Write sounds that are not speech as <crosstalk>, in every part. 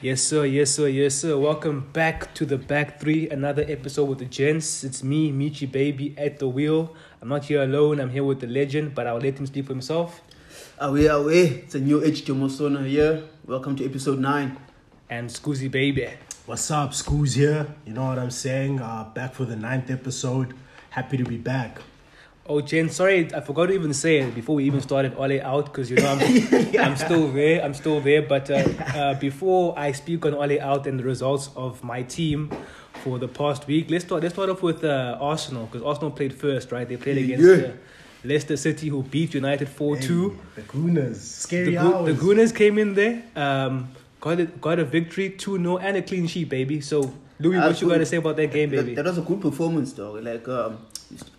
Yes, sir. Yes, sir. Yes, sir. Welcome back to the back three. Another episode with the gents. It's me, Michi Baby, at the wheel. I'm not here alone. I'm here with the legend, but I'll let him speak for himself. Away, away. It's a new age Jomosona here. Welcome to episode 9. And Scoozy Baby. What's up, Scooz here. You know what I'm saying? Uh, back for the ninth episode. Happy to be back. Oh, Jen, sorry, I forgot to even say it before we even started Ole out because you know <laughs> I'm, I'm still there. I'm still there. But uh, uh, before I speak on Ole out and the results of my team for the past week, let's start. Let's start off with uh, Arsenal because Arsenal played first, right? They played against Yeah. uh, Leicester City, who beat United four two. Hey, the Gooners. Scary The, Go- hours. the Gooners came in there, um, got it, got a victory, two 0 and a clean sheet, baby. So, Louis, what you got to Absolutely. say about that game, That, baby? that was a good performance, dog. Like, um,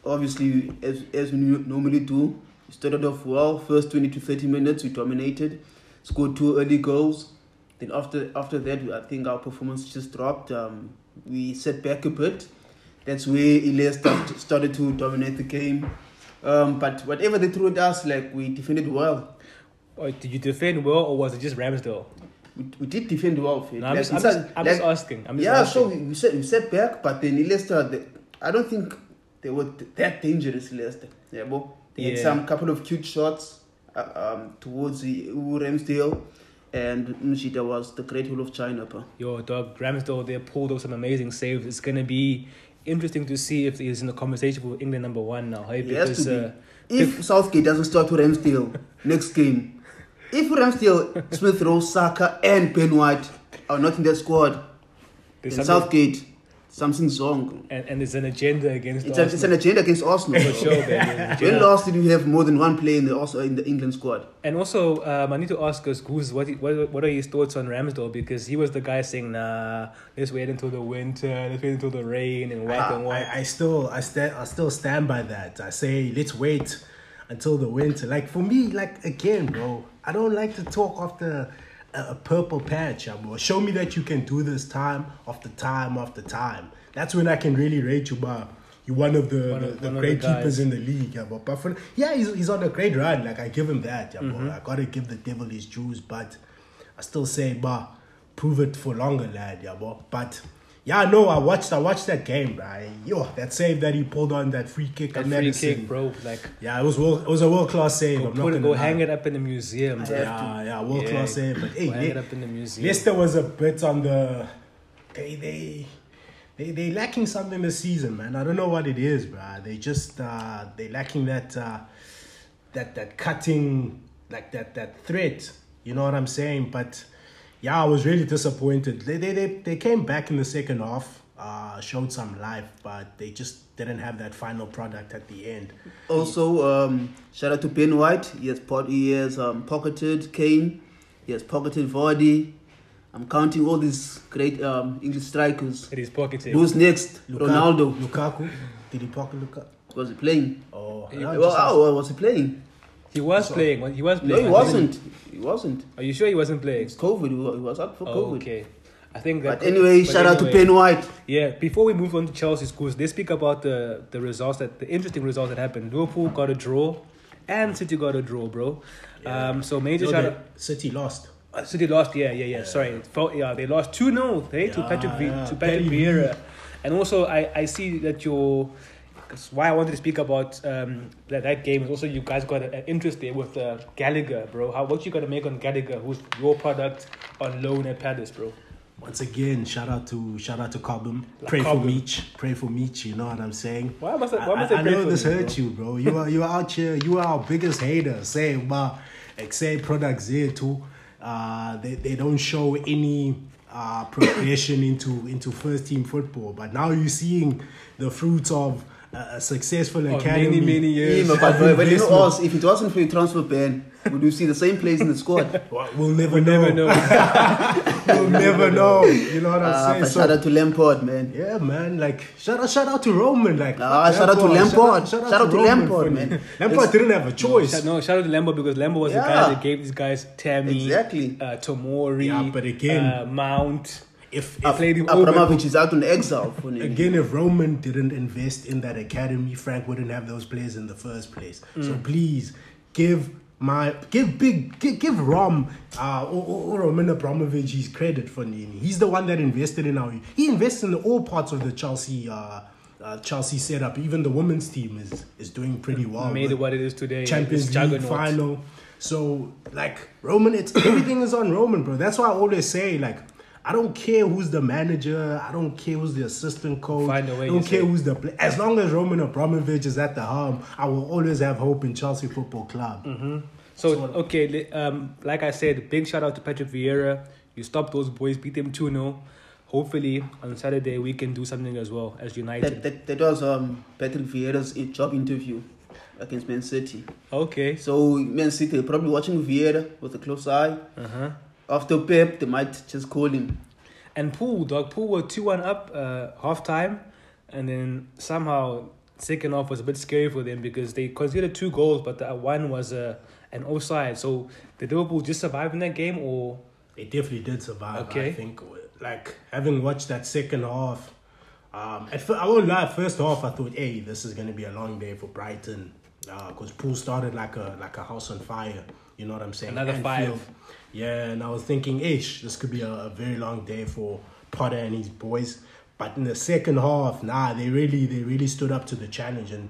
obviously, as, as we nu- normally do, we started off well. First 20 to 30 minutes, we dominated, scored two early goals. Then after after that, I think our performance just dropped. Um, we set back a bit. That's where Ilya start, started to dominate the game. Um, but whatever they threw at us, like, we defended well. Or did you defend well, or was it just Ramsdale? we, we did defend well. Faith. No, I'm, Like, just, we I'm, sat- just, I'm like- just asking. I'm just yeah, asking. so we, we, set, we set back, but then Leicester, they, I don't think they were th- that dangerous, Leicester. Yeah, but they had Yeah. some couple of cute shots uh, um, towards the Uwe Ramsdale, and Mshita was the great hole of China. Pa. Yo, dog, Ramsdale there pulled off some amazing saves. It's gonna be interesting to see if he's in the conversation with England number one now. Hey, He has because to uh, be. If Southgate doesn't start with Ramsdale <laughs> next game, if Ramsdale, Smith Rowe, Saka, and Ben White are not in that squad, there's then something, Southgate, something's wrong. and, and there's an agenda against It's, a, it's Arsenal. an agenda against Arsenal. for bro. <laughs> sure, baby. There's an When agenda. last did we have more than one player in the also in the England squad? And also, um, I need to ask us, Goose, what, what what are his thoughts on Ramsdale? Because he was the guy saying, "Nah, let's wait until the winter, let's wait until the rain and what and what." Ah, I, I still I stand I still stand by that. I say let's wait until the winter. Like for me, like again, bro, I don't like to talk after a, a purple patch. I will show me that you can do this time after time after time. That's when I can really rate you, bar. You're one of the, One the, of- the one of great the guys. keepers in the league, yeah, but, but for, yeah, he's, he's on a great run. Like I give him that, yeah, Mm-hmm. bro. I gotta give the devil his dues, but I still say, bah, prove it for longer, lad, yeah, bro. But yeah, no, I watched, I watched that game, right? Yo, that save that he pulled on that free kick, that I've free never kick, seen. bro. Like, Yeah, it was world, it was a world class save. I'm not put gonna it, go lie. hang it up in the museum. bro. Yeah, yeah, world class Yeah, save. But hey, go hang Le- it up in the museum. Leicester was a bit on the they they they they lacking something this season, man. I don't know what it is, bro. They just uh they lacking that uh that that cutting like that that threat. You know what I'm saying? But yeah, I was really disappointed. They they they, they came back in the second half. Uh, showed some life, but they just didn't have that final product at the end. Also, um, shout out to Ben White. He has, pot, he has um, pocketed Kane. He has pocketed Vardy. I'm counting all these great um, English strikers. It is pocketed. Who's next? Lukaku- Ronaldo. Lukaku, did he pocket Lukaku? Was he playing? Oh, no, Well, just ask- oh, was he playing? He was playing. He was No, playing. he I wasn't. He wasn't. Are you sure he wasn't playing? It's COVID. He wa- He was out for COVID. Okay. I think that. But anyway, but shout out to anyway, Ben White. Yeah, before we move on to Chelsea schools, let's speak about the, the results that the interesting results that happened. Liverpool got a draw, and City got a draw, bro. Um, so major No, shout the out. City lost. uh, City lost. Yeah, yeah, yeah. Sorry, it felt, yeah, they lost two 0 They to Yeah, Patrick v- yeah, to Patrick Petty. Vieira, and also I I see that your. That's why I wanted to speak about um, that, that game. Is also you guys got an interest there with uh, Gallagher, bro. How what you gonna make on Gallagher, who's your product on loan at Palace, bro? Once again, shout out to shout out to Cobham. Pray for Cobham. Meech. Pray for Meech. You know what I'm saying? Why must I- why must I pray know for this you, hurt you, bro. You are you are out here. You are our biggest hater. Say about except products here too. Uh, they they don't show any uh, progression into into first team football. But now you're seeing the fruits of uh, a successful Oh, many, academy. many years. Yeah, but, Of but you know investment. us, if it wasn't for your transfer ban, would you see the same players in the <laughs> squad? Well, We'll never We know. never know. <laughs> We'll never know. You know what I'm Ah, saying? but So- shout out to Lampard, man. Yeah, man. Like shout out, shout out to Roman. Like Ah, shout out to Lampard. Shout out to Lampard, for- man. Lampard didn't have a choice. No, shout out to Lambo because Lambo was the guy Yeah. that gave these guys Tammy, Exactly. uh, Tomori, Yeah, but again- uh, Mount. If I if played him over. Abramovich is out on exile for now. again, if Roman didn't Mm. invest in that academy, Frank wouldn't have those players in the first place. So please give my give big give, give Rom uh, or, or, or Roman Abramovich his credit for Nini. He's the one that invested in our. He invests in all parts of the Chelsea. Uh, uh, Chelsea setup, even the women's team is is doing pretty well. made with it what it is today. Champions It's League juggernaut. final. So like Roman, it's <coughs> everything is on Roman, bro. That's why I always say like. I don't care who's the manager. I don't care who's the assistant coach. Find a way, I you don't care say. who's the play. As long as Roman Abramovich is at the helm, I will always have hope in Chelsea Football Club. Mm-hmm. So okay, li- um, like I said, big shout out to Patrick Vieira. You stop those boys, beat them two 0 Hopefully on Saturday we can do something as well as United. That, that, that was um, Patrick Vieira's uh, job interview against Man City. okay. So Man City are probably watching Vieira with a close eye. Uh Uh-huh. huh. After Pep, they might just call him. And Poole, dog, Poole were two one up uh, half time, and then somehow second half was a bit scary for them because they conceded two goals, but the one was uh, an offside. So did Liverpool just survive in that game or? They definitely did survive. Okay. I think, like having watched that second half, um, at fir- I won't lie. First half, I thought, hey, this is going to be a long day for Brighton, because Poole started like a like a house on fire. You know what I'm saying? Another Anfield. five. Yeah, and I was thinking, ish, this could be a, a very long day for Potter and his boys. But in the second half, nah, they really they really stood up to the challenge and.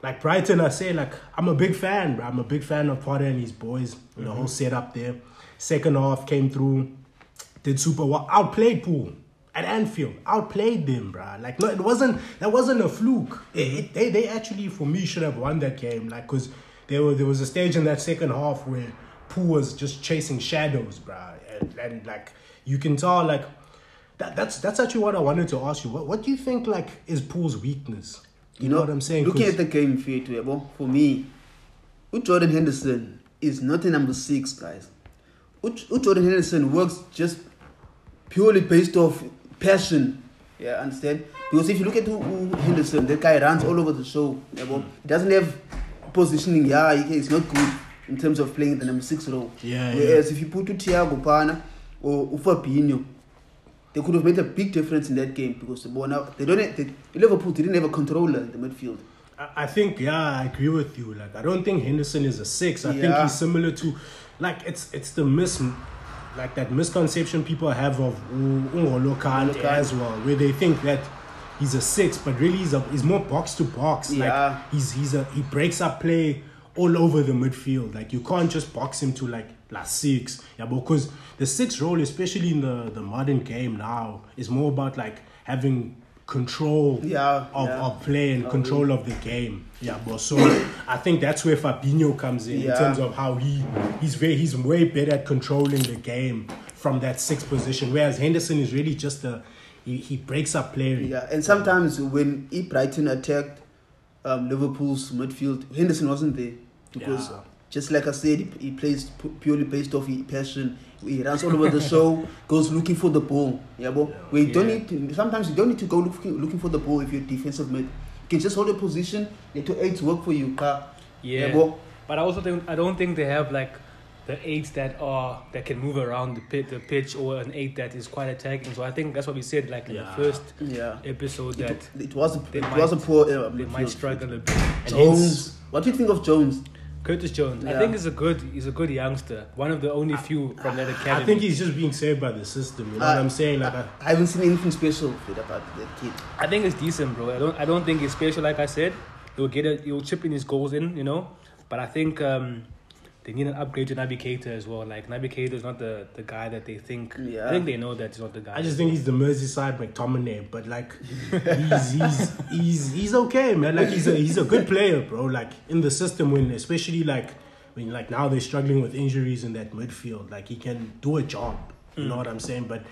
Like Brighton, I say, like I'm a big fan. Bro. I'm a big fan of Potter and his boys. Mm-hmm. The whole setup there. Second half came through, did super well. Outplayed Pool at Anfield. Outplayed them, bro. Like no, it wasn't. That wasn't a fluke. It- it- they they actually for me should have won that game. Like because there was there was a stage in that second half where Pool was just chasing shadows, bro. And, and like you can tell, like that, that's that's actually what I wanted to ask you. What what do you think like is Pool's weakness? You, know, what I'm saying? Looking 'Cause- at the game fair to Ebo, for me, Jordan Henderson is not a number six, guys. U- Jordan Henderson works just purely based off passion. Yeah, understand? Because if you look at who, who Henderson, that guy runs all over the show. Yabo. He doesn't have positioning. Yeah, he, he's not good in terms of playing the number six role. Yeah, Whereas if you put Thiago Pana or Fabinho, they could have made a big difference in that game because the ball now they don't have, they, Liverpool didn't have a controller in the midfield. I I think yeah, I agree with you. Like I don't think Henderson is a six. I think Yeah. he's similar to, like it's it's the mis, like that misconception people have of Ungolo Kante Kante. as well, where they think that he's a six, but really he's a he's more box to box. Yeah. Like he's he's a he breaks up play all over the midfield. Like you can't just box him to like la six. Yeah, because the six role, especially in the the modern game now, is more about like having control Yeah, of, yeah. of play and Of control of the game. Yeah, but so I think that's where Fabinho comes in in Yeah. terms of how he he's very he's way better at controlling the game from that sixth position. Whereas Henderson is really just a he, he breaks up play. Yeah, and sometimes when E Brighton attacked um, Liverpool's midfield, Henderson wasn't there because Yeah. just like I said, he, he plays pu- purely based off his passion. He runs all over the <laughs> show, goes looking for the ball. Yeah, but we don't Yeah. need. To, sometimes you don't need to go looking looking for the ball if you're defensive mid. You can just hold a position. Let your aids work for you. Ka. Yeah. but But I also think I don't think they have like the eights that are that can move around the pit, the pitch or an eight that is quite attacking. So I think that's what we said like in the Yeah. first yeah. episode that It was a, They it was a poor um, they might midfield. struggle a bit. And hence, Jones. What do you think of Jones? Curtis Jones, I Yeah. think he's a good he's a good youngster. One of the only few from that academy. I think he's just being saved by the system. You know what Uh, I'm saying? Like I, I haven't seen anything special about that kid. I think it's decent, bro. I don't I don't think it's special. Like I said, he'll get a, he'll chip in his goals in, you know. But I think um, they need an upgrade to Naby Keita as well. Like Naby Keita is not the, the guy that they think. I Yeah. think they know that he's not the guy. I just think he's the Merseyside McTominay, but like he's he's he's he's okay, man. Like he's a he's a good player, bro. Like in the system when especially like when like now they're struggling with injuries in that midfield. Like he can do a job. You know what I'm saying? But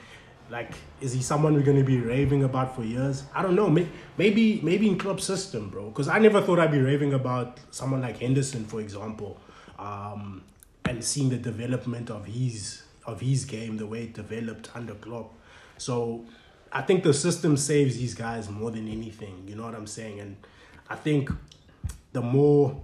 like is he someone we're gonna be raving about for years? I don't know. May- Maybe maybe in club system, bro. Because I never thought I'd be raving about someone like Henderson, for example. Um, and seeing the development of his of his game, the way it developed under Klopp. So I think the system saves these guys more than anything. You know what I'm saying? And I think the more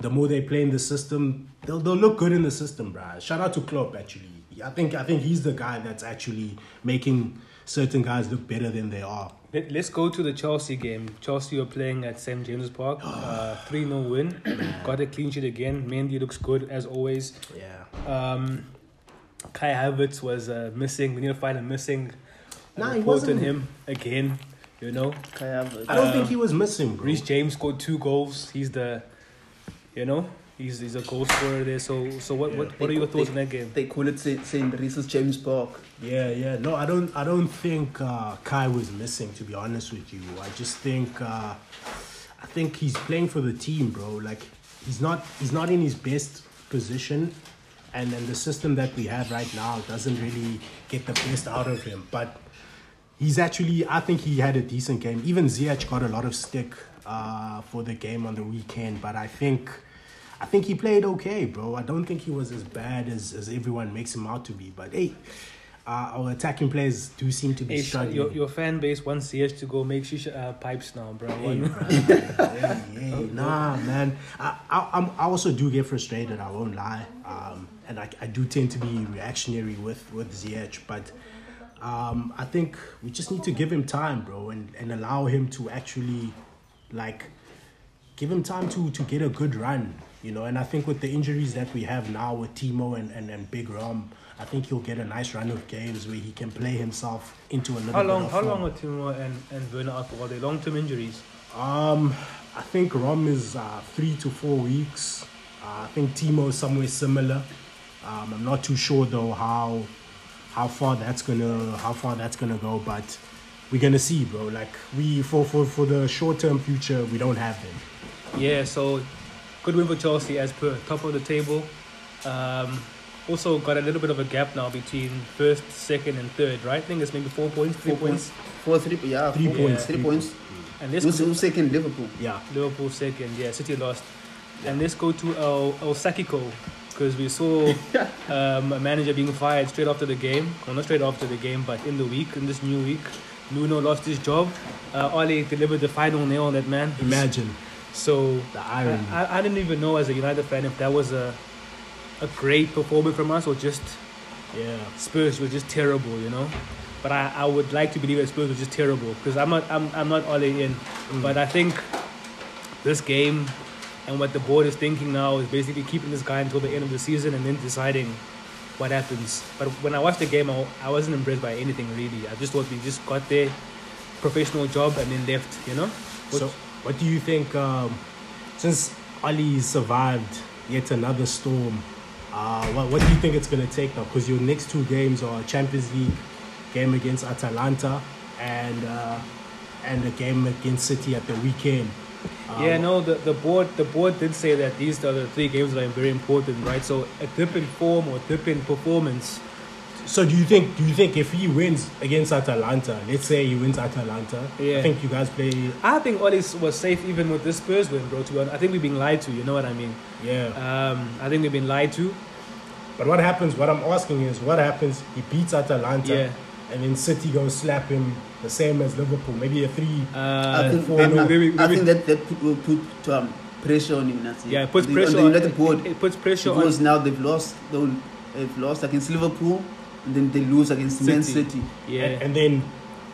the more they play in the system, they'll they'll look good in the system, bruh. Shout out to Klopp actually. I think I think he's the guy that's actually making certain guys look better than they are. Let, let's go to the Chelsea game. Chelsea are playing at St James's Park. uh, <gasps> Three 0 <coughs> win. Got a clean sheet again. Mendy looks good as always. Yeah. Um, Kai Havertz was uh, missing. We need to find a missing. uh, Nah, he report on wasn't. him again. You know, Kai Havertz. I don't Uh, think he was missing, bro. Reece James scored two goals. He's the, you know, he's he's a goal scorer there. So so what what, what are your thoughts on that game? They call it St. St. Reese's James Park. Yeah, yeah. No, I don't. I don't think uh, Kai was missing. To be honest with you, I just think. Uh, I think he's playing for the team, bro. Like he's not. He's not in his best position, and then the system that we have right now doesn't really get the best out of him. But he's actually. I think he had a decent game. Even Ziyech got a lot of stick uh, for the game on the weekend, but I think. I think he played okay, bro. I don't think he was as bad as, as everyone makes him out to be. But hey, uh, our attacking players do seem to be Hey, struggling. your, your fan base wants CH to go make shisha uh, pipes now, bro. Hey, <laughs> bruh. Hey, hey, nah, man. I, I, I'm, I also do get frustrated. I won't lie. Um, and I, I do tend to be reactionary with with Ziyech, but um, I think we just need to give him time, bro, and, and allow him to actually, like, give him time to to get a good run, you know. And I think with the injuries that we have now with Timo and and, and Big Rom, I think he'll get a nice run of games where he can play himself into a little How bit long of how form. long are Timo and and Werner out for? Are they long term injuries? Um, I think Rom is uh, three to four weeks. Uh, I think Timo is somewhere similar. Um, I'm not too sure though how how far that's gonna how far that's gonna go, but we're gonna see, bro. Like we for for for the short term future, we don't have them. Yeah, so good win for Chelsea as per top of the table. Um, also got a little bit of a gap now between first, second, and third. Right, I think it's maybe four points, three Four points, points. Four, three, yeah. Three four, points, Three three points. and this Who's, who's second? Liverpool. Yeah, Liverpool second. Yeah, City lost. And let's go to El, El Sacico because we saw <laughs> um, a manager being fired straight after the game. Well, not straight after the game, but in the week, in this new week. Nuno lost his job. Uh, Ole delivered the final nail on that man. imagine So the I, irony. I, I didn't even know as a United fan if that was a a great performance from us or just yeah. Spurs were just terrible, you know. But I, I would like to believe that Spurs were just terrible because I'm not I'm, I'm not all in. But I think this game and what the board is thinking now is basically keeping this guy until the end of the season and then deciding what happens. But when I watched the game, I, I wasn't impressed by anything really. I just thought we just got their professional job and then left, you know. What- So, what do you think? Um, since Ali survived yet another storm, uh, what, what do you think it's going to take now? Because your next two games are a Champions League game against Atalanta and uh, and a game against City at the weekend. Uh, Yeah, no, the, the board the board did say that these are the three games that are very important, right? So a dip in form or dip in performance. So do you think? Do you think if he wins against Atalanta, let's say he wins Atalanta, Yeah. I think you guys play. I think Oli was safe even with this Spurs win, bro. To be honest, I think we've been lied to. You know what I mean? Yeah. Um, I think we've been lied to. But what happens? What I'm asking is, what happens? He beats Atalanta, Yeah. and then City go slap him the same as Liverpool, maybe a three. I Uh, think, four, I, no, I- we- we- I we- think that, that put, will put um, pressure on United. yeah, it puts on the, pressure on the on United board It, it puts pressure on because now they've lost. They'll, they've lost against Liverpool, and then they lose against Man City. City. yeah. And, and then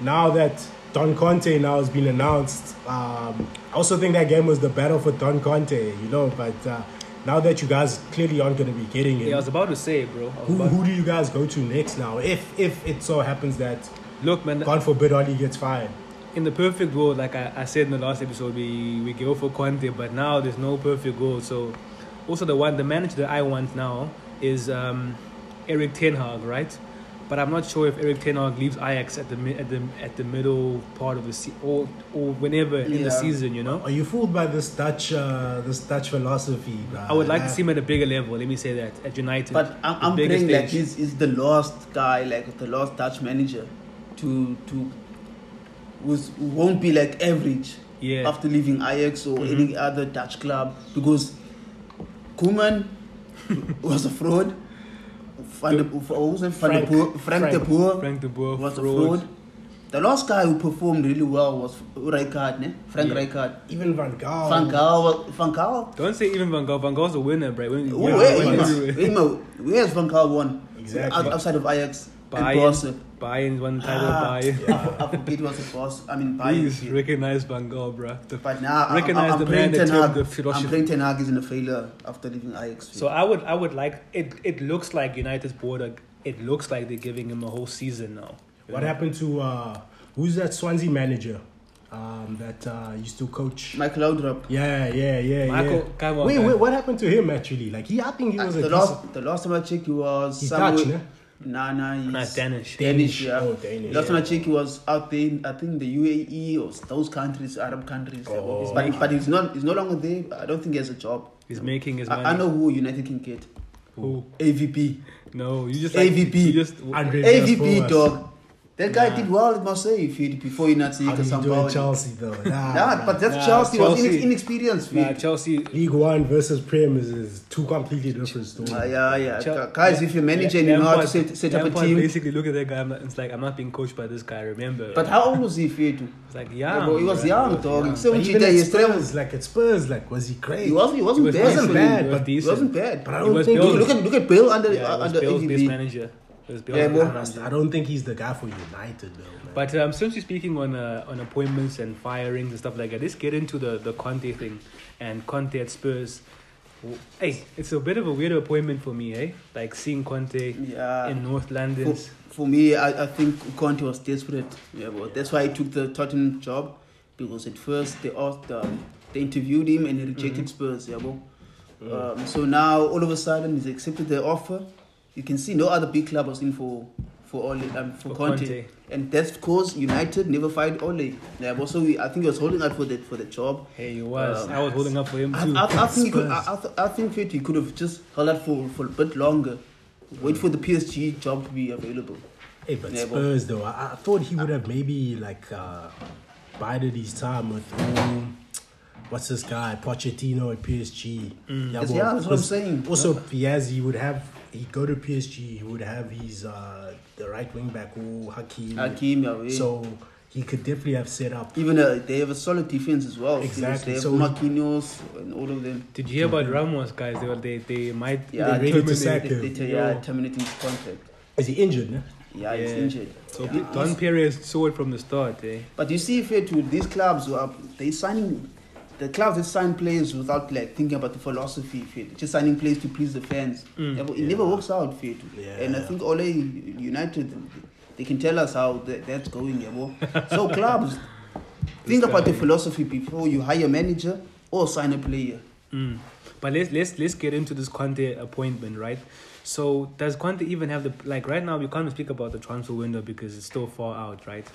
now that Don Conte now has been announced, um, I also think that game was the battle for Don Conte, you know. But uh, now that you guys clearly aren't going to be getting him, yeah, I was about to say, bro. I was who, about- who do you guys go to next now? If if it so happens that Look, man, God forbid Oli gets fired, in the perfect world, like I, I said in the last episode, we, we go for Conte, but now there's no perfect goal. So, also the one the manager that I want now is um, Eric Ten Hag, right? But I'm not sure if Eric Ten Hag leaves Ajax at the mi- at the at the middle part of the se- or or whenever in the Yeah. season, you know. are you fooled by this Dutch uh, this Dutch philosophy? bruh? I would like to see him at a bigger level. Let me say that at United, But I'm, the I'm bigger praying that stage. he's, he's the last guy, like the last Dutch manager, to to who's, who won't be like average Yeah. Mm-hmm. after leaving Ajax or any other Dutch club because Koeman <laughs> was a fraud. Van de, who was it? Van de Frank. Boer, Frank, de Frank. Boer Frank de Boer, was a fraud. fraud. The last guy who performed really well was Rijkaard, ne? Frank Yeah. Rijkaard. even Van Gaal. Van Gaal, was- Van Gaal Don't say even Van Gaal. Van Gaal's a winner, bro. When, Oh, yeah, where, when- where's Van Gaal won? Exactly. Out- outside of Ajax and Barca. Bayern, Bayern, one time Ah, ah, Bayern. I, for- I forget what's the boss. I mean, Please Bayern. recognize Van Gaal, bruh. The- But now I- Recognize I, I'm the playing man that Ten took Hag. the philosophy. I'm playing Ten Hag isn't a failure after leaving Ajax. So I would, I would like it. It looks like United's board. Are, it looks like they're giving him a whole season now. What happened to uh, who's that Swansea manager um, that uh, used to coach? Michael Laudrup. Yeah, yeah, yeah, Michael, yeah. come on, wait, man. wait, what happened to him actually? Like he, I think he Uh, was a The decent- last, the last time I checked, he was He's somewhere- Dutch, Nah, nah, he's Nah, Danish. Danish, yeah. Oh, Danish, Last yeah. time I checked, he was out there. in, I think the UAE or those countries, Arab countries. Oh. But but he's not. He's no longer there. I don't think he has a job. He's making his money. I, I know who United can get. Who? AVP. No, you just AVP. You just Andre AVP Villas-Boas. dog. That guy did well at Marseille if he before United How did he do in somehow. Chelsea though? <laughs> Nah, Yeah, man. but that's Nah, Chelsea, was Chelsea. inex- inexperienced. Nah, Nah, Chelsea. League One versus Prem is, is two completely different stories. Ah, yeah, yeah. Chel- Gu- Guys, if you're manager and you know how to set, set up a Lampard team. Basically, look at that guy. I'm like, it's like I'm not being coached by this guy. Remember? But how old was he, Fietu? it's like Yeah, young. bro, he was bruh. young, dog. He still But went to even the at yesterday was- Spurs, like at Spurs, like was he crazy? He wasn't. He wasn't He was bad. decent, actually. bad, he was but He decent. wasn't bad. But I He don't was think built- he- Look at look at Bill under Yeah, uh, it was under Bill's best AVB. manager. It was Bill's Yeah, best bro. manager. I don't think he's the guy for United though. Man. But um, since we're speaking on uh, on appointments and firings and stuff like that, let's get into the the Conte thing and Conte at Spurs. W- Hey, it's a bit of a weird appointment for me, eh? Like seeing Conte Yeah. in North For, London. for me, I, I think Conte was desperate. Yeah, bro. That's why he took the Tottenham job because at first they asked, um, they interviewed him and he Mm-hmm. rejected Spurs. Yeah, bro. Mm. Um, so now all of a sudden he's accepted the offer. You can see no other big club was in for for Ole um, for, For Conte. Conte. and that's because United never fired Ole. Yeah, bro. So we, I think he was holding out for that for the job. Hey, he was. Um, I was holding up for him I, too. I, I think he could, I, Spurs. I, th- I think that he could have just held out for, for a bit longer, Mm. wait for the PSG job to be available. Hey, but Yeah, but- Spurs though, I, I thought he would have maybe like uh, bided his time with um, what's this guy Pochettino at PSG. Yes, but- yeah, that's what I'm saying. Also, Piazzi he would have he go to PSG. He would have his uh, the right wing back who Hakim. Hakim, yeah, we- So he could definitely have set up. even uh, they have a solid defense as well. They Exactly, have so- Marquinhos and all of them. Did you hear about Ramos, guys? They were, they they might. Yeah, ready to terminate- sack they, him. they tell- yeah, terminating his contract. Is he injured? No? Yeah, he's Yeah. injured. So Yeah. Don Perez saw it from the start, eh? But you see, fair to these clubs who are they signing the clubs that sign players without like thinking about the philosophy, fair to- just signing players to please the fans. Yeah, but it never works out, fair to. Yeah. And I think Ole United, they can tell us how that, that's going. Yeah, but- so <laughs> clubs think about the philosophy before you hire a manager or sign a player. Mm. But let's let's let's get into this Conte appointment, right? So does Conte even have the like right now? We can't speak about the transfer window because it's still far out, right?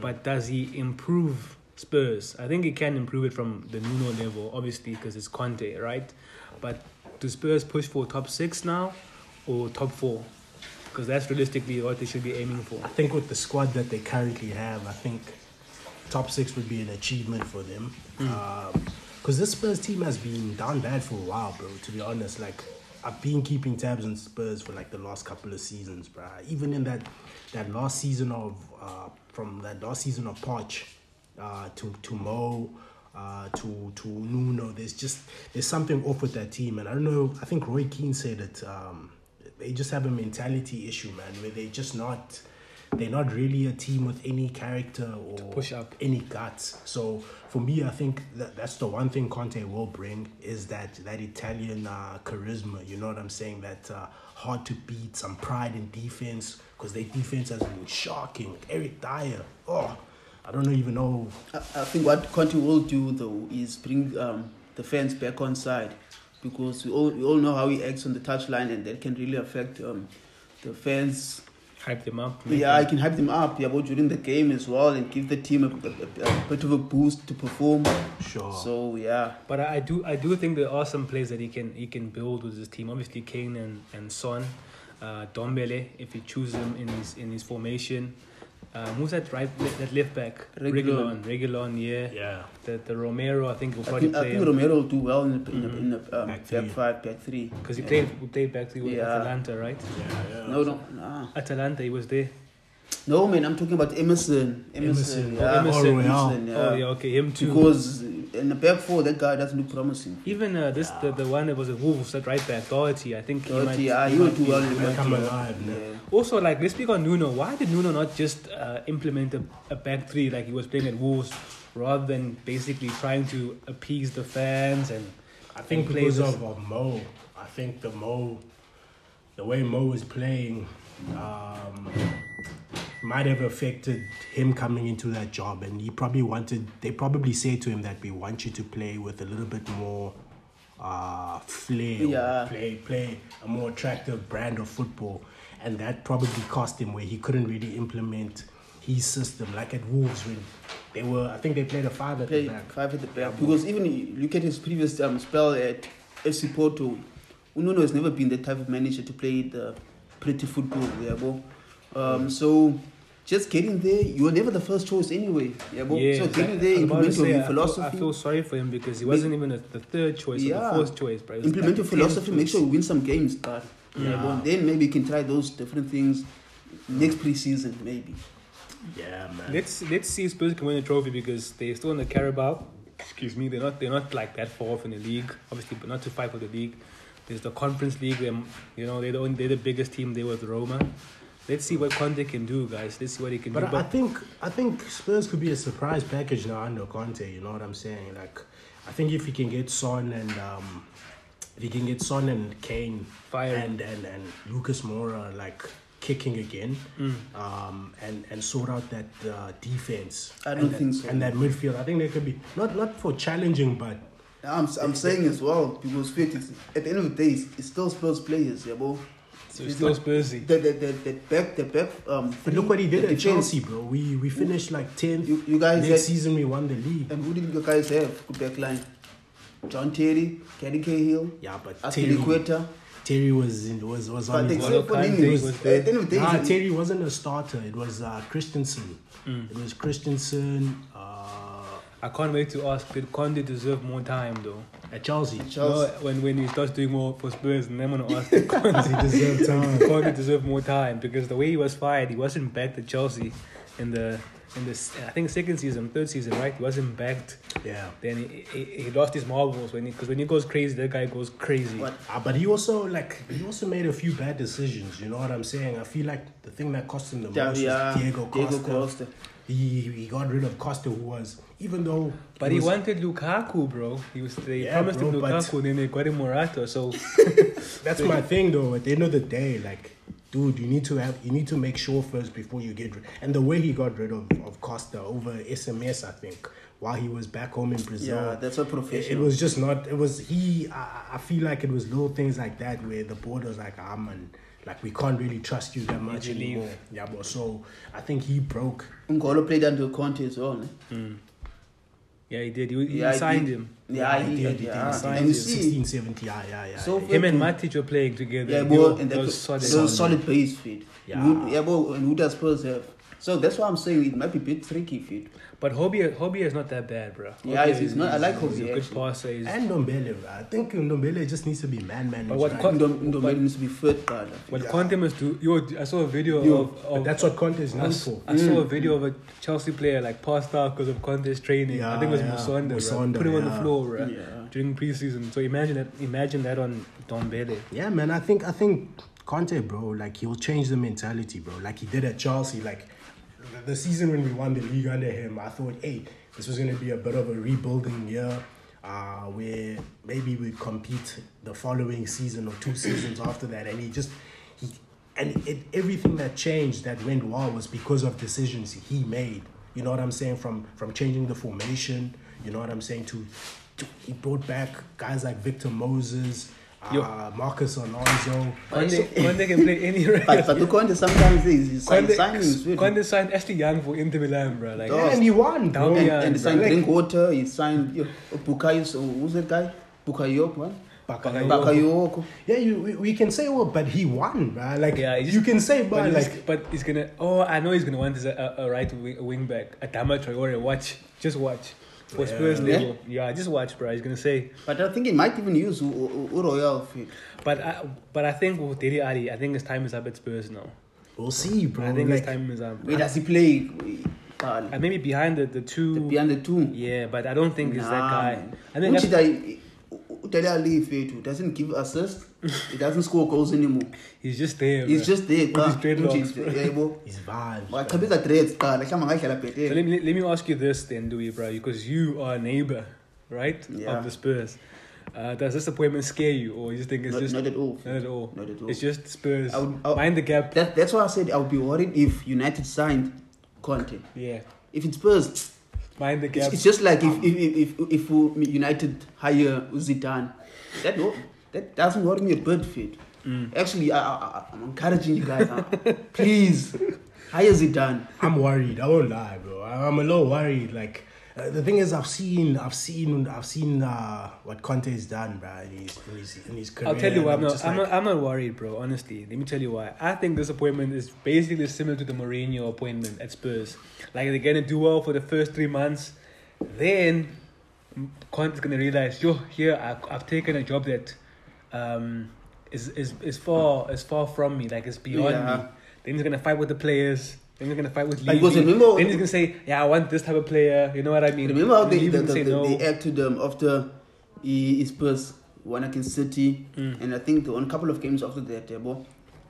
But does he improve Spurs? I think he can improve it from the Nuno level, obviously, because it's Conte, right? But do Spurs push for top six now or top four? Because that's realistically what they should be aiming for. I think with the squad that they currently have, I think top six would be an achievement for them. Because this Spurs team has been down bad for a while, bro. To be honest, like I've been keeping tabs on Spurs for like the last couple of seasons, bro. Even in that that last season of uh, from that last season of Poch uh, to to Mo. Uh, to to Nuno, there's just there's something off with that team, and I don't know. I think Roy Keane said it um, they just have a mentality issue, man, where they just not they're not really a team with any character or push up. any guts. So for me, I think that that's the one thing Conte will bring is that that Italian uh, charisma. You know what I'm saying? That uh, hard to beat, some pride in defense because their defense has been shocking. Eric Dyer, oh, I don't even know. I, I think what Conte will do though is bring um, the fans back on side because we all we all know how he acts on the touchline and that can really affect um, the fans. Hype them up. make Yeah, I them- can hype them up. Yeah, but during the game as well and give the team a, a, a bit of a boost to perform. Oh. Sure. So yeah, But I I do I do think there are some players that he can he can build with his team. Obviously Kane and, and Son, uh, Dombele if he chooses him in his in his formation. Um, who's that right le- that left back? Regulon, Reguilon. Regulon, yeah. yeah, The the Romero I think will I probably think, I play think him Romero will do well in the, in the, Mm-hmm. in the um, Back back, three. five, back three. because he played he played back three with Yeah. Atalanta, right? yeah, yeah. No, no, nah. Atalanta he was there. No, man, I'm talking about Emerson. Emerson, Emerson, yeah. Emerson, Emerson, yeah. Oh, yeah, okay, him too. Because in the back four, that guy doesn't look promising. Even uh, this the, the one that was at Wolves that right there, Doherty. I think Doherty, might- yeah, he might will do be- well in might the be- Come alive, man. Yeah. Also, like let's speak on Nuno. Why did Nuno not just uh, implement a, a back three like he was playing at Wolves, rather than basically trying to appease the fans and I think and because players- of, of Mo, I think the Mo, the way Mo is playing, um, might have affected him coming into that job, and he probably wanted. They probably said to him that we want you to play with a little bit more uh, flair, or Yeah. play play a more attractive brand of football, and that probably cost him where he couldn't really implement his system like at Wolves when they were. I think they played a five at Play the back. five at the back. Because even you look at his previous um, spell at FC Porto, Ununo has never been the type of manager to play the pretty football, yeah, bro. Um, so just getting there, you were never the first choice anyway, yeah, bro. yeah. so getting like, there, I was about to implement say, your I feel- I philosophy. feel sorry for him because he wasn't even a, the third choice or the Yeah. fourth choice. Bro. He was implement like your the tenth philosophy, make choice. sure you win some games, but Yeah. yeah. but then maybe you can try those different things next preseason, maybe. Yeah, man. Let's let's see if Spurs can win the trophy because they're still in the Carabao. Excuse me, they're not they're not like that far off in the league, obviously, but not to fight for the league. There's the Conference League. Them, you know, they're the only, they're the biggest team. They were the Roma. Let's see what Conte can do, guys. Let's see what he can But do. I think I think Spurs could be a surprise package now under Conte. You know what I'm saying? Like, I think if he can get Son and um, if he can get Son and Kane Firing. and and and Lucas Moura like kicking again, Mm. um, and and sort out that uh, defense. I and don't that- think so. And that midfield, I think they could be not not for challenging, but I'm, I'm saying as well because fit is, at the end of the day, it's, it's still Spurs players, yeah, bro. so it's still Spursy. The, the, the, the back, the back. Um, but three, look what he did the at defense. Chelsea, bro. We we finished like tenth. You, you guys Next had, season we won the league. and who did you guys have? Good back line. John Terry, Kenny Cahill, Yeah, but Ashley Terry, Quetta. Terry was in, was was on But his except for Kante Nini, was at the end of the day, Nah, it's- Terry wasn't a starter. It was uh, Christensen. It was Christensen uh, I can't wait to ask. Did Conte deserve more time though? at Chelsea. No, Chelsea. when when he starts doing more for Spurs, and then I'm gonna ask did Conte he <laughs> deserved time. Conte deserved more time because the way he was fired, he wasn't backed at Chelsea in the in the s- I think second season, third season, right? He wasn't backed. Yeah. Then he, he, he lost his marbles when because when he goes crazy, that guy goes crazy. What? Uh, but he also like he also made a few bad decisions. You know what I'm saying? I feel like the thing that cost him the Yeah, most yeah, was Diego Costa. Diego Costa. He he got rid of Costa, who was even though. But he was- wanted Lukaku, bro. He was they Yeah, promised him bro, but- Lukaku, and then they got him Morata. So <laughs> That's my thing, though. At the end of the day, like, dude, you need to have you need to make sure first before you get rid. And the way he got rid of, of Costa over SMS, I think, while he was back home in Brazil. Yeah, that's what It, it professional. was just not. It was he. I, I feel like it was little things like that where the board was like, "Ah, man, like we can't really trust you that much you leave. anymore." Yeah, but so I think he broke. Ngolo played under Conte as well. Ne? yeah, he did. He, he Yeah, he signed did. him. Yeah, he he did. did. He did. Yeah. He And signed you it. see, 16, 17, yeah, yeah, yeah. So yeah. Him and Matic were playing together. yeah, They bro, were- and they that were was solid. solid, solid base feed. Yeah. Who- yeah, bro, and who does Spurs have? So that's why I'm saying it might be a bit tricky feed. But Hobie, Hobie is not that bad, bro. Yeah, Hobie he's- he's not- I like He's Hobie, a good actually. passer. He's, And Ndombele, bro. I think Ndombele just needs to be man managed. But what right? Con- Ndom- Ndombele needs to be fit, but What Conte must do, yo, I saw a video Yo, of, But of that's what Conte is I, known s- for. I saw a video of a Chelsea player like passed out because of Conte's training. I Yeah, think it was yeah. Musonda, Musonda, put him on the yeah. floor bruh, Yeah. during preseason. So imagine that, imagine that on Dombele. Yeah, man. I think I think Conte, bro. Like he'll change the mentality, bro. Like he did at Chelsea. Like the- the season when we won the league under him, I thought, hey, this was gonna be a bit of a rebuilding year. Uh, where maybe we compete the following season or two seasons after that, and he just he and it, everything that changed that went well was because of decisions he made. You know what I'm saying? From from changing the formation, you know what I'm saying? To, to he brought back guys like Victor Moses, Yo. uh, Marcus Alonso. Conte, Conte can <laughs> play any But, right. but the Conte sometimes is is sign- Conte, signings with Conte signed Ashley Young for Inter Milan, bro. Like, Oh, and he won, bro. Down and, yeah, and he signed like- Drinkwater, he signed you know, Bukayo, so who's that guy? Bukayo, what? Bakayoko. Bakayoko. Yeah, you, we, we can say, well, but he won, bro. Like, Yeah, he just- you can say, but, but he's, like, but he's gonna. Oh, I know he's gonna want his, a, a a right wing, a wing back, a Dama Traore. Watch, just watch. For Spurs Yeah. level, yeah, just watch, bro. He's gonna say. But I think he might even use U- U- U- Uroyal feed. But I, but I think with Deli Ali, I think his time is up at Spurs now. We'll see, bro. I think his Like, time is up. Where does he play? Uh, Uh, maybe behind the, the two. behind the two. yeah, but I don't think he's that Nah, guy. man. I think Which that's- that- Dele Ali Fethu doesn't give assists. he doesn't score goals anymore. he's just there. He's bruh. just there. With bruh. his dreadlocks, Which is- bruh. yeah, bro. His vibes. Well, bro. Kabisa dreads, bruh. Like, I'm a guy, shall I play there? So let me let me ask you this then, Dewey, bro, because you are a neighbor, right, Yeah. of the Spurs. Uh, does this appointment scare you, or you just think it's Not- just not at all. Not at all. Not at all. It's just Spurs. I would- I would- Mind the gap. That, that's why I said I would be worried if United signed Conte. yeah. If it's Spurs, Mind the gap. it's, it's just like if if, if, if if we- United hire Zidane. That no, that doesn't worry me a bit, fit. Mm. Actually, I, I, I- I'm encouraging you guys. uh, please hire Zidane. I'm worried. I won't lie, bro. I- I'm a little worried. Like uh, the thing is, I've seen, I've seen, I've seen uh, what Conte's done, bro. In his, in his, in his career. I'll tell you why and I'm not, just I'm, like, not, I'm not worried, bro. Honestly, let me tell you why. I think this appointment is basically similar to the Mourinho appointment at Spurs. Like they're gonna do well for the first three months, then Conte's gonna realize, yo, here I, I've taken a job that um, is is is far is far from me. Like it's beyond me. Yeah. Then he's gonna fight with the players. Then he's gonna fight with. Like, was Levy. it remember- Then he's gonna say, yeah, I want this type of player. You know what I mean? Remember how they, Levy's the, gonna the, say the, no. they act to them after he, he Spurs won against City, and I think on a couple of games after that, yeah, bro,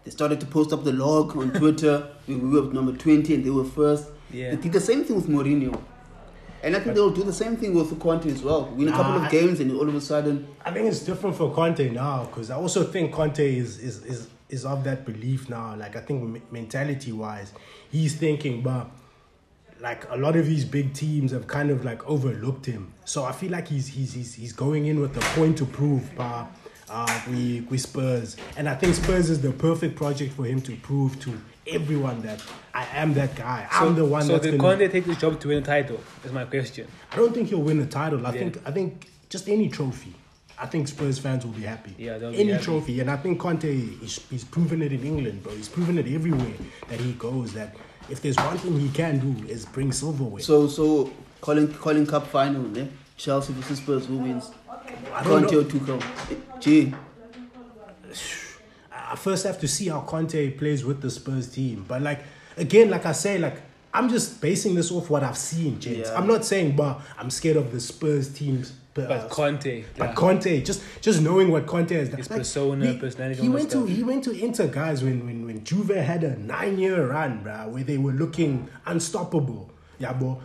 they started to post up the log on Twitter. <laughs> we we were number twenty, and they were first. Yeah. They did the same thing with Mourinho, and I think they'll do the same thing with Conte as well. Win a couple Nah, I- of games, and all of a sudden, I think it's different for Conte now because I also think Conte is is is is of that belief now. Like I think me- mentality wise, he's thinking, but like a lot of these big teams have kind of like overlooked him. So I feel like he's he's he's, he's going in with a point to prove, but uh, we we Spurs, and I think Spurs is the perfect project for him to prove to everyone that I am that guy. I'm the one. So that's did gonna- Conte take this job to win a title? Is my question. I don't think he'll win the title. I think I think just any trophy. I think Spurs fans will be happy. Yeah, they'll be any happy. trophy, and I think Conte he's, he's proven it in England, bro. He's proven it everywhere that he goes. That if there's one thing he can do is bring silverware. so so calling calling cup final, yeah? Chelsea versus Spurs, who wins? I don't Conte know. or Tuchel? Gee, I first have to see how Conte plays with the Spurs team. But like again, like I say, like I'm just basing this off what I've seen, James. Yeah. I'm not saying, but I'm scared of the Spurs team's. But Conte, But uh, yeah. Conte, just just knowing what Conte has done, His persona, he- personality, He all went that to stuff. he went to Inter guys when when when Juve had a nine year run, bruh, where they were looking unstoppable. Yeah, bro.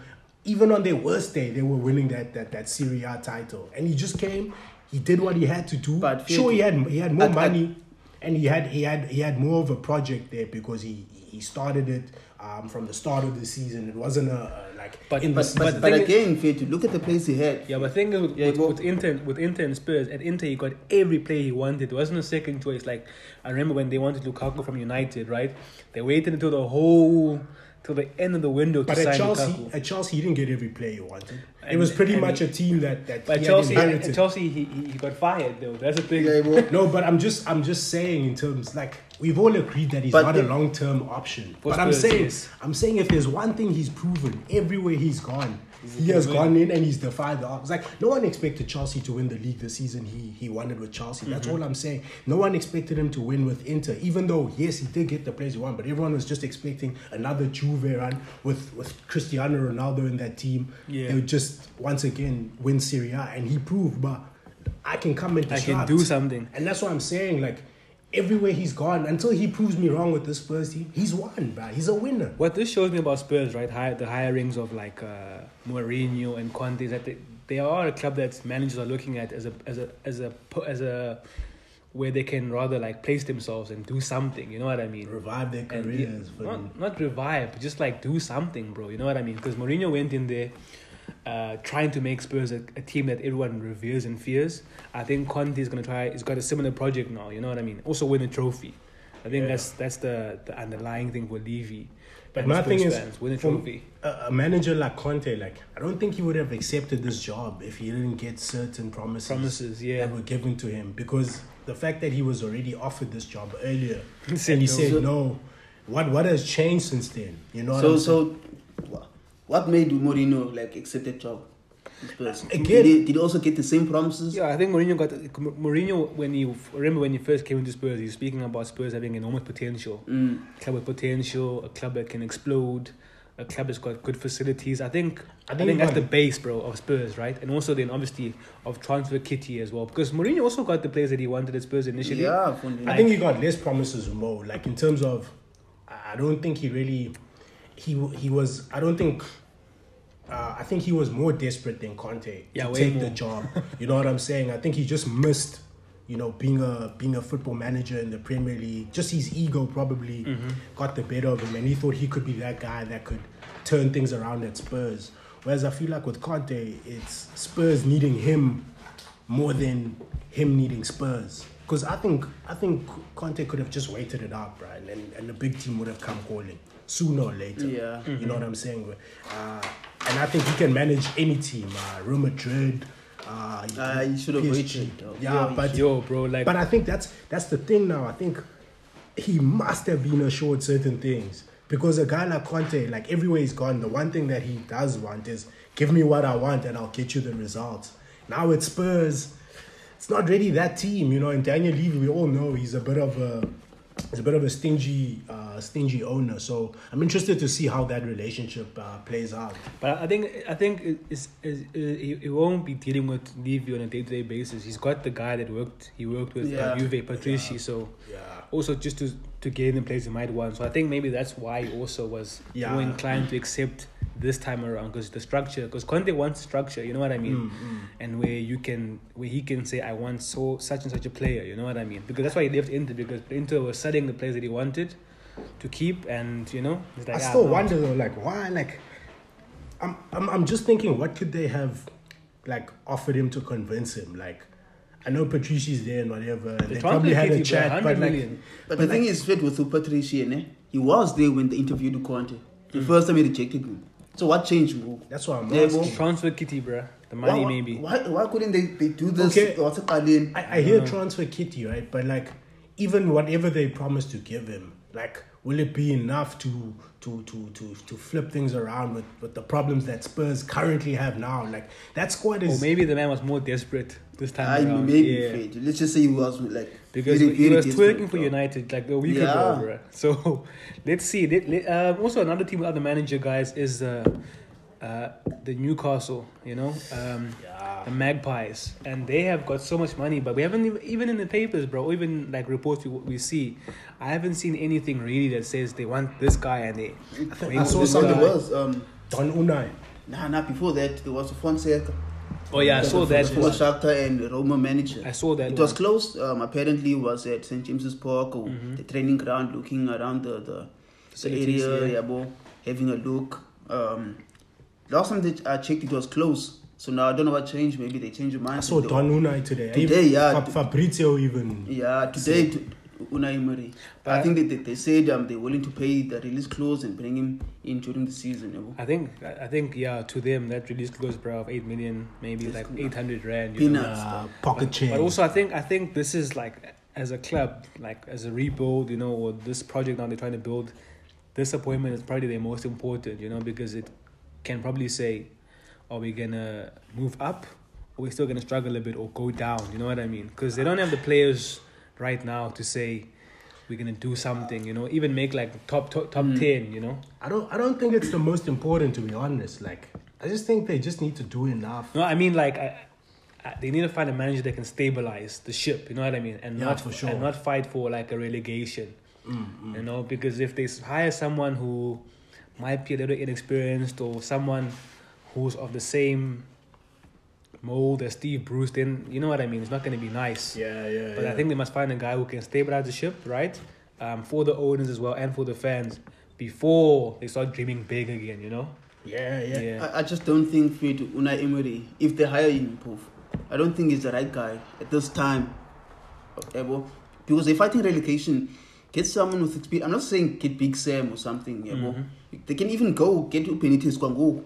Even on their worst day, they were winning that that that Serie A title, and he just came. He did what he had to do. But sure, he had he had more I- I- money, and he had he had he had more of a project there because he he started it um, from the start of the season. It wasn't a, a like But- in the but s- But the but, but thing is- again, Fethu, look at the place he had. yeah, but the thing is with, Yeah, with, go- with Inter with Inter and Spurs at Inter he got every player he wanted. It wasn't a second choice. Like I remember when they wanted Lukaku from United, right? They waited until the whole till the end of the window to But sign at Chelsea, Lukaku. at Chelsea, he didn't get every player he wanted. it And- was pretty and much he- a team that that But he Chelsea, had at inherited. Chelsea he, he, he got fired though. That's the thing. Yeah, bro. <laughs> No, but I'm just I'm just saying in terms like we've all agreed that he's But not a the- long term option. For But I'm Spurs, saying yes. I'm saying if there's one thing he's proven everywhere he's gone, he has win. gone in and he's defied the odds. Like no one expected Chelsea to win the league the season he he won it with Chelsea. That's Mm-hmm. all I'm saying. No one expected him to win with Inter, even though yes he did get the players he won, but everyone was just expecting another Juve run with with Cristiano Ronaldo in that team. Yeah. They would just once again win Serie A, and he proved, but. I can come and I disrupt. can do something. And that's what I'm saying. Like everywhere he's gone, until he proves me wrong with this Spurs team, he's won, bro. He's a winner. What this shows me about Spurs, right? Hi, the hirings of like uh, Mourinho and Conte is that they, they are a club that managers are looking at as a as a as a po- as a where they can rather like place themselves and do something. You know what I mean? Revive their And careers. yeah, for them. not, not revive, but just like do something, bro. You know what I mean? Because Mourinho went in there uh, trying to make Spurs a, a team that everyone reveres and fears. I think Conte is gonna try. He's got a similar project now. You know what I mean? Also win a trophy. I think that's that's the, the underlying thing for Levy. But and my Spurs thing is, fans, win a for trophy. A, a manager like Conte, like I don't think he would have accepted this job if he didn't get certain promises, Promises, yeah. that were given to him. Because the fact that he was already offered this job <laughs> earlier, and Said he no. said no. What what has changed since then? You know. what So I'm saying? so, wha- what made Mourinho like accept the job? Spurs. Again- Did he, did he also get the same promises? Yeah, I think Mourinho got Mourinho when he remember when he first came into Spurs, he was speaking about Spurs having enormous potential, Mm. club with potential, a club that can explode, a club that's got good facilities. I think I I think, think he that's got the it. base, bro, of Spurs, right? And also then obviously of transfer kitty as well, because Mourinho also got the players that he wanted at Spurs initially. Yeah, from I think he got less promises with Mo. Like in terms of, I I don't think he really, he w- he was. I don't think. Uh, I think he was more desperate than Conte Yeah, to way take the more. job. You know what I'm saying? I think he just missed, you know, being a being a football manager in the Premier League. Just his ego probably got the better of him, and he thought he could be that guy that could turn things around at Spurs. Whereas I feel like with Conte, it's Spurs needing him more than him needing Spurs. Because I think I think Conte could have just waited it out, right? And and the big team would have come calling sooner or later. Yeah. You know what I'm saying? Uh, and I think he can manage any team. Uh, Real Madrid. Uh, Uh, he should have PSG. waited, though. Yeah, Yeah, but Yo, bro, like but I think that's that's the thing now. I think he must have been assured certain things because a guy like Conte, like everywhere he's gone, the one thing that he does want is give me what I want and I'll get you the results. Now it's Spurs. It's not really that team, you know. And Daniel Levy, we all know he's a bit of a he's a bit of a stingy uh, stingy owner. So I'm interested to see how that relationship uh, plays out. But I think I think it- it's, it's, uh, he, he won't be dealing with Levy on a day to day basis. He's got the guy that worked he worked with Yeah. uh, Juve Patrici, so Yeah. also just to to gain the players he might want. So I think maybe that's why he also was Yeah. more inclined to accept this time around because the structure because Conte wants structure. You know what I Mm, mean? And where you can where he can say I want so such and such a player. You know what I mean? Because that's why he left Inter because Inter was selling the players that he wanted to keep, and you know it's I like, ah, still no. wonder though, like why? Like, I'm, I'm I'm just thinking, what could they have, like, offered him to convince him? Like, I know Patrici's there and whatever. and they transfer probably had kitty, a bro, chat, 100 but like, million. But the thing is, fit with Patricia, eh? he was there when they interviewed Conte. The first time he rejected him. So what changed? bro? that's what I'm Yeah, asking. transfer kitty, bruh. The Why, money why, maybe. Why, why couldn't they, they do this? Okay. What's it called in? I, I hear transfer kitty, right? But like, even whatever they promise to give him, like, will it be enough to to to to to flip things around with with the problems that Spurs currently have now? Like, that squad Or is. maybe the man was more desperate this time I around. maybe yeah. Fred. Let's just say he was like Because very, he very was desperate, twerking for bro. United like a week Yeah. ago, bro. So <laughs> let's see. Let, let- um, also, another team without the manager, guys, is uh, uh, the Newcastle. You know, um, Yeah. the Magpies, and they have got so much money, but we haven't even, even in the papers, bro. or Even like reports we, we see, I haven't seen anything really that says they want this guy and they. I saw This one something- there was um Don Unai. nah nah before that there was a Fonseca. Oh yeah, I There saw was that. a one. former Shakhtar and Roma manager. I saw that. It was one. closed. Um, apparently, it was at St James's Park or the training ground, looking around the the, the Mm-hmm. Facilities, area, yeah. yeah. bro, having a look. Um, last time that I checked, it was closed. So now I don't know what changed. Maybe they changed their mind. I saw They- Don Unai today. Today, Even yeah. Fa- Fabrizio even. Yeah, today to Unai Emery. I think that they, they said um, they're willing to pay the release clause and bring him in during the season. You know? I think I I think yeah to them that release clause bro of eight million maybe like eight hundred rand you know. Peanuts. uh, pocket change. But also I think I think this is like as a club like as a rebuild you know or this project now they're trying to build. This appointment is probably their most important you know because it can probably say, are we gonna move up or we're still gonna struggle a bit or go down you know what I mean because they don't have the players right now to say. We're gonna do something, you know. Even make like top top, top ten, you know. I don't. I don't think it's the most important, to be honest. Like, I just think they just need to do enough. No, I mean like I, I, they need to find a manager that can stabilize the ship. You know what I mean, and Yeah, not for sure. Mm, and not fight for like a relegation. You know, because if they s- hire someone who might be a little inexperienced or someone who's of the same mold as Steve Bruce, then you know what I mean. It's not going to be nice. Yeah, yeah. But I think they must find a guy who can stabilize the ship, right? Um, for the owners as well and for the fans before they start dreaming big again. You know. Yeah, yeah. I, I just don't think fit Unai Emery, if they hire him, poof, I don't think he's the right guy at this time. Ever. Because they're fighting relegation. Get someone with experience. I'm not saying get Big Sam or something. Yeah, Mm-hmm. They can even go get Benitez <laughs> Kwango.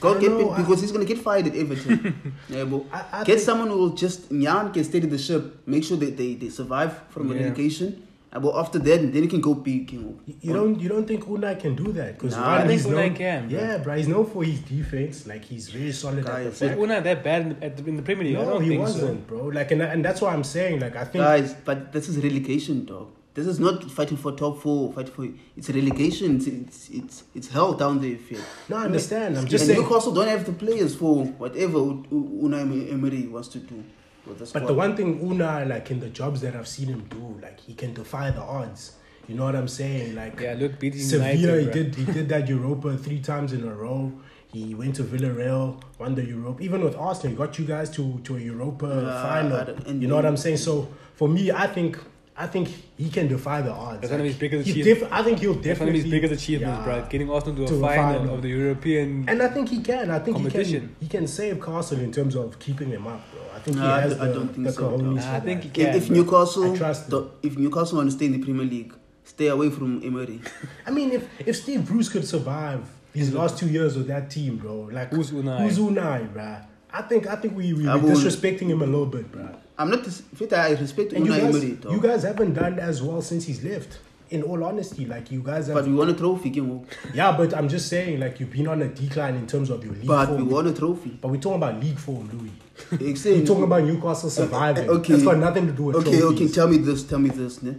go I get know, Pe- I- because he's gonna get fired at <laughs> Everton. yeah, bro. I- I get think- someone who will just Nyan can steady the ship, make sure that they, they survive from Yeah. relegation, Uh, But after that, then you can go big. You, know. You- You don't you don't think Unai can do that? Because Nah, I think he's Unai known, can, bro. Yeah, bro, he's known for his defense. Like he's very solid Guys, at the Was back. Una that bad in the, at the, in the Premier League? I No, don't he think wasn't, bro. Like and, and that's why I'm saying like I think Guys, but this is relegation, dog. This is not fighting for top four. Fighting for it's relegation. It's it's it's, it's hell down there. If you- no, I understand. I'm and just saying. Newcastle don't have the players for whatever U- U- Unai Emery wants to do with the squad. But the one thing Unai, like in the jobs that I've seen him do, like he can defy the odds. You know what I'm saying? Like so. Yeah, look, beating Sevilla, United. he bro. did he did that Europa three times in a row. He went to Villarreal, won the Europa. Even with Arsenal, he got you guys to to a Europa Yeah, I final. don't- and- you know what I'm saying? So for me, I think I think he can defy the odds. That's one of his biggest he achievements. def- I think he'll That's one definitely of his biggest achievements, yeah. bro. Getting Arsenal to a To a final, final. of the European. And I think he can. I think he can. Competition. He can save Castle in terms of keeping him up, bro. I think Nah, I he has d- I the, don't think the so, dog. cojones for Nah, I that. think he can. if, if bro. Newcastle, I trust the- if Newcastle want to stay in the Premier League, stay away from Emery. <laughs> I mean, if, if Steve Bruce could survive these last two years with that team, bro, like Who's Unai? Who's Unai, bro? I think I think we we I were will- disrespecting him a little bit, bro. I'm not. Dis- fit, I respect And you Unai guys, Emery, dog. you guys haven't done as well since he's left. In all honesty, like you guys have, but we won a trophy, you know. yeah. But I'm just saying, like you've been on a decline in terms of your league But we form. won a <laughs> trophy. but we're talking about league form, Louis. Except We're talking about Newcastle surviving. <laughs> okay. That's got nothing to do with Okay, trophies. okay. Tell me this. Tell me this. Ne?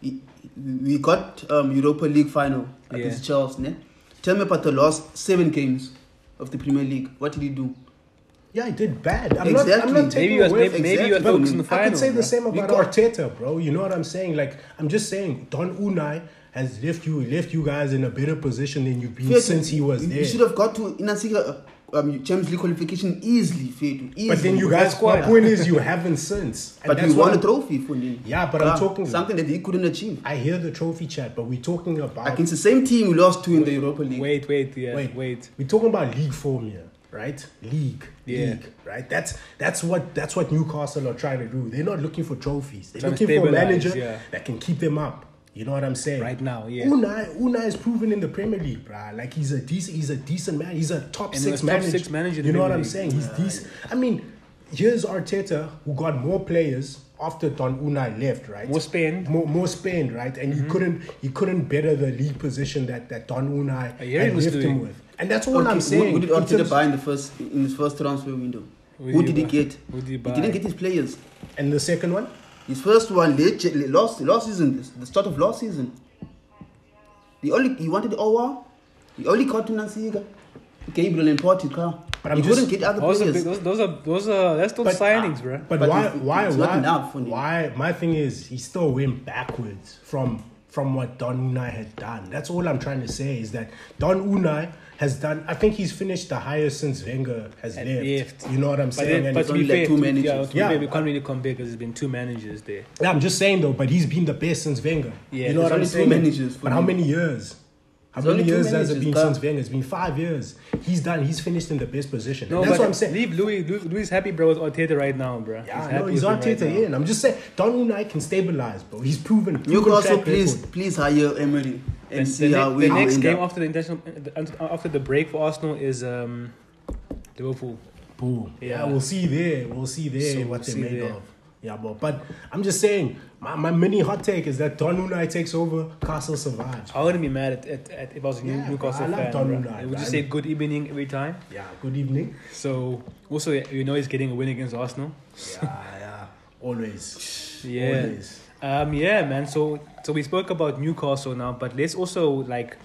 We- We got um, Europa League final against Yeah. Chelsea. Ne? Tell me about the last seven games of the Premier League. What did he do? Mm, Yeah, he did bad. I'm not. Exactly. I'm not taking maybe you was, away maybe, maybe you was Exactly. focused on the final. I could say bro. the same We about got- Arteta, bro. You know what I'm saying? Like, I'm just saying, Don Unai has left you left you guys in a better position than you've been Fair to- since he was you, there. You should have got to Inasika uh, um, Champions League qualification easily, fair to easily. but then you guys, That's my why- point is, you haven't since. And But that's we won what a I'm- trophy for him. Yeah, but I'm Ah, talking- something that he couldn't achieve I hear the trophy chat, but we're talking about against the same team we lost to in the Europa League. Wait, wait, yeah, Ah. wait, wait. We're talking about league form here, right? League, Yeah. league, right? That's that's what that's what Newcastle are trying to do. They're not looking for trophies. They're Trying to looking for a stabilize, manager yeah. that can keep them up. You know what I'm saying? Right now, yeah. Unai, Unai is proven in the Premier League, bruh. Like he's a decent, he's a decent man. He's a top And he six was top manager. six manager in You the know what Premier I'm League. saying? He's decent. I mean, here's Arteta who got more players after Don Unai left, right? More spend. Mm-hmm. more, more spend, right? And you couldn't you couldn't better the league position that that Don Unai I hear had he was left him doing- with, and that's all Okay, I'm who- saying. Who did in Arteta terms- buy in the first in his first transfer window? Who Who, did did he he buy? get? Who did he he, buy? didn't get his players. and the second one, His first one late late- last last season, this- the start of last season. The only he wanted Owa, he only got Nasiga, Gabriel and Portica. But I'm he just- couldn't get other Those, are, big- players. those, those are those are that's still But- signings, bro. but, But why it's- why it's not why enough for me. why? My thing is he still went backwards from from what Don Unai had done. That's all I'm trying to say is that Don Unai has done. I think he's finished the highest since Wenger has Had left. left. You know what I'm But, saying? then, And but it's to only be like fair, two to- managers. yeah, to be Yeah. fair, we can't really compare because there's been two managers there. Yeah, I'm just saying though, but he's been the best since Wenger. Yeah, you know there's what I'm only two saying. managers for but how me. many years? How There's many only two years has it managers, been but- since Wenger? It's been five years. He's done. He's finished in the best position. No, And that's but what I'm saying. Leave Louis. Louis Louis is happy, bro, with Arteta right now, bro. Yeah, happy no, he's with on him Twitter. now. Yeah, and I'm just saying, Don Unai can stabilize, bro. He's proven. proven Newcastle, track please record. please hire Emery the, and see the, how ne- we the next end game up. after the international uh, after the break for Arsenal is um, Liverpool. Boom. Yeah. Yeah. we'll see there. We'll see there So we'll what they see made there. of. Yeah, bro. But I'm just saying, my, my mini hot take is that Don Unai takes over, Castle survives. I wouldn't be mad at, at, at if I was a New, Yeah, Newcastle bro, I fan. love Don bro. Unai, I would just bro. say good evening every time. Yeah. <laughs> Good evening. So also you know he's getting a win against Arsenal. Yeah, yeah. Always. Yeah. Always. Um, yeah, man. So so we spoke about Newcastle now, but let's also like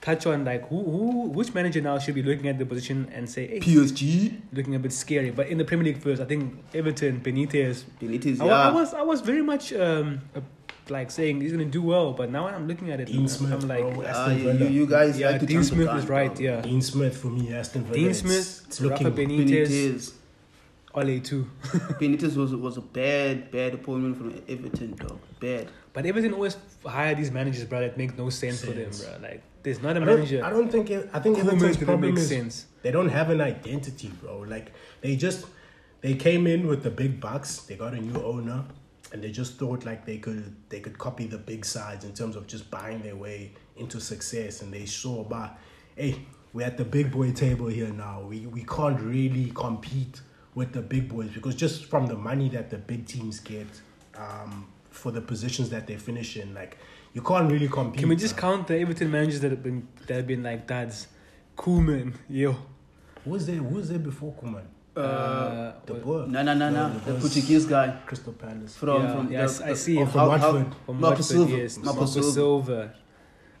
touch on like who who which manager now should be looking at the position and say hey, PSG, looking a bit scary. But in the Premier League first, I think Everton Benitez. Benitez, I, wa- I yeah. was I was very much um uh, like saying he's gonna do well, but now when I'm looking at it, Dean I'm, Smith, I'm like. bro. Ah, Aston you, Villa. you- you guys Yeah, like to Dean jump the Smith gun, is right. dog. Yeah, Dean Smith for me, Aston Villa. Dean it's- Smith, it's Rafa looking. Benitez, <laughs> Benitez. Ole too. <laughs> Benitez was was a bad, bad appointment from Everton, dog. Bad. But Everton always hire these managers, bro. That make no sense, for them, Sense. bro. Like there's not a I manager. don't, I don't think. It, I think Kuhlman Everton's didn't problem make is sense. they don't have an identity, bro. Like they just they came in with the big bucks. They got a new owner, and they just thought like they could they could copy the big sides in terms of just buying their way into success. And they saw, but hey, we're at the big boy table here now. We we can't really compete with the big boys because just from the money that the big teams get. Um, for the positions that they finish in. Like you can't really compete. Can we just bruh. count the Everton managers that have been that have been like dads? Koeman, yo. Who was there? Who was there before Kuman? Uh, De what- Boer, no, no, no, No, no. it The was- Portuguese guy Crystal Palace. from yeah, from yeah, the, I see oh, him. From how- how- Watford. From Marco Watford, Silva. yes, Marco Marco Silva. Silva.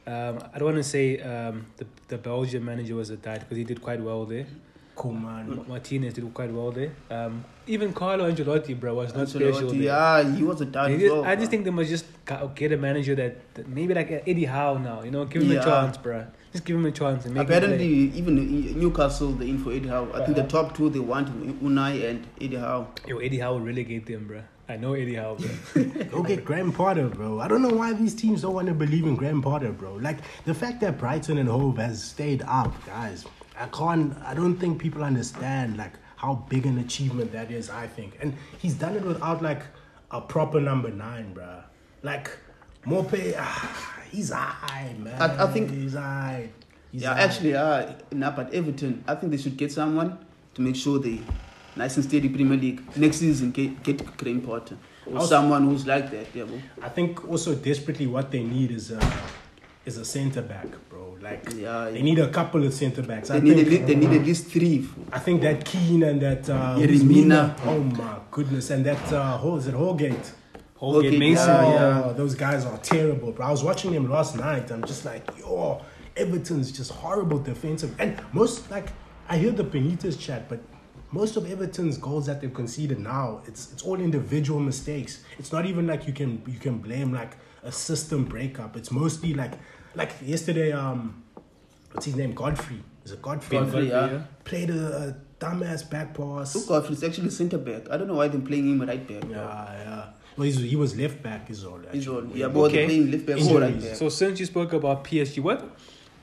Um, I don't want to say um, the the Belgian manager was a dad because he did quite well there. <laughs> Kuman. Martinez did quite well there. Um, even Carlo Ancelotti, bro, was not special. Ancelotti, there. yeah, he was a dad They as just- well, I just bruh. think they must just ca- get a manager that that maybe like Eddie Howe now, you know, give him Yeah. a chance, bro. Just give him a chance and make Apparently, him even in Newcastle, the info Eddie Howe. I think the Uh-huh. top two they want Unai and Eddie Howe. play. Yo, Eddie Howe will relegate them, bro. I know Eddie Howe, bro. Go get Graham Potter, bro. I don't know why these teams don't want to believe in Graham Potter, bro. Like the fact that Brighton and Hove has stayed up, guys. I can't. I don't think people understand like how big an achievement that is. I think, and he's done it without like a proper number nine, bro. Like Mope, ah, he's high, man. I- I think- he's high. He's Yeah, aight. actually, uh, nah, but Everton, I think they should get someone to make sure they nice and steady Premier League next season. Get get Graham Potter or Also- someone who's like that. Yeah, bro. I think also desperately what they need is a is a centre back, bro. Like Yeah, they need a couple of centre backs. They I need think at least, they need at least three. fool. I think that Keane and that uh, Yeremina. Mina. Oh my goodness, and that uh, Hol- is it Holgate? Holgate Okay, Mason, yeah, oh, yeah. those guys are terrible. Bro, I was watching them last night. I'm just like, yo, Everton's just horrible defensive. And most like I hear the Benitez chat, but most of Everton's goals that they've conceded now, it's it's all individual mistakes. It's not even like you can you can blame like a system breakup. It's mostly like like yesterday. Um, what's his name? Godfrey. Is it Godfrey? Godfrey, yeah. yeah. Played a, a dumbass back pass. Look, off, he's actually centre back. I don't know why they're playing him right back. Yeah, yeah. Well, he's, he was left back. Is all. He's all, actually. yeah, but Okay. they're playing left back or right Injuries. back. So since you spoke about PSG, what?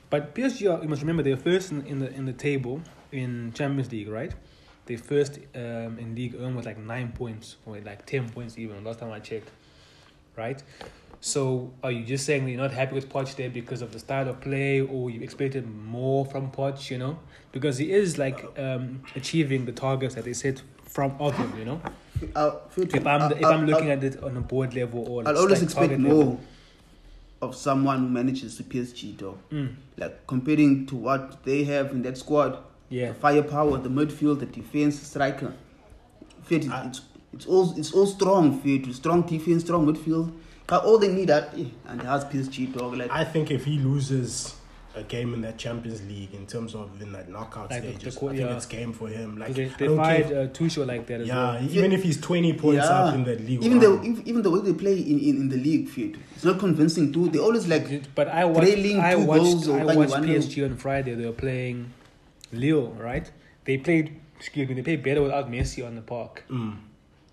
But PSG, are- you must remember, they're first in, in the in the table in Champions League, right? They first um, in league earn with like nine points or like ten points even. Last time I checked, right? So are you just saying that you're not happy with Poch there because of the style of play, or you expected more from Poch? You know, because he is like um, achieving the targets that they set from of him. You know, I'll- if I'm the, if I'll- I'm looking I'll- at it on a board level or I'll just, always like, expect target more level. of someone who manages the PSG though. Mm, Like comparing to what they have in that squad, yeah. the firepower, the midfield, the defense, striker. Fit, I- it's it's all it's all strong. Fit, strong defense, strong midfield. But all they need are eh, and has PSG dog like I think if he loses a game in that Champions League in terms of in that knockout Like the- stages, the qu- I think yeah. it's game for him. Like they, I they don't fired care. uh, Tuchel like that as yeah, well. even if he's twenty points up in that league, Even round, the ev- even the way they play in, in, in the league, fit. It's not convincing too. They always like But I watched, Trailing I two watched, goals or I one- watched one nil. PSG on Friday. They were playing Lille, right? They played, excuse me, they played better without Messi on the park Mm.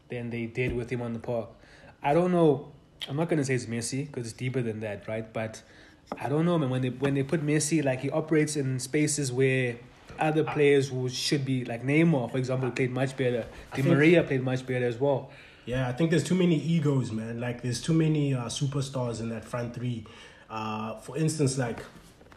than they did with him on the park. I don't know. I'm not gonna say it's Messi because it's deeper than that, right? But I don't know, man. When they when they put Messi, like he operates in spaces where other players who should be like Neymar, for example, played much better. Di think- Maria played much better as well. Yeah, I think there's too many egos, man. Like there's too many uh, superstars in that front three. Uh, for instance, like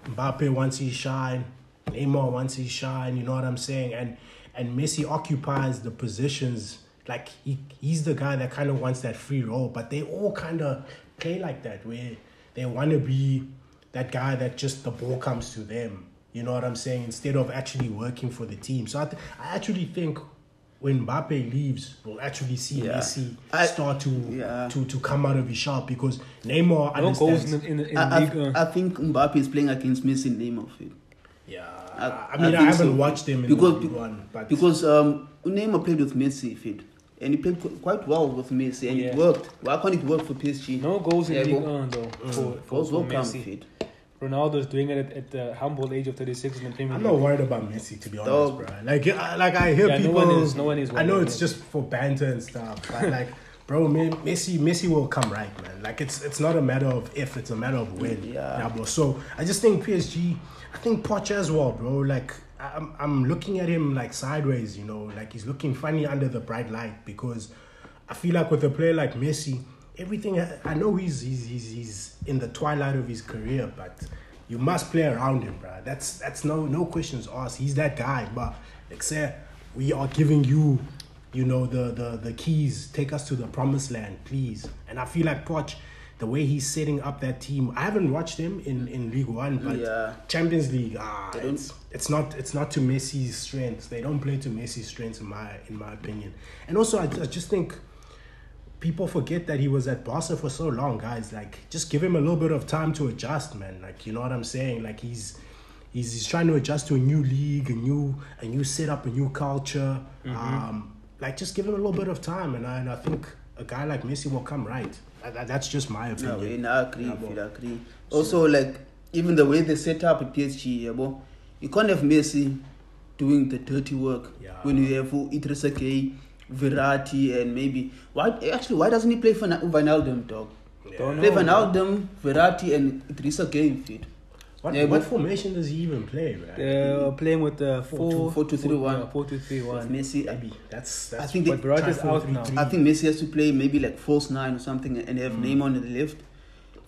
Mbappe once he shine, Neymar once he shine. You know what I'm saying? And and Messi occupies the positions. Like he he's the guy that kind of wants that free role. But they all kind of play like that, where they want to be that guy that just the ball comes to them. You know what I'm saying? Instead of actually working for the team. So I, th- I actually think when Mbappe leaves, we'll actually see Yeah. Messi I- start to, Yeah. to to come out of his shell because Neymar No goals understands. in the, in the, in the I, league. uh, I, I think Mbappe is playing against Messi in name of it. yeah, I- I, mean I I, think haven't so. watched him in Because- the one, but Because um, Neymar played with Messi, fit, and he played qu- quite well with Messi, and Yeah. it worked. Why can't it work for PSG? No goals in Yeah, League go- Mm. One though. For, for, goals for will come, Messi. fit. Ronaldo's doing it at, at the humble age of 36 in the Premier I'm League. not worried about Messi to be honest, Dog. bro. Like I, like I hear Yeah, no people. one is- no one is I know worried, it's yeah. just for banter and stuff, but like, bro, Me- Messi, Messi will come right, man. Like it's it's not a matter of if, it's a matter of when. Yeah. bro. So I just think PSG. I think Poch as well, bro. Like I- I'm I'm looking at him like sideways, you know. Like he's looking funny under the bright light because I feel like with a player like Messi. Everything I- I know, he's, he's he's he's in the twilight of his career, but you must play around him, bruh. That's that's no no questions asked. He's that guy, but like say we are giving you you know, the, the, the keys. Take us to the promised land, please. And I feel like Poch, the way he's setting up that team, I haven't watched him in, in League One, but Yeah. Champions League, ah, don't- it's, it's not it's not to Messi's strengths. They don't play to Messi's strengths in my in my opinion. And also, I, I just think people forget that he was at Barca for so long, guys. Like, just give him a little bit of time to adjust, man. Like, you know what I'm saying? Like, he's he's, he's trying to adjust to a new league, a new a new setup, a new culture. Mm-hmm. Um, like, just give him a little bit of time, and I, and I think a guy like Messi will come right. That- that- that's just my Yeah, opinion. we now agree, Yeah, if bro. you agree. Also, like, even the way they set up at PSG, yeah, bro, you can't have Messi doing the dirty work Yeah. when you have Idrissa Gay, Verratti, and maybe. why Actually, why doesn't he play for Van Alden, dog? Don't play know, Van bro. Alden, Verratti, and Idrissa Gay, fit. What, Yeah, what but- formation does he even play, man? They're Uh, playing with the 4 four, two, three, one. yeah, four, two, three, With one. Messi. I, Maybe that's that's. I think But they, Berardi's Try out four, now. three, I think Messi has to play maybe like false nine or something and have Mm. Neymar on the left.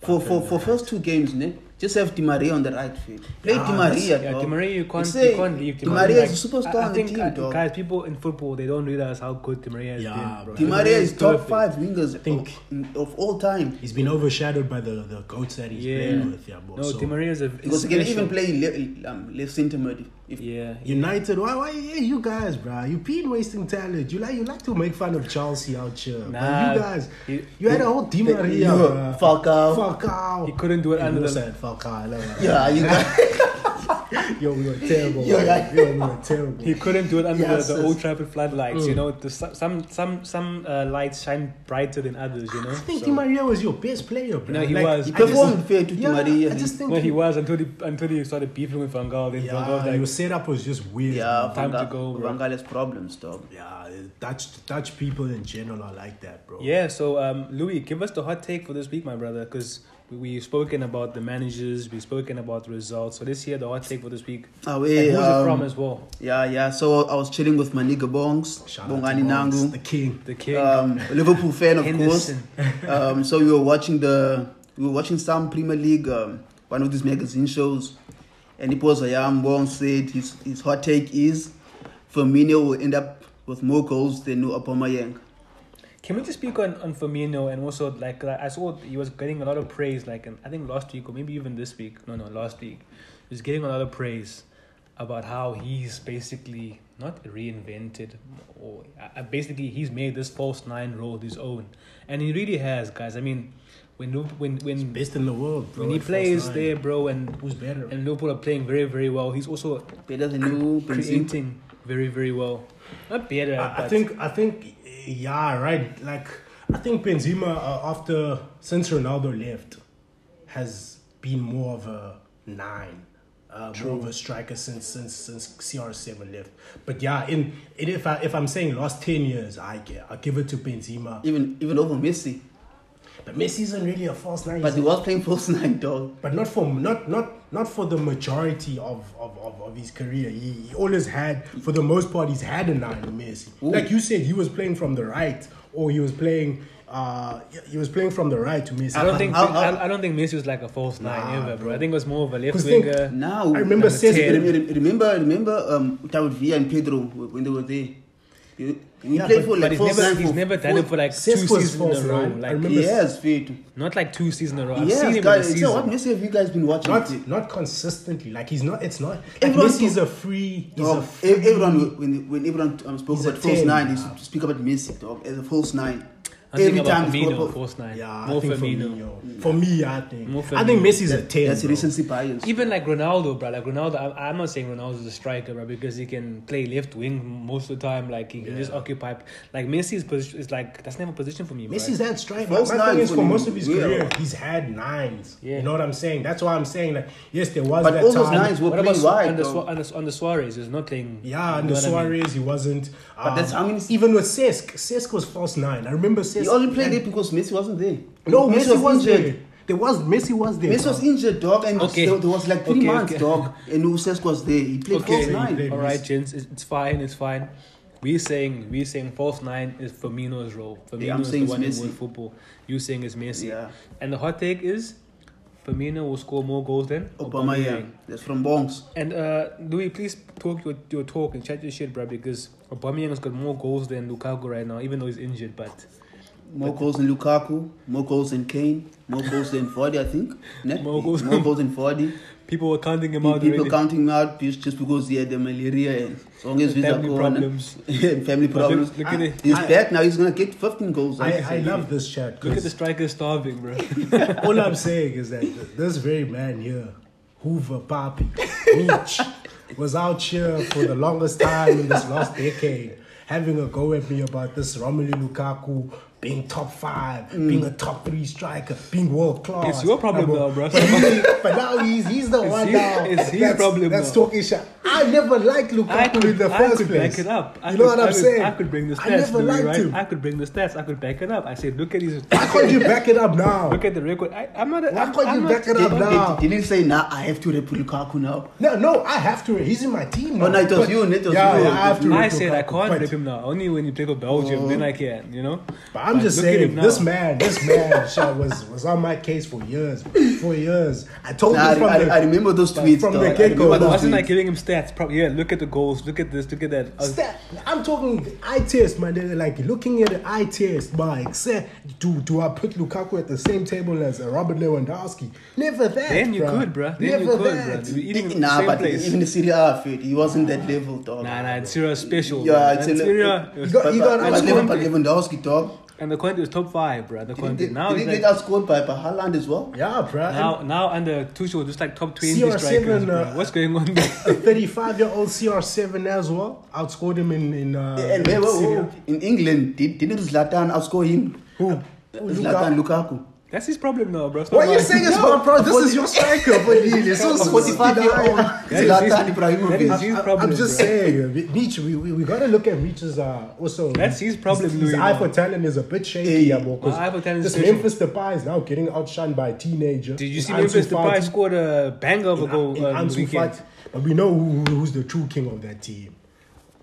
For for for first two games, ne? just have Di Maria on the right field. Play Ah, Di Maria. Yeah, dog. Di Maria, you can't, say you can't leave Di Maria. Like, is a superstar I- I on think, the team, uh, dog. guys, people in football, they don't realize how good Di Maria has Yeah, been, bro. bro. Di Maria is top perfect. five wingers think- of, of all time. He's been overshadowed by the, the goats that he's Yeah. playing with. Yeah, bro. No, So- Di Maria is a is Because he can special. even play le- um, left centre mid. If Yeah, United, why, why, yeah, you guys, bruh, you been wasting talent. You like, you like to make fun of Chelsea out here, but Nah, you guys, you- you, had a whole Di the- Maria, you- bruh. Falcao. Falcao. He couldn't do it You under almost the- said Falcao. I love <laughs> that. yeah, you got yo, we were terrible. You're bruh. right. Yo, we were terrible. He couldn't do it under Yes, the, the yes. old Trafford floodlights, you know. The, some some some, some uh, lights shine brighter than others, you know. I think So- Di Maria was your best player, bruh. No, he Like, was. I He just- performed fair to Di yeah, Maria. I just think well, he was until he until he started beefing with Van Gaal. Then Van Gaal was yeah, like, your setup was just weird. yeah, bruh. Time to Vanga- go, bro. Vangal has problems, dog. yeah. Dutch Dutch people in general are like that, bro. yeah. So um, Louis, give us the hot take for this week, my brother, because we, we've spoken about the managers, we've spoken about the results. So let's hear the hot take for this week. Oh, And yeah, who's it from um, as well? yeah, yeah. So I was chilling with my nigga Bongs, Shout out to Bongani Bongs, Nangu. the king. The king. um, a Liverpool fan, <laughs> of Henderson. course. Um, so we were watching the we were watching some Premier League, um, one of these magazine shows, and Ipo Zayambong said his his hot take is Firmino will end up with more goals than Nuno Aubameyang. Can we just speak on, on Firmino and also like I saw he was getting a lot of praise like and I think last week or maybe even this week no no last week he was getting a lot of praise about how he's basically not reinvented or uh, basically he's made this false nine role his own and he really has guys I mean when Liv- when when Best in the world, bro. when he at first plays line. there bro and who's better? and Liverpool are playing very very well he's also Better than Nuno Benzema. creating very very well not better I, I but think I think yeah right like I think Benzema uh, after since Ronaldo left has been more of a nine uh, more of a striker since since since CR7 left but yeah in it, if I if I'm saying last 10 years I gi- I give it to Benzema Even even over Messi, but Messi isn't really a false nine but he's he was playing false nine, dog. but not for not not not for the majority of of, of, of his career. He, he always had, for the most part, he's had a nine Messi. Like you said, he was playing from the right, or he was playing uh he was playing from the right to Messi. I don't think How- I, how- I don't think Messi was like a false nine Uh-huh. Nah, ever, bro. bro. I think it was more of a left 'Cause think- winger. Now uh, I remember Number says 10. Rem- remember remember um David Villa and Pedro when they were there. He he Yeah, played but- for but like he's false never nine he's for- never done it for like two Cesc was seasons in a false row. nine. I Like remember- Yes, fit. not like two seasons in a row. I've seen Yes, him guys. in the So what season. Messi have you guys been watching? not not consistently. Like he's not. It's not. Like Everyone Messi's took- a free. He's Dog, a ev- free. everyone when when everyone um, spoke He's a about false 10, nine, they yeah. used to speak about Messi, dog, as a false nine. I think Every about time they spoke Firmino, about- false nine. Yeah, more I think Firmino. Firmino. For me, I think. More I think Firmino. Messi is a ten. that's bro. recency bias. Even like Ronaldo, bro. Like Ronaldo, I, I'm not saying Ronaldo's a striker, bro, because he can play left wing most of the time. Like he can just occupy. Like Messi's position is like that's never a position for me. bro. Messi's had strike. My, False my thing nines is for when most he- of his yeah. career, he's had nines. Yeah. You know what I'm saying? That's why I'm saying like yes, there was But that all those time. nines were What about playing Su- wide, under, dog. Su- under, under Suarez? He's not playing. Yeah, you and know the what I mean? Suarez, he wasn't. Um, that's how many- Even with Cesc, Cesc was false nine. I remember Cesc. he only played and- it because Messi wasn't there. No, Messi, was injured. there. There was Messi was there. Messi was injured, dog, and Okay. there, there was like three Okay, months, okay. dog, and Usesco was there. He played Okay. false nine. All right, gents, it's, it's fine, it's fine. We're saying we're saying false nine is Firmino's role. Firmino Yeah, I'm is the saying it's one in Messi. world football. You saying it's Messi. Yeah. And the hot take is Firmino will score more goals than Obama, yeah. Aubameyang. That's from Bongs. And uh, Louis, please talk your, your talk and chat your shit, bruh, because Aubameyang has got more goals than Lukaku right now, even though he's injured. But More goals than Lukaku, more goals than Kane, more goals than Vardy, I think. Ne? More goals- more goals than Vardy. people were counting him Pe- out People already. counting him out just just because he had the malaria and as long as Family Visa <laughs> problems. family But problems. look, look at Ah. it. He's I- back now. He's gonna get 15 goals. I, think. I love this chat. Look at the 'cause strikers starving, bro. <laughs> All I'm saying is that th- this very man here, Hoover Papi, Beach, was out here for the longest time in this last decade, having a go at me about this Romelu Lukaku being top five, being a top three striker, being world class. Mm. It's your problem now, bro. But, he- but now he's he's the one his- now. it's his that's, problem That's now. talking shit. I never liked Lukaku I could, in the I first could place. back it up. I you could, know what I I'm could- saying? I could bring the stats. I never Louis, liked right? him. I could bring the stats. I could back it up. I said, look at these. Why can't you back it up now? <laughs> Look at the record. I, I'm not. A, Why I'm, can't I'm you not, back it up He- now? he- He didn't say nah. I have to rep Lukaku now. No, no, I have to. He's in my team. Oh, now. no, it was But- you, it was yeah, you. Yeah, I have to. I rip said Lukaku, I can't but- rip him now. Only when you play for Belgium, then I can. You know. But I'm just look at saying, him now. this <laughs> man, this man, shot was was on my case for years, for years. I told Nah, him I, from I, the I remember those but tweets. from though. the I get-go, remember but But those wasn't I tweets. giving him stats? Probably. Yeah. Look at the goals. Look at this. Look at that. Oh, I was- stat. I'm talking eye test, man. They're like looking at the eye test, man. Except, do do I put Lukaku at the same table as uh, Robert Lewandowski? Never that. Then you bruh. could, bruh. Then Never you could, that. bruh. We're eating in the Nah, same but place. even the Serie A, fit, he wasn't that level, dog. Nah, nah, it's Syria special. Yeah, man. it's That's a li- Syria. You got- But, you but, got but, Levan- but outscored. Lewandowski, dog. and the Conte is top five, bro. The Conte. Didn't, Now didn't he's get like, outscored by, by Haaland as well? Yeah, bruh. And now, now under Tuchel, just like top twenty CR7, strikers, bro. uh, What's going on? there? <laughs> a 35 year old CR7 as well outscored him in in uh, And where, where, Syria. where, in England, did, didn't Zlatan outscore him? Who? Zlatan Lukaku. That's his problem now, bro. It's not What are you mine. saying is about bro? This is your striker, but really, so A so 45 year old I- That is his- Zlatan that is Ibrahimovic. his I- problem, I'm just bro. saying, uh, Meech, we, we, we gotta look at Meech's uh, also. That's his problem, His, Louis, his eye now. for talent is a bit shaky, Hey, yeah, bro, 'cause my eye for talent is This special. Memphis Depay is now getting outshined by a teenager. Did you It's see Memphis Ansu Depay Fati. scored a banger of a In- goal in uh, on the Ansu weekend? Fati. But we know who, who's the true king of that team.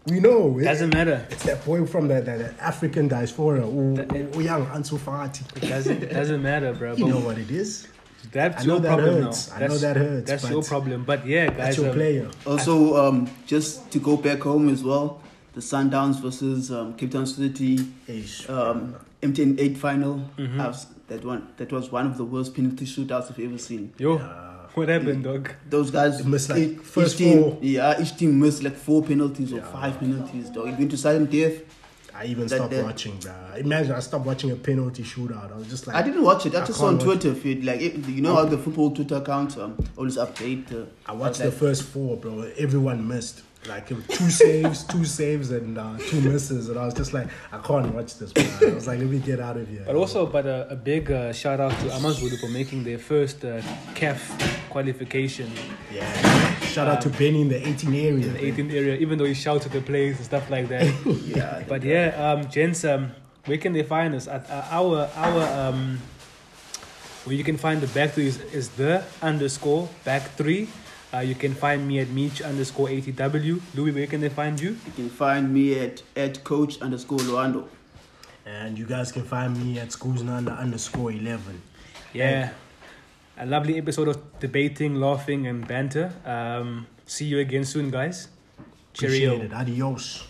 We know. it- Doesn't matter. It's that boy from the, the, the African diaspora, who, who young Ansu Fati. Doesn't doesn't matter, bro. <laughs> You But know what it is. That's I know your that problem hurts. now. I know That's, that hurts, That's but your problem. But yeah, guys. That's your um, player. Also, um, just to go back home as well, the Sundowns versus um, Cape Town City Ish. um, MTN 8 final. Mm-hmm. I was- that, one, that was one of the worst penalty shootouts I've ever seen. Yo, what happened, dog? Those guys They missed, like, each- first each team, four. Yeah, each team missed like four penalties or five penalties. Dog. It went to silent death. I even That- stopped that- watching, bro. Imagine I stopped watching a penalty shootout. I was just like, I didn't watch it. I, I just saw on can't watch Twitter feed. Like it, you know how the football Twitter account um, always update. Uh, I watched like, the first four, bro. Everyone missed. Like um, two <laughs> saves, two saves, and uh, two misses. And I was just like, I can't watch this, bro. I was like, let me get out of here. But also, but a, a big uh, shout out to Amazulu for making their first uh, CAF qualification yeah. Shout out to Benny in the 18 area. Um, in the 18th area, even though he shouted the plays and stuff like that. Yeah, but yeah, um, gents, um, where can they find us? At, uh, our our um, where you can find the back three is, is the underscore back three. Uh, you can find me at Meech underscore ATW. Louis, where can they find you? you can find me at at coach underscore Luando. And you guys can find me at Skuznanda underscore 11. Yeah. Uh, A lovely episode of debating, laughing, and banter. Um, see you again soon, guys. Cheerio. Appreciate it. Adios.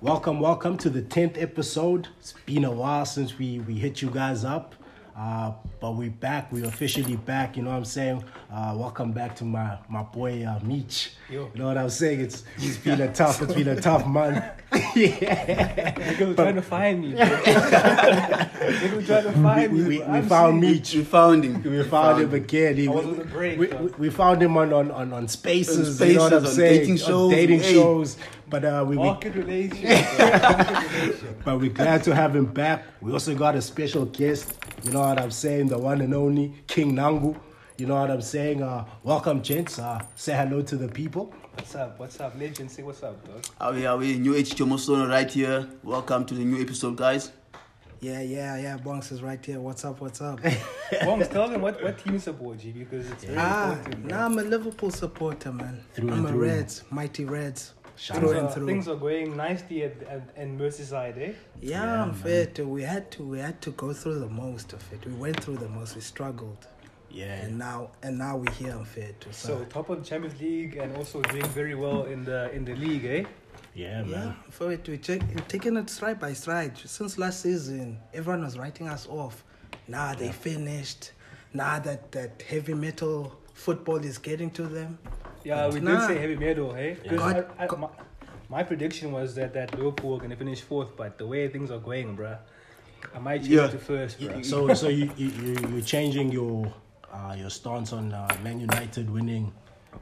Welcome, welcome to the 10th episode. It's been a while since we, we hit you guys up, uh, but we're back. We're officially back, you know what I'm saying? Uh, welcome back to my, my boy, uh, Meech. Yo. You know what I'm saying? It's, it's been a tough, it's been a tough month. yeah. Niggas were trying to find me. <laughs> bro. Niggas were trying to find We, me. we, bro. we I'm found serious. Meech. We found him. We found him again. He, I was we- on a break, We, though. we, we found him on on on, on spaces, On you know what I'm spaces, on saying? dating on shows, dating hey. shows. But uh, we, we Market relations. but we're glad to have him back. We also got a special guest. You know what I'm saying? The one and only King Nangu. You know what I'm saying? Uh, welcome, gents. Uh, say hello to the people. What's up? What's up? Legend, say what's up, dog. Are we? Are we? New Age Chomosono right here. Welcome to the new episode, guys. Yeah, yeah, yeah. Bonks is right there. What's up? <laughs> What's up? Bongs, tell them what, what team you support G because it's very ah, important. bro. nah, I'm a Liverpool supporter, man. Through I'm and a through. Reds, mighty Reds. Shout Things Through out. and are, through. things are going nicely at, at, at Merseyside, eh? Yeah, fair to we had to we had to go through the most of it. We went through the most. We struggled, Yeah. and now and now we're here. Unfair to So so top of the Champions League and also doing very well in the in the league, eh? Yeah, yeah, man. fair to check we've taken it stride by stride. Since last season, everyone was writing us off. Now they finished. Now that that heavy metal football is getting to them. Yeah, we did Nah. say heavy medal, eh? 'Cause God- I- I- my, my prediction was that, that Liverpool were going to finish fourth, but the way things are going, bruh, I might change Yeah. to first, bruh. So, so you you you- you're changing your uh, your stance on uh, Man United winning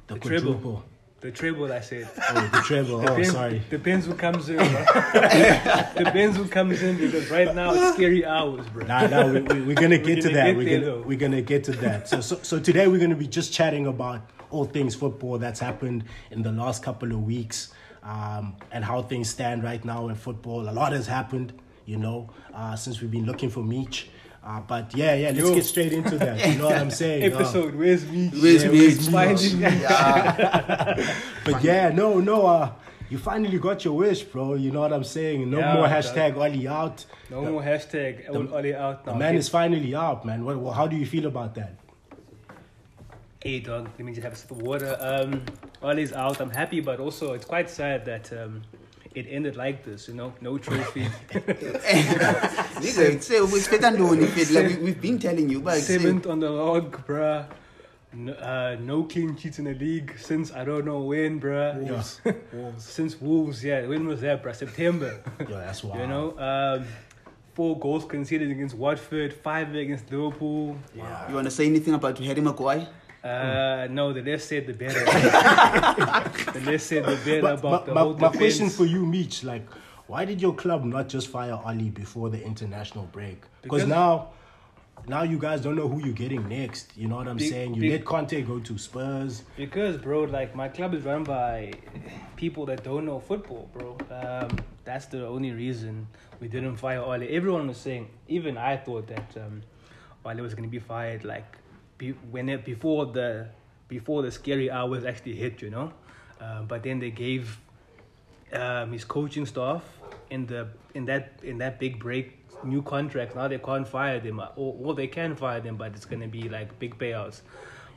the, The treble. quadruple. The treble, I said. Oh, the treble. Oh, Depends- sorry. Depends who comes in, bro. <laughs> Depends who comes in because right now it's scary hours, bro. Nah, nah, we, we, we're <laughs> gonna get to gonna that. get we're there, gonna though. we're gonna get to that. So, so so today we're gonna be just chatting about all things football that's happened in the last couple of weeks, um, and how things stand right now in football. A lot has happened, you know, uh, since we've been looking for Meech. Uh, but yeah, yeah, let's Yo. get straight into that. You know what <laughs> I'm saying? Uh, Episode, where's me? Where's Yeah, me? Finding me. <laughs> But yeah, no, no, uh, you finally got your wish, bro. You know what I'm saying? No Yeah, more dog. hashtag Oli out. No more hashtag. I will only out now. The man is finally out, man. What, what, how do you feel about that? Hey dog, let me just have a sip of water. Um, Ollie's out. I'm happy, but also it's quite sad that um, it ended like this. You know, no <laughs> trophy. <laughs> Nigga, uh, say we expect that one if it like we, we've been telling you, but uh, say- Seventh on the log, bruh. No, uh, no clean sheets in the league since I don't know when, bruh. <laughs> Wolves. since Wolves, yeah. When was that, bruh? <laughs> September. Yo, that's wild. You know, um, four goals conceded against Watford, five against Liverpool. you wanna say anything about Harry Maguire? Uh, no, the less said the <laughs> better. the less said the better But about my, the my, whole my question defense. for you, Meech, like, why did your club not just fire Oli before the international break? Because Because- now, now you guys don't know who you're getting next. You know what I'm Be- saying? You be- let Conte go to Spurs. Because, bro, like my club is run by people that don't know football, bro. Um, that's the only reason we didn't fire Ole. Everyone was saying, even I thought that um, Ole was gonna be fired like be, when it, before the before the scary hours actually hit, you know. Uh, but then they gave um, his coaching staff in the in that in that big break new contracts. Now they can't fire them, uh, or, or they can fire them, but it's gonna be like big payouts.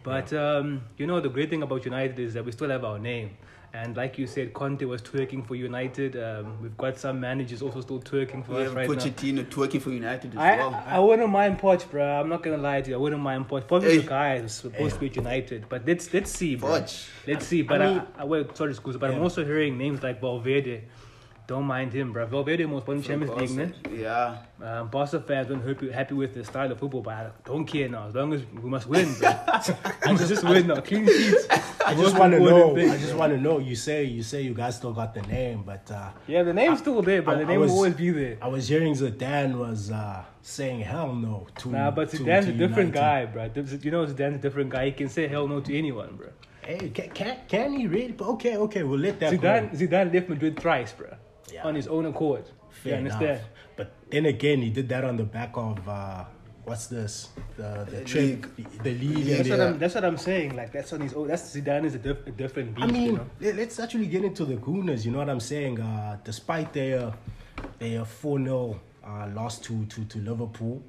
But um, you know the great thing about United is that we still have our name, and like you said, Conte was twerking for United. Um, we've got some managers also still twerking for We us have right now. Pochettino twerking for United as I, well. I wouldn't mind Poch, bro. I'm not gonna lie to you. I wouldn't mind Poch. Poch is Hey. a guy who's supposed to be at United, but let's let's see, bro. Poch. Let's see. But I, mean- I, wait, sorry, schools. But I'm Yeah. also hearing names like Valverde. Don't mind him, bro. Valverde most won Champions League, man. Yeah. Um, Barca fans weren't happy, happy with the style of football, but I don't care now. As long as we must win, <laughs> bro. <laughs> we must just win now. Clean sheets. I just Most want to know. important I thing. just want to know. You say you say you guys still got the name, but uh, Yeah, the name's still there, but I- the I name was- will always be there. I was hearing Zidane was uh, saying hell no to. Nah, but to- Zidane's to a different United. guy, bro. You know, Zidane's a different guy. He can say hell no to anyone, bro. Hey, can, can, can he really? Okay, okay, we'll let that Zidane, go. Zidane left Madrid thrice, bro, Yeah. on his own accord. Fair you understand? enough. But then again, he did that on the back of uh, what's this? The the trip, the league. and That's, the- what I'm, that's what I'm saying. Like that's on his own. That's Zidane is a, diff, a different beast. I mean, you know? let- let's actually get into the Gooners. You know what I'm saying? Uh, despite their their four 0 uh, loss to to to Liverpool,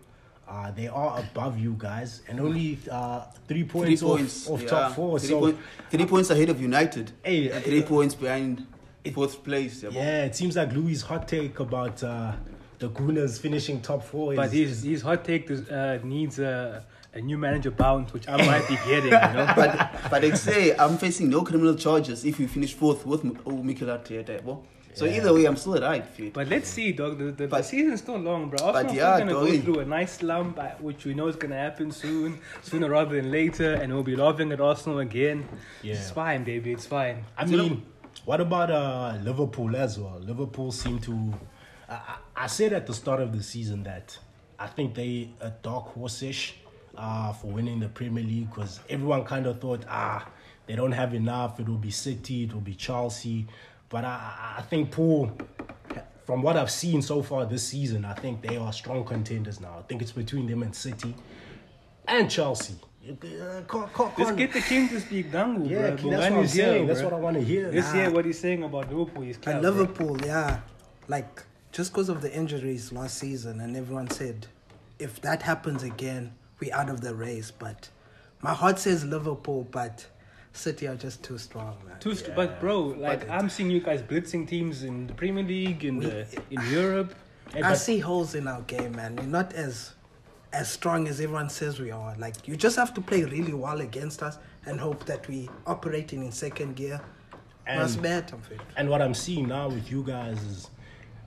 uh, they are above you guys and only uh, three Three points, points off, off yeah. top four. Three, so point- three points ahead of United. Hey, uh, and three points behind fourth place. Yeah. bro. yeah, it seems like Louis' hot take about uh, the Gooners finishing top four but is, his his hot take is, uh, needs a a new manager bounce, which I might be getting. You <laughs> know, But but they say I'm facing no criminal charges if we finish fourth with M- oh, Mikel Arteta. bro. So either way, I'm still right. Fit. but let's see, dog. The, the, the But- season's still long, bro. Arsenal's still yeah, gonna go dog. through a nice slump, uh, which we know is gonna happen soon, sooner rather than later, and we'll be laughing at Arsenal again. Yeah. It's fine, baby. It's fine. I mean, what about uh, Liverpool as well? Liverpool seem to. I, I I said at the start of the season that I think they a dark horse-ish uh, for winning the Premier League because everyone kind of thought, ah, they don't have enough. It will be City, it will be Chelsea, but I, I- I think Paul. From what I've seen so far this season, I think they are strong contenders now. I think it's between them and City and Chelsea. You c- uh, can't, can't, Just can't. get the king to speak Dangu, yeah, bro. that's what I'm Bongani is here, saying. that's bro. what I want to hear. Let's Nah. hear what he's saying about Liverpool. He's And clever. Liverpool, yeah, like just because of the injuries last season, and everyone said, if that happens again, we out of the race. But my heart says Liverpool, but City are just too strong, man. Too st- But bro, like I'm seeing you guys blitzing teams in the Premier League in the, in Europe. And I but see holes in our game, man. We're not as as strong as everyone says we are. Like you just have to play really well against us and hope that we operating in second gear. And- That's bad, I'm afraid. And what I'm seeing now with you guys is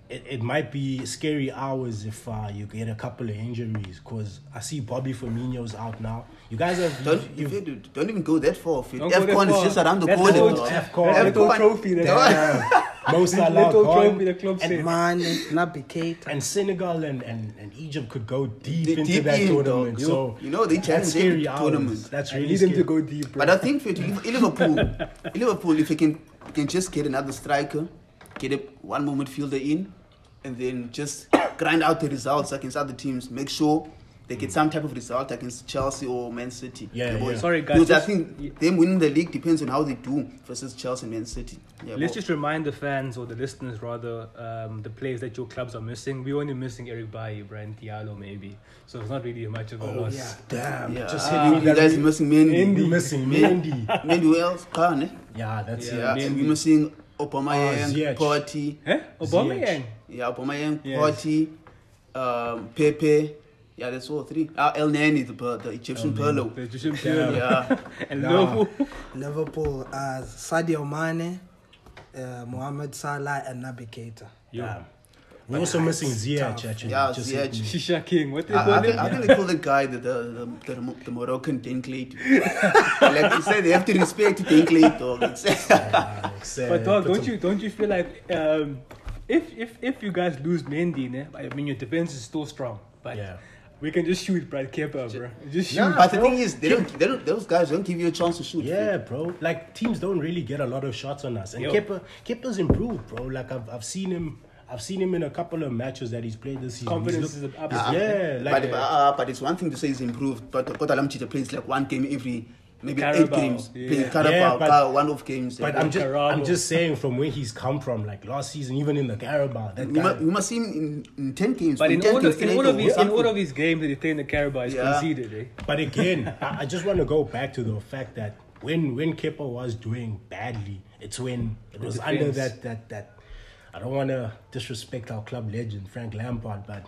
it, it might be scary hours if uh, you get a couple of injuries because I see Bobby Firmino's out now. You guys have. Don't, you- if you do- don't even go that far. Fit. Don't go that F1 is far. just around the That's corner. old- bro. F- F1. that little F1. trophy, that <laughs> Mo Salah little gone, trophy the club And said. man, Nabi Keita. and Senegal and, and, and Egypt could go deep They into deep that in, tournament. dog. You- so you know, they that's challenge scary every hours. tournament. That's I really need scary. them to go deep, bro. But I think for Liverpool, Liverpool, if you can, can just get another striker, get a, one more midfielder in, and then just grind out the results against other teams. Make sure they get some type of result against Chelsea or Man City. Yeah, boy. yeah. Sorry, guys, Because I just- think y- them winning the league depends on how they do versus Chelsea and Man City. Yeah, Let's boy. just remind the fans or the listeners rather um, the players that your clubs are missing. We're only missing Eric Bailly, Brian Diallo, maybe. So it's not really much of a Oh, loss. Yeah. Damn, yeah. just Ah, hitting you guys are missing Mendy. You're missing Mendy. Mendy. Mendy, who else? Khan, eh? Yeah, that's Yeah, Yeah, Mendy. we're missing Ah, Aubameyang, Ziyech. Party. Eh? Obama Ziyech. Yeah, Aubameyang, Yes. Party, um, Pepe. Yeah, that's all three. Ah, El Nani, the, per- the Egyptian Perlo. The Egyptian player. Yeah. <laughs> And Nah. Liverpool. Liverpool, uh, Sadio Mane, uh, Mohamed Salah, and Nabi Keita. it. Yeah. We're also missing Ziyech actually. Yeah, just Ziyech. <laughs> hitting- Shisha King. What they I, I, call think, him? I think they call the guy the the, the, the, Mo- the Moroccan <laughs> Dinkley. like you said, they have to respect Dinkley, dog. <laughs> It's, Ah, except- But dog, put don't some- you don't you feel like um, if if if you guys lose Mendy, ne, I mean your defense is still strong, but Yeah. we can just shoot Brad Kepa, bro. Just shoot. <laughs> but the thing is, they don't, they don't, those guys don't give you a chance to shoot. Yeah, bro. Like teams don't really get a lot of shots on us, and Yo. Kepa Kepa's improved, bro. Like I've I've seen him. I've seen him in a couple of matches that he's played this season. Confidence He's look- is up. he's- Uh, Yeah, like but, uh, but it's one thing to say it's improved, but Kota Lamchita plays like one game every maybe eight Carabao, games, yeah. playing Yeah, Carabao, but- Car- one off games. But yeah. I'm just I'm Carabao. just saying from where he's come from, like last season, even in the Carabao, that we, guy. must, we must see him in, in 10 games. But in 10 all, games, of, in, eight all of or his, in something. all of his games that he played in the Carabao, he's Yeah. conceded, eh? But again, <laughs> I, I just want to go back to the fact that when when Kepa was doing badly, it's when it was under defense. that that that. I don't want to disrespect our club legend Frank Lampard, but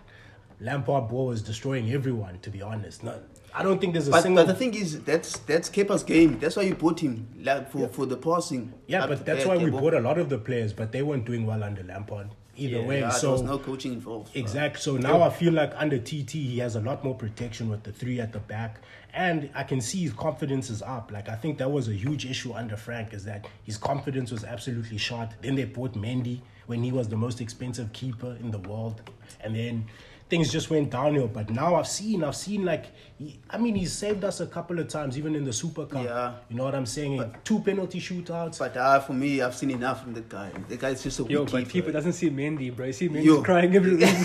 Lampard ball was destroying everyone. To be honest, Not, I don't think there's a But, single. but the thing is, that's that's Kepa's game. That's why you bought him like for, for the passing. yeah, Up but the that's back, why yeah, we but- bought a lot of the players, but they weren't doing well under Lampard either Yeah, way. Yeah, there so was no coaching involved. bro. Exactly. So now I feel like under TT, he has a lot more protection with the three at the back. And I can see his confidence is up. Like, I think that was a huge issue under Frank, is that his confidence was absolutely shot. Then they bought Mendy when he was the most expensive keeper in the world. And then things just went downhill. But now I've seen, I've seen, like, he, I mean, he saved us a couple of times, even in the Super Cup. Yeah. You know what I'm saying? Two penalty shootouts. But uh, for me, I've seen enough from the guy. The guy's just a Yo, weak but keeper. Kepa doesn't see Mendy, bro. You see Mendy's Yo. crying every <laughs> week.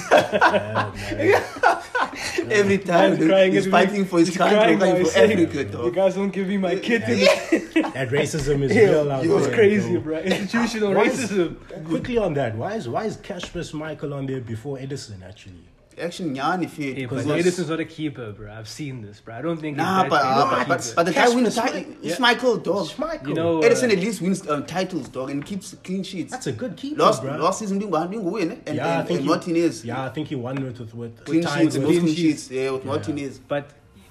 Every time He's crying he's every fighting week. for his He's country, crying fighting now, he's for saying, Africa, You dog. guys won't give me my kid. <laughs> that racism <laughs> is real out It's there, crazy, bro. bro. Institutional Why is- racism. Quickly on that, why is why is Cashmas Michael on there before Edison actually? Actually, Nyani fit. Yeah, but Edison's not a keeper, bro. I've seen this, bro. I don't think he's Nah, that but, kind of uh, a but, but, keeper. but the guy Cash wins was titles. right. It's Michael, dog. Schmeichel. You know, Edison uh, at least wins um, titles, dog, and keeps clean sheets. That's a good keeper, Last, bro. last season, being one, being win, eh? and, yeah, I and, think and he- Martinez. Yeah, I think he won with with, with Clean tied sheets, with- most clean Clean sheets, yeah, with Martinez. But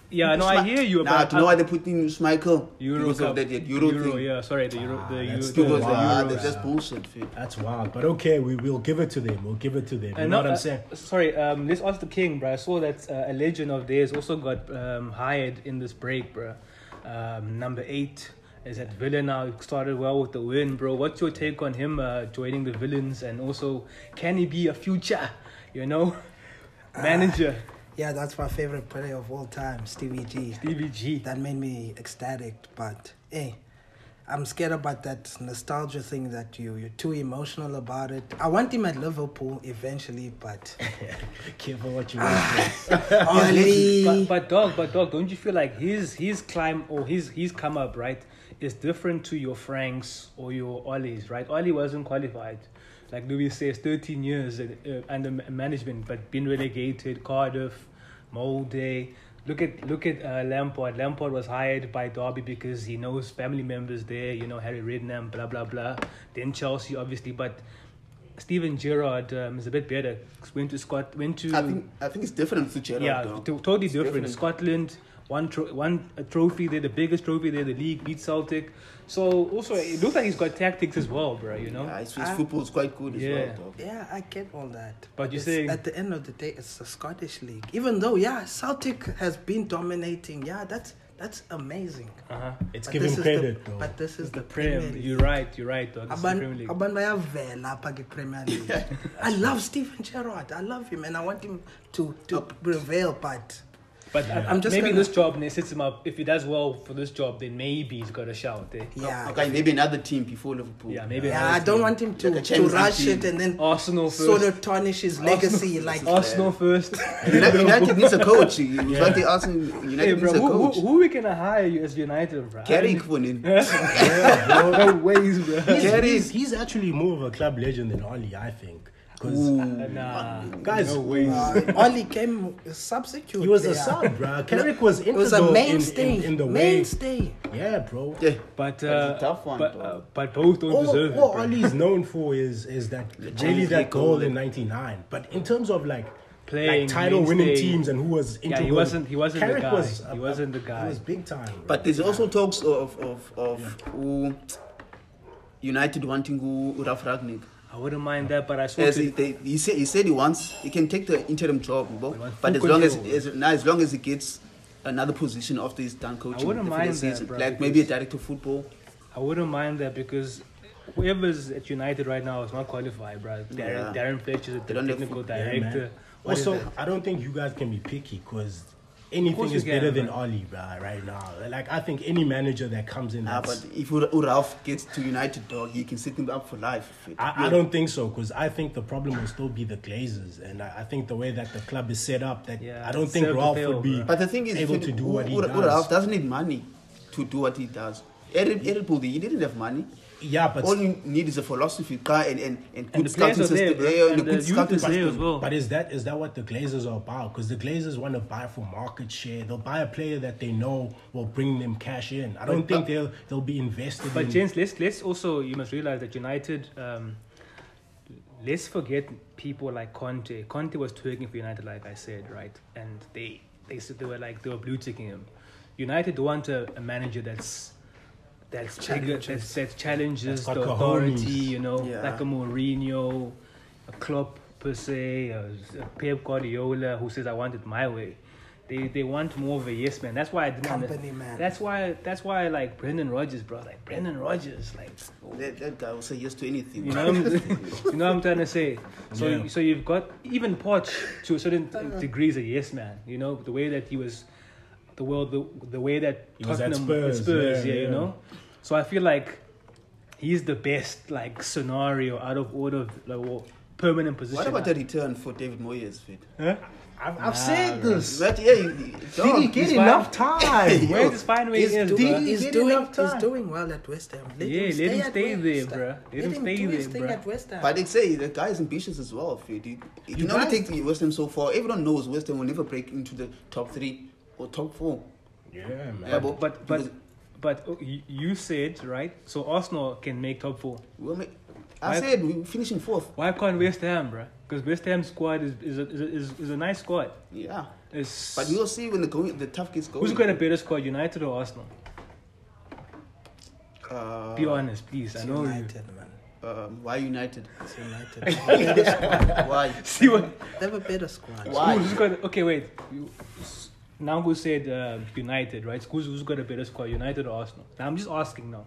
yeah, no, I Schme- hear you. Nah, but do you know why I- they put in Schmeichel? Euro because Cup, of that, that Euro, thing. yeah, sorry, the Euro, the Euro, Ah, that's the, too Because the wild. uh, Euros. that's just bullshit, fit. That's wild, but okay, we will give it to them. We'll give it to them. You And know no, uh, what I'm saying? Sorry, um, let's ask the king, bro. I saw that uh, a legend of theirs also got um, hired in this break, bro. Um, number eight is at Villa now. He started well with the win, bro. What's your take on him uh, joining the villains, and also can he be a future, you know, <laughs> manager? Ah. Yeah, that's my favorite player of all time, Stevie G. DBG. That made me ecstatic, but hey, I'm scared about that nostalgia thing that you you're too emotional about it. I want him at Liverpool eventually, <laughs> but Careful what you want. But, only but dog, but dog, don't you feel like his his climb or his his come up right is different to your Franks or your Ollie's, right? Ollie wasn't qualified, like Louis says, thirteen years uh, uh, under ma- management, but been relegated. Cardiff, Molde. Look at look at uh, Lampard. Lampard was hired by Derby because he knows family members there. You know Harry Redknapp, blah blah blah. Then Chelsea, obviously, but. Steven Gerrard um, is a bit better. Went to Scott. Went to I think I think it's different to Gerard. yeah, though. to- totally It's different. different. Scotland, one tro- one a trophy there, the biggest trophy there, the league beat Celtic. So also, it looks like he's got tactics as well, bro. You know, Yeah, his, his Ah. football's quite good as Yeah. well. Dog. yeah, I get all that. But you it's- saying- at the end of the day, it's the Scottish league. Even though, yeah, Celtic has been dominating. Yeah, that's that's amazing. uh-huh. It's But giving this is credit the, though. But this is the, Premier Prem, League. you're right, you're right, dog. This is the Premier Aban, League. aban bayavela apha kwiPremier <laughs> League. I love Steven Gerrard. I love him and I want him to to prevail but But I- I'm just maybe gonna- this job ne- sets him up. If he does well for this job, then maybe he's got a shout eh? there. yeah. Okay, maybe another team before Liverpool. Ah, Yeah, maybe. Yeah, I another don't team. want him to, Like a to Champions rush League it and then Arsenal first. sort of tarnish his legacy. Like, Arsenal first. <laughs> United, United needs a coach. It's like they asked him, hey, United bro, needs a who, who, coach. who we gonna hire you as United, bro? Carrying for <laughs> him. no ways, bro. <laughs> he's, Gerrard- he's, he's actually more of a club legend than Ollie, I think. Because Ooh. Nah, Guys, no ways. uh, Oli came a substitute. he was a there. sub, bro. Carrick was It integral was a in, mainstay. in, in the way. mainstay. Yeah, bro. Yeah. But That uh, was a tough one, But, though. uh, but both don't All, deserve all it. bro. Ollie's known for is is that really Champions that League goal goal. in '99. But in terms of like Playing, like title winning mainstay. teams and who was integral, Yeah, he wasn't. He wasn't the Carrick guy. was he a- wasn't the He guy. was big time. bro. But there's also talks of of of who United wanting who Ralf Ragnick. I wouldn't mind that, but I saw As to- he, they, he said, he said he wants he can take the interim job, bro. wants but full as long as, control. as now as long as he gets another position after he's done coaching, wouldn't the mind first that, season, bro, like maybe a director of football. I wouldn't mind that because whoever's at United right now is not qualified, bro. Darren, Yeah. Darren Fletcher's the They don't have technical foot- Yeah, director. man. What is also, that? I don't think you guys can be picky because course anything you is better can, than bro. Oli, bro. Right now, like I think any manager that comes in, Nah, that's, but if Ur- Uraf gets to United, dog, he can set him up for life. I, I don't think so because I think the problem will still be the Glazers, and I, I think the way that the club is set up, that Yeah, I don't it's think set to Ralph fail, would be bro. But the thing is, able to do what he Ur- Ur- does. Uraf doesn't need money to do what he does. Eric, Eric Buldi, he didn't have money. Yeah, but All you need is a philosophy, car, and and and good And the players scouting are there, system. bro. yeah, And the a good youth scouting is there as system. well. But is that is that what the Glazers are about? Because the Glazers want to buy for market share. They'll buy a player that they know will bring them cash in. I don't think they'll they'll be invested. But mm. in, James, let's let's also you must realize that United. Um, let's forget people like Conte. Conte was twerking for United, like I said, right? And they they said they were like they were blue ticking him. United want a, a manager that's that's bigger, that's, that challenges That's got the cojones. authority, you know, Yeah. like a Mourinho, a Klopp per se, a, a Pep Guardiola who says I want it my way. They, they want more of a yes man. That's why I didn't under- Company man. That's why that's why I like Brendan Rodgers, bro. Like Brendan Rodgers, like That, that guy will say yes to anything. you know, <laughs> what I'm, you know what I'm trying to say. So, Yeah. so you've got even Poch to a certain degree is a yes man. You know the way that he was, the world, the, the way that He was at Tottenham Spurs, Spurs, yeah, yeah, you yeah. know. So I feel like he's the best like scenario out of all of like, well, permanent position. <laughs> What about the return for David Moyes? Fit? Huh? I've, I've said Ah, this. But yeah, he- he- Did he dog, get He's enough fine. <laughs> time? Where is fine where he He's, is, do- bruh? he's He didn't doing, have he's time. doing well at West Ham. Let Yeah, him let stay, him at stay West there, Ham. bruh. Let him stay do his there, thing bruh. at West Ham. But they say the guy is ambitious as well. Fit. He, he can only guys- take West Ham so far. Everyone knows West Ham will never break into the top three or top four. Yeah, man. Yeah, But but but, but oh, you- you said right. So Arsenal can make top four. we'll make, I Why- said we're finishing fourth. Why can't West Ham, bro? Because West Ham squad is is a, is, a, is, is a nice squad. Yeah, It's, but we'll see when the going, the tough gets going. who's got a better squad, United or Arsenal? Uh, Be honest, please. I It's know you. United, man. um, why United? <laughs> It's United. They have a better squad. why? <laughs> See what? They have a better squad. Why? Who's got? Okay, wait. You, s- Nangu said uh, United, right? Who's, who's got a better squad, United or Arsenal? Now, I'm just asking now.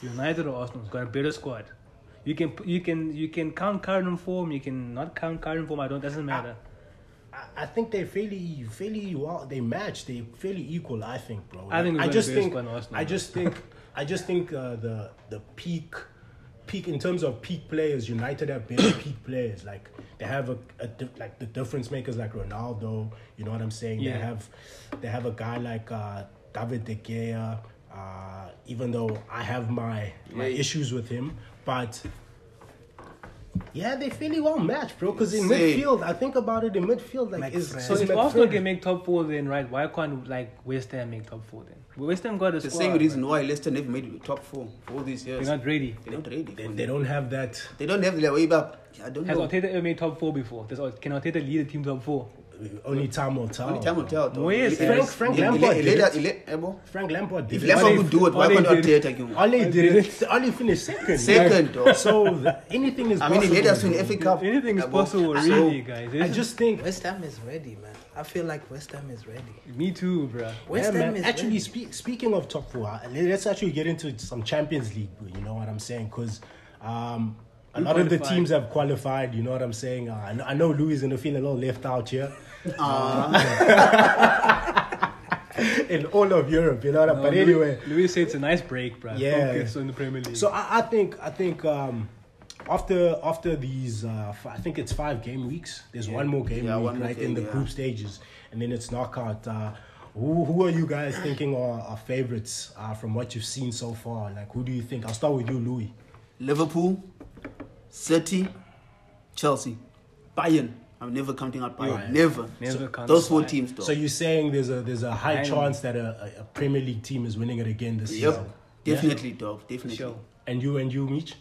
United or Arsenal's got a better squad. Ah, You can you can you can count current form. You can not count current form. I don't. Doesn't matter. I, I think they're fairly, fairly well. They match. They fairly equal. I think, bro. I think we're I gonna just do this think. one, Arsenal, I bro. just think. <laughs> I just think uh, the the peak, peak in terms of peak players, United have better <coughs> peak players. Like they have a, a di- like the difference makers like Ronaldo. You know what I'm saying? They Yeah. have they have a guy like uh, David De Gea. Uh, even though I have my, my Wait. issues with him, but yeah, they fairly well matched, bro. Because in Say- midfield, I think about it in midfield, like is McFred. So is if Arsenal McFred- can make top four, then right, why can't like West Ham make top four then? Well, West Ham got a The squad. same reason but why Leicester never made the top four for all these years. They're not ready. They're not ready. They, they don't have that. They don't have their way back. I don't Has know. Arteta ever made top four before? Does Ar- can Arteta lead a team top four? Only time will tell. Only time will tell. though. Moyes, He- Frank- he- Frank he- he- Lampard he- did he- it. he- he- Ebo, Frank Lampard did. If it. Lampard Ole- could do it, why Ole can't did it. Arteta do it? Ole Ole did, did it. Ole finished second. Second, Like, though. so the, anything is I mean, possible. he led us to an bro. FA Cup. Anything is Ebo. possible, So, really, guys. This I is- just think. West Ham is ready, man. I feel like West Ham is ready. me too, bruh. West yeah, Ham man. is Actually, ready. speak, speaking of top four, uh, let's actually get into some Champions League. bro, You know what I'm saying? Because um, a Who lot of the qualified? teams have qualified. You know what I'm saying? Uh, I, know, I know Louis is gonna feel a little left out here. Uh, <laughs> in all of Europe, you know what I'm. No, but Lu- anyway, Luis said it's a nice break, bruh. Yeah. Focus on the Premier League. So I, I think I think um, after after these uh, f- I think it's five game weeks. There's one more game Yeah, one week more right game, in the yeah. group stages, and then it's knockout. Uh, who who are you guys thinking are, are favorites uh, from what you've seen so far? Like who do you think? I'll start with you, Louis. Liverpool, City, Chelsea, Bayern. I'm never counting out Bayern. Bayern. Never. Never So counts those four Bayern. teams, though. So you're saying there's a there's a high Hang on. chance that a, a- a Premier League team is winning it again this yep. season. Yeah? Definitely, dog. Definitely. Sure. And you and you, Mitch.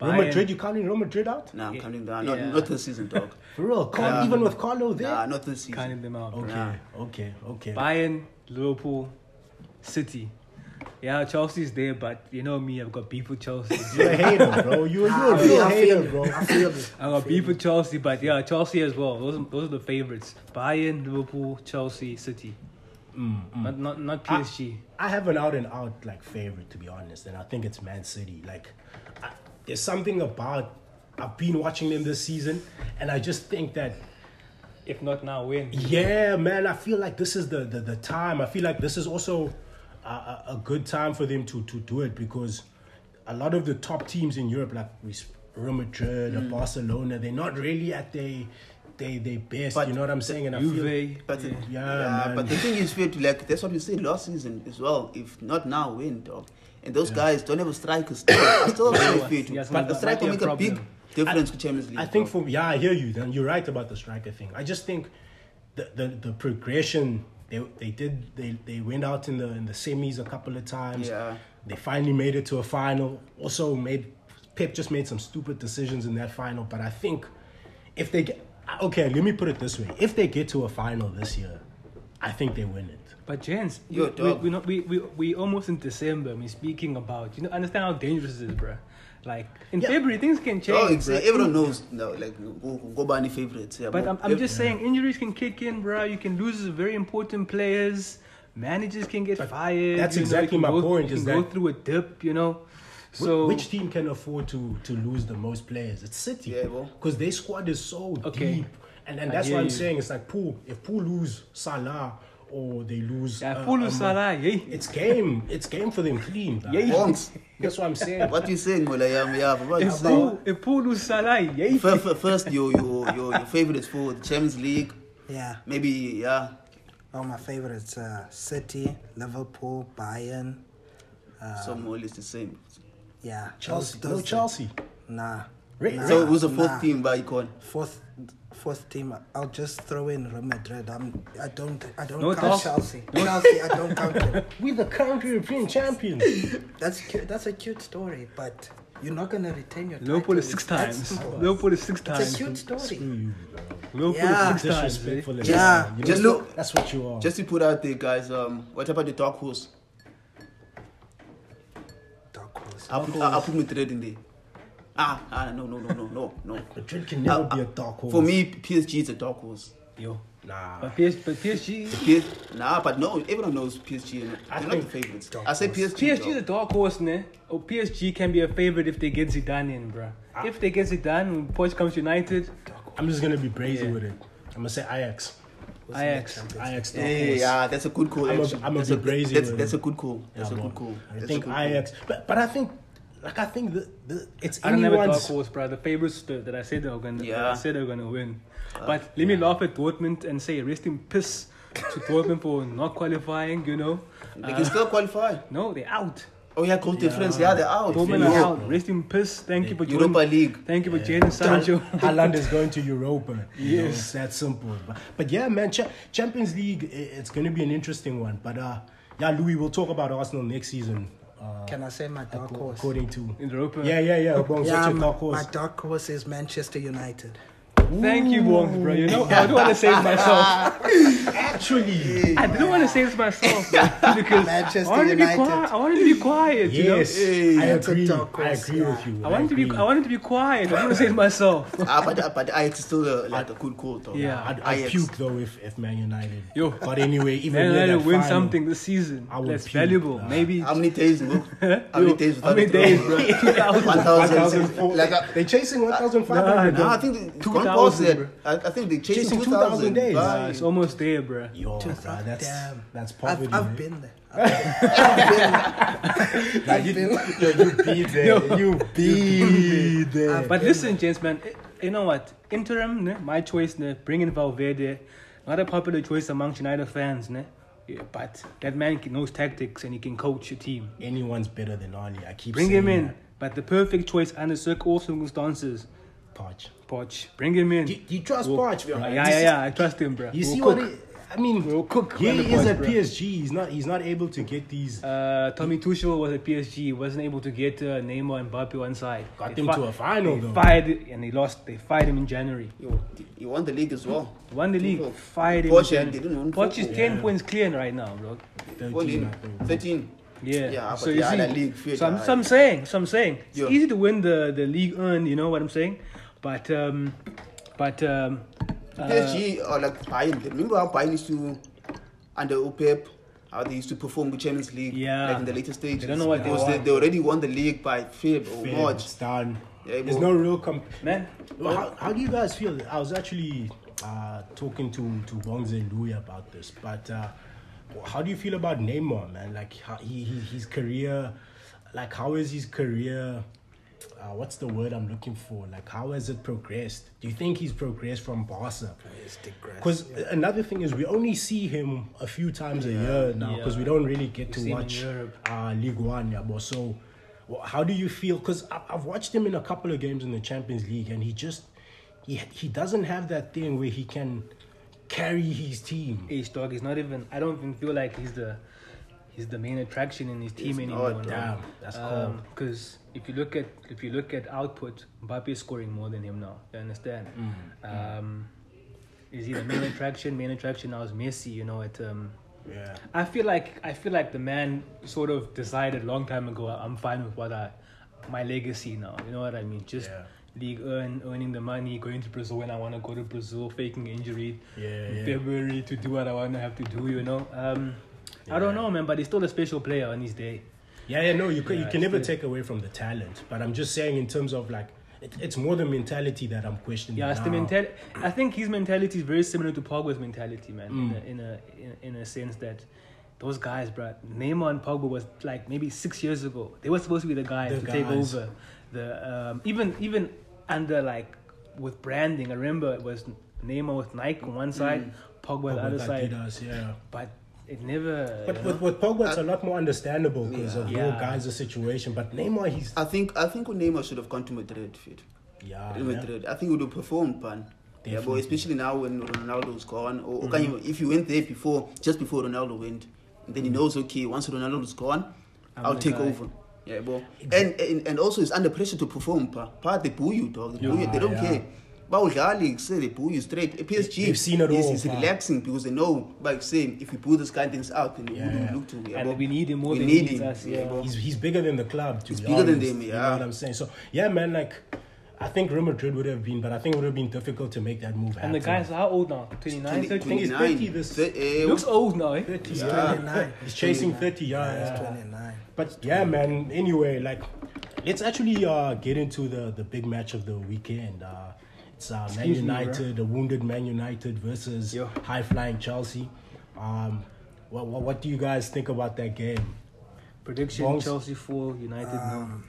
Real Bayern. Madrid, you counting Real Madrid out? Nah, I'm Yeah. counting down. Not, Yeah. not this season, dog. <laughs> For real, can't Nah. even with Carlo there. nah, not this counting season. them out, bruh. Okay, Nah. okay, okay. Bayern, Liverpool, City. Yeah, Chelsea's there, but you know me, I've got beef with Chelsea. <laughs> You're a hater, bro. You, you're I a feel- real I feel hater, it. bro. I feel it. I got beef with Chelsea, but yeah, Chelsea as well. Those are, those are the favorites: Bayern, Liverpool, Chelsea, City. Mm, Not not not PSG. I have an out and out like favorite to be honest, and I think it's Man City. Like, I, there's something about I've been watching them this season, and I just think that if not now, when? yeah, man, I feel like this is the the, the time. I feel like this is also a, a, a good time for them to to do it because a lot of the top teams in Europe, like we s- Real Madrid, or Barcelona, they're not really at they they they best. But you know what I'm saying? And I feel Juve. But, yeah. man. but the thing is, fair to like that's what we said last season as well. If not now, when, dog? And those guys don't have a striker still. I still have Yeah, a fair to. yes, but that a striker might be make a a big problem. difference to Champions League. I think dog. for yeah, I hear you. Then you're right about the striker thing. I just think the the, the progression they they did they, they went out in the in the semis a couple of times. Yeah. They finally made it to a final. Also made Pep just made some stupid decisions in that final. But I think if they get okay, let me put it this way: if they get to a final this year, I think they win it. But gents, Yo, we, we, dog. we, not, we, we, we almost in December. I mean, speaking about, you know, understand how dangerous this is, bro. Like, in Yeah. February, things can change. Oh, it's, bruh. everyone knows now. Like, go, go by any favorites. Yeah, But go- I'm, I'm ev- just saying, injuries can kick in, bro. You can lose very important players. Managers can get fired. that's you know, exactly you can my go- point, You is can go that- through a dip, you know. Wh- So which team can afford to to lose the most players? It's City. Yeah, well. Because their squad is so Okay. deep. And and I that's hear what I'm you. saying. It's like Pool. If Pool lose Salah or they lose yeah, uh, Paulo um, Salah, yeah. It's game. It's game for them clean. dog. Yeah. Bongs. That's what I'm saying. <laughs> What you saying, Mulayam? Yeah, but what you If saying? Paul, if Paulo Salah, yeah. Fir- fir- First, your your your, your favorites for the Champions League. Yeah. Maybe yeah. Oh, my favorites: uh, City, Liverpool, Bayern. Some more or less the same. Yeah, Chelsea. those- No those- Chelsea. Nah. Re- nah. So it was a fourth nah. team by icon. Fourth, fourth team. I'll just throw in Real Madrid. I'm. I don't. I don't No count doubt. Chelsea. Chelsea. I don't count them. We the <laughs> current European champions. That's cute. That's a cute story, but you're not gonna retain your. Liverpool is title. six That's- times. Liverpool is six It's times. a cute story. Liverpool Yeah. is six times. eh? <laughs> Disrespectful. as Yeah. well, you know? Just look- That's what you are. Just to put out there, guys. Um, what about the dark horse? Dark horse. I put I, I put Madrid in there. Ah, ah, no, no, no, no, no, no. Madrid can never I- be a dark horse. For me, PSG is a dark horse. Yo. eh. nah. But PSG, but PSG, P- nah, but no, everyone knows PSG. and They're not the favorites. I say PSG. PSG is a dark horse, ne? Oh, Or PSG can be a favorite if they get Ah. Zidane in, bruh. If they get Zidane, when Poch comes United, I'm just gonna be brazy with it. I'm gonna say Ajax. Who's the next Ajax. champions? Ajax. dark Hey, horse. yeah, that's a good call. I'm a- actually. I'm a that's bit brazy That's, with that's it. a good call. That's Yeah, a bro. good call. I That's a think good call. Ajax, but but I think like I think the, the it's I don't have a dark anyone's- horse, bro. The favorites that that I said they were gonna, that Yeah. Uh, I said they were gonna win. but let me laugh at Dortmund and say rest in piss to Dortmund for not qualifying. You know, They Uh, can still qualify. no, they're out. Oh yeah, Cote France, yeah, they're out. Dortmund are Europe- out. Rest in piss. Thank you for Europa joining. League. Thank you for <laughs> Jadon Sancho. Holland is going to Europa. You know, it's that simple. But, but yeah, man, Cha- Champions League, i- it's going to be an interesting one. But uh, yeah, Louis, we'll talk about Arsenal next season. Uh, Can I say my dark ac- horse? According to In Europa. Yeah, yeah, yeah. Bongs, yeah, what's your my, dark horse? my dark horse is Manchester United. <laughs> Thank you, Wongs, bro. You know, I don't <laughs> want to say it myself. Actually, I don't want to say it myself <laughs> bro, because Manchester I wanted to be United. quiet. I wanted to be quiet. You know? yes, Hey, I that's a agree. dark I horse, agree yeah. with you. I wanted to be. agree. I wanted to be quiet. I don't want to say it <laughs> myself. Ah, but but Ajax is still uh, like a good call, though. Yeah. I'd, I'd Ajax. puke though if, if Man United. Yo. But anyway, even Man though United that win final- something this season. I would That's puke, valuable. nah. Maybe. How many days, <laughs> bro? How Yo, many days How without many a draw? days, <laughs> bro? 2,000. 1,004. 1,004. Like, uh, I- They're chasing 1,500. No, I think it's gone 2,000, past that. bro. I, I think they chasing, Chasing 2,000 2,000 days. Nah, Bye. it's almost there, bro. Yo, bruh, that's Damn. that's poverty. I've, I've man. been there. I've been there. I've been there. Yo, you <laughs> be there. You be there. But listen, gents, man. eh, You know what? Interim, ne? my choice, ne? bring in Valverde. Not a popular choice amongst United fans, ne? Yeah, but that man can- knows tactics and he can coach a team. Anyone's better than Ali. I keep Bring saying him in. But the perfect choice under circ- all circumstances, that. Poch. Poch. Bring him in. Do, do you trust We'll- Poch, bro? Yeah, Like, yeah, this yeah, is- yeah. I trust him, bro. You see we'll what cook. it, I mean? We'll cook He when the is Poch, at bro. PSG. He's not. He's not able to get these. Uh, Tommy Tuchel was at PSG, He wasn't able to get uh, Neymar and Mbappe on side. Got them to a final, They though. fired and they lost. They fired him in January. You, you won the league as well. Won the league, Tuchel. fired him. Poch, in they January. didn't win Poch is football. ten points clear right now, bro. Well, 13, in I think. 13. Yeah. Yeah, so but you yeah, see, that league, fear so I'm, that. so I'm saying, so I'm saying, it's Yeah. easy to win the the league earned. You know what I'm saying? But um, but um, uh, PSG are like Bayern. Remember how Bayern used to, under OPEP, how they used to perform with Champions League Yeah. like in the later stages? don't know what they Because they, want. they already won the league by Feb or Fair, March. It's done. Yeah, There's well- no real comp. man, Well, how, how do you guys feel? I was actually uh, talking to to Bongs and Louis about this, but uh, how do you feel about Neymar, man? Like how, he, he his career, like how is his career? Uh, what's the word I'm looking for? Like how has it progressed? Do you think he's progressed from Barca? It's degressed. Because another thing is we only see him a few times a year now because we don't really seen get to him in watch Europe. uh, League One, yeah, but so wh- how do you feel? Because I've watched him in a couple of games in the Champions League, and he just he he doesn't have that thing where he can carry his team. H dog is not even. I don't even feel like he's the he's the main attraction in his team He's not, anymore. no. Damn, that's cold. Because if you look at if you look at output, Mbappe is scoring more than him now. You understand? Mm, Um, is he the main attraction? Main attraction now is Messi. You know, at um, Yeah, I feel like I feel like the man sort of decided a long time ago. I'm fine with what I my legacy now. You know what I mean? Just Yeah. league earn earning the money, going to Brazil when I want to go to Brazil, faking injury Yeah, in yeah. February to do what I want to have to do. You know. Um, I don't know, man, but he's still a special player on his day. yeah, yeah. No, you can, you Yeah, can it's never good. take away from the talent, but I'm just saying in terms of like it, it's more the mentality that I'm questioning. Yeah, it's the now. mental. I think his mentality is very similar to Pogba's mentality, man. Mm. In, a, in a in in a sense that those guys, bruh, Neymar and Pogba was like maybe six years ago. They were supposed to be the guys The to take guys. over. The um, even even under like with branding, I remember it was Neymar with Nike on one side, Pogba on the Mm. Pogba other with side, Adidas, yeah. but it never. But Uh-huh. you with, know? with Pogba, Uh, it's a lot more understandable because of your Yeah. guys' situation. But Neymar, he's I think I think Neymar should have gone to Madrid, fit. yeah, Real yeah. Madrid. I think it would have performed, man. Yeah, but Definitely. especially now when Ronaldo's gone, or, or Mm-hmm. can you, if you went there before, just before Ronaldo went, then he knows, okay, once Ronaldo's gone, Mm-hmm. I'm i will the take guy. over. Yeah, but and, and and also it's under pressure to perform. Pa, pa they boo you, dog. They, boo you. they don't yeah. care. But with Ali, say they boo you straight. Eh, PSG, They've seen it is, all, is pa. relaxing because they know, like saying, if we pull this guy things out, then Yeah, who do yeah. we look to? Yeah, And but we need him more we than he need needs him. us, yeah. but- He's, he's bigger than the club. To He's be bigger than honest, them, You know yeah. what I'm saying? So yeah, man. Like, I think Real Madrid would have been, but I think it would have been difficult to make that move and happen. the guys are how old now? 29, 30? think he's 30 this- Eh, Looks old now, eh? 30, He's yeah. 29. He's chasing 30, yeah. He's yeah. 29. But yeah, man. Anyway, like, let's actually uh, get into the the big match of the weekend. Uh, it's It's uh, Man Excuse me, bro. United, a wounded Man United versus Yeah. high flying Chelsea. Um, what, what what do you guys think about that game? Prediction Bongs. Ah. Chelsea 4, United Um,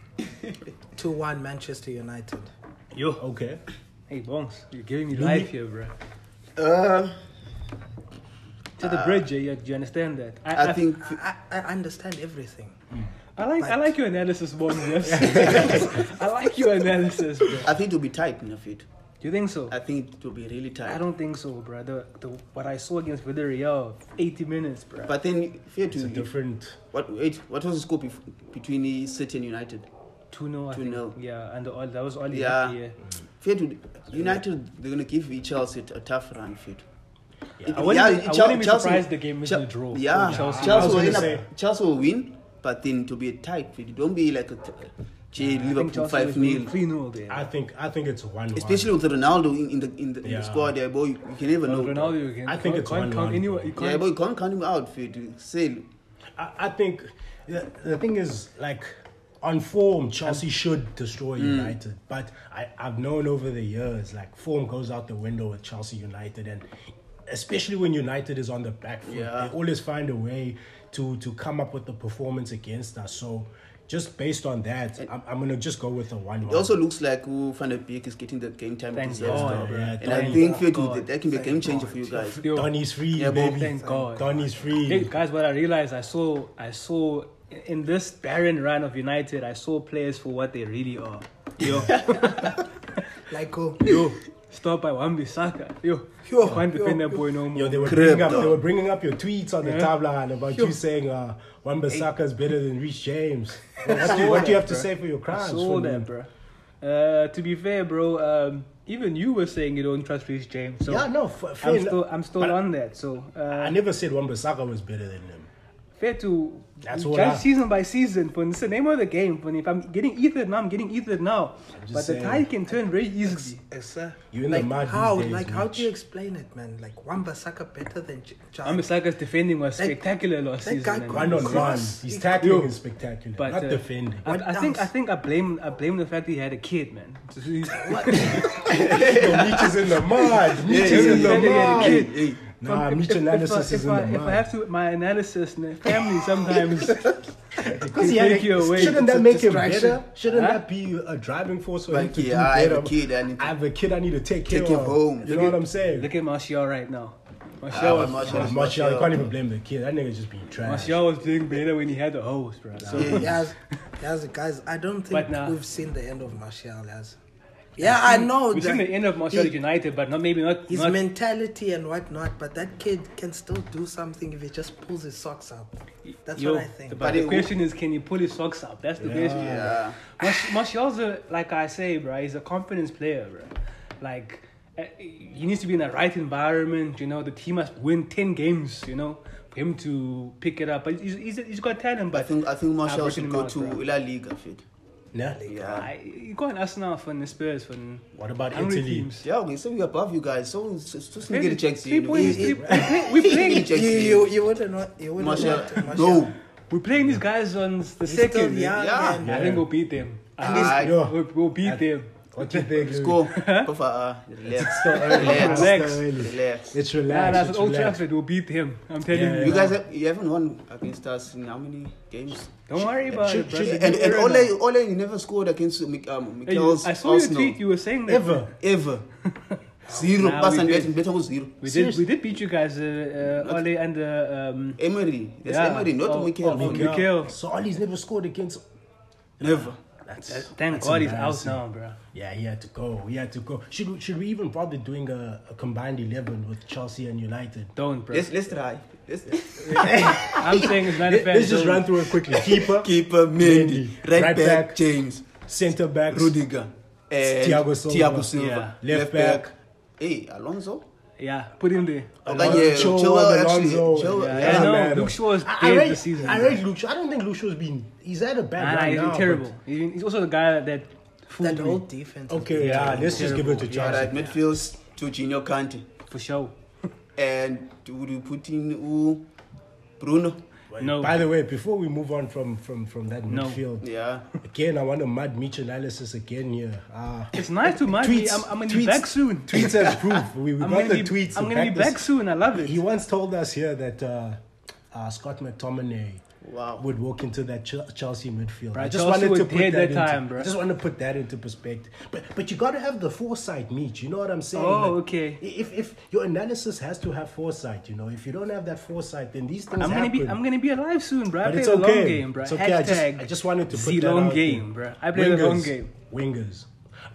2 1 Manchester United. no. Yo. Okay, Hey, Bongs, you're giving me Louis- life here, bro. Uh, To the bridge, yeah, you, you understand that? <laughs> I think I, I I understand everything. I like I like your analysis, <laughs> Bongs. yes. <laughs> I like your analysis, bro. I think it'll be tight, Nafit. Do you think so? I think it'll be really tight. I don't think so, bro. The, the, what I saw against Villarreal, 80 minutes, bro. But then fair it's a to different. what wait, what was the score bef- between the City and United? 2 0, I 2-0. think. Yeah, and the, all- that was all Yeah. yeah. yeah. Fair to United, they're gonna give Chelsea a tough run. Fair. I wouldn't be- I wouldn't be surprised the game is Chel- a draw. Yeah, Or Chelsea, Chelsea- I will was end gonna up, Chelsea will win, but then to be a tight. Fair. Don't be like a t- Che, I think Liverpool Chelsea five was winning 0 3-0 there. I think I think it's one. Especially with Ronaldo in, in the in the, in Yeah. the squad, there, boy, you, you can never But know. Ronaldo, you can, I think can't- it's can't count 1-1. anyone. You Yeah, can't, but you can't count him out. Fair. to Say I, I think the, the thing is like on form Chelsea should destroy Mm. United but I, I've known over the years like form goes out the window with Chelsea United and especially when United is on the back foot Yeah. they always find a way to to come up with the performance against us so just based on that I'm, I'm gonna just go with a one It also looks like who Van der Beek is getting the game time Thank he deserves, God, though. bro. Yeah, And I thank think God. fair to, that, that can be a game changer for you guys. Yo, Donny's free Yeah, but baby thank God. Donny's free Hey, guys, what I realized, I saw, I saw in this barren run of United, I saw players for what they really are. <laughs> <laughs> Yo, Like, oh, yo, stop by Wambi Saka. Yo, Yo, you can't yo, defend that yo. boy no more. Yo, they were Crib, bringing up dog. they were bringing up your tweets on the Yeah. timeline about you saying uh, Wan Bissaka is better than Rich James. What do, what do you have to say for your I crimes? saw Fulham? that, bro. Uh, to be fair, bro, um, even you were saying you don't trust Reece James. So yeah, no, f- fair I'm enough. still, I'm still But on that. So I uh, never said Wan Bissaka was better than him. fair to That's what judge I- season by season. For it's the name of the game. For if I'm getting ethered now, I'm getting ethered now. just But the saying. tide can turn very easily. yes, sir. You in the like, mud these how, days, like, how do you Mitch. explain it, man? Like, Wamba Saka better than Ch- Ch- Ambisaka's defending was That- spectacular last that season. guy and- got- One on one, Cross. his He- tackling Yo. is spectacular, But not uh, defending. I, What I think I else? think I blame I blame the fact he had a kid, man. Yo, Mitch is in the mud. Mitch is in the defending he had a mud. kid. Hey, Nah, If- Mitch if- if I- analysis if is in I, the If I mud. have to, my analysis, and family <laughs> sometimes Because he had take you a- away. Shouldn't It's that a make him distraction. better? Shouldn't Huh? that be a driving force for him Like, to do yeah, I have a better? kid, I need to- I have a kid I need to take care Take him of. home. You Look know at- what I'm saying? look at Martial right now. Martial, Ah, was, Martial Yeah, is Martial, you Martial. can't even blame the kid. That nigga just being trash. Martial was doing better when he had the hose, bro. So Yeah. <laughs> Yes, yes, guys. I don't think But nah. we've seen the end of Martial. Yes. Yeah, I know. we've that seen the end of Martial he- at United, but not maybe not. His not mentality and whatnot, but that kid can still do something if he just pulls his socks up. That's Yo, what I think. But, But the it- question is, can he pull his socks up? That's the question. Yeah. Marsh- Martial's a, like I say, bro. He's a confidence player, bro. Like uh, he needs to be in the right environment. You know, the team must win ten games. You know, for him to pick it up. But he's he's, he's got talent. I But think I think Martial I've written should go him out, to bro. La Liga. Fit. Nah. Yeah. I, you got an Arsenal for the Spurs for What about hungry Italy? teams. Yeah, okay, so we're above you guys. So so- so just Maybe get a check. three points, three- we- <laughs> we playing- Get a check. <laughs> you, you, you wouldn't know. You wouldn't Martial, want Martial. no. We're playing these guys on the He's second. still young. Yeah. and- I think we'll beat them. I think Aye, Ah, Yo, we'll, we'll beat I- them. what do you think? Let's Louis? <laughs> go. Papa, uh, relax. It's still early. It's still Relax. early. Relax. It's Nah, relaxed. that's It's Old relaxed. Trafford. We'll beat him. I'm telling Yeah, you. You guys, have, you haven't won against us in how many games? Don't worry about it, bro. And and Ole, Ole, you never scored against Mik- um, Hey, you- Mikel's I saw your Arsenal. tweet. You were saying that Ever. ever. Zero. Nah, Pass we and did. bet. Bet was zero. We did, we did beat you guys, uh, uh, Ole and uh, um, Emery. That's Yeah. Emery, not Oh, Mikel. oh, Mikel. Mikel. Mikel. So Ollie's never scored against. Never. That's, thank that's God he's out embarrassing. now, bro. Yeah, he had to go. He had to go. Should we, should we even bother doing a, a combined eleven with Chelsea and United? Don't, bro. Let's let's try. Let's <laughs> I'm saying it's not a fair Let's just zone. run through it quickly. <laughs> Keeper, <laughs> keeper Mendy, Mendy, right, right back, back, James, centre back, Rudiger, and Thiago Silva. Thiago Silva. Yeah. Left back. Hey, Alonso. Yeah, put him there. Alonso, Okay, yeah, Chilwell, Chilwell, actually, Alonso. Chilwell, Yeah, yeah, I doesn't know. matter. Luke Shaw is I- I dead read- this season. I read Luke Shaw. I don't think Luke Shaw's been. He's had a bad Nah, nah, run he's now. been but- terrible. He- He's also the guy that fooled That me, old defense. is Okay, yeah, let's just give it to All Chelsea. right, midfield to Gino Kante, for sure. and would you put in who? Bruno? Well, No. By the way, before we move on from from from that No. midfield, Yeah. again, I want a mad Mitch analysis again here. Uh, It's nice <laughs> to mind me. tweets- I'm, I'm gonna tweets- be back soon. Tweets has proof. We, we I'm got gonna be, the tweets. to I'm gonna be this. back soon. I love it. He once told us here that uh, uh, Scott McTominay Wow. would walk into that Chel- Chelsea midfield. Bruh, Chelsea were dead that into, time, bruh. I just want to put that into perspective. But but you got to have the foresight, Mitch. You know what I'm saying? Oh, Like, okay. i- If if your analysis has to have foresight, you know, if you don't have that foresight, then these things I'm gonna happen. be I'm gonna be alive soon, bro. I but play it's the okay. long game, bro. It's okay. I just, Hashtag I just wanted to put the that long out there. game, bro. I play the long game. Wingers.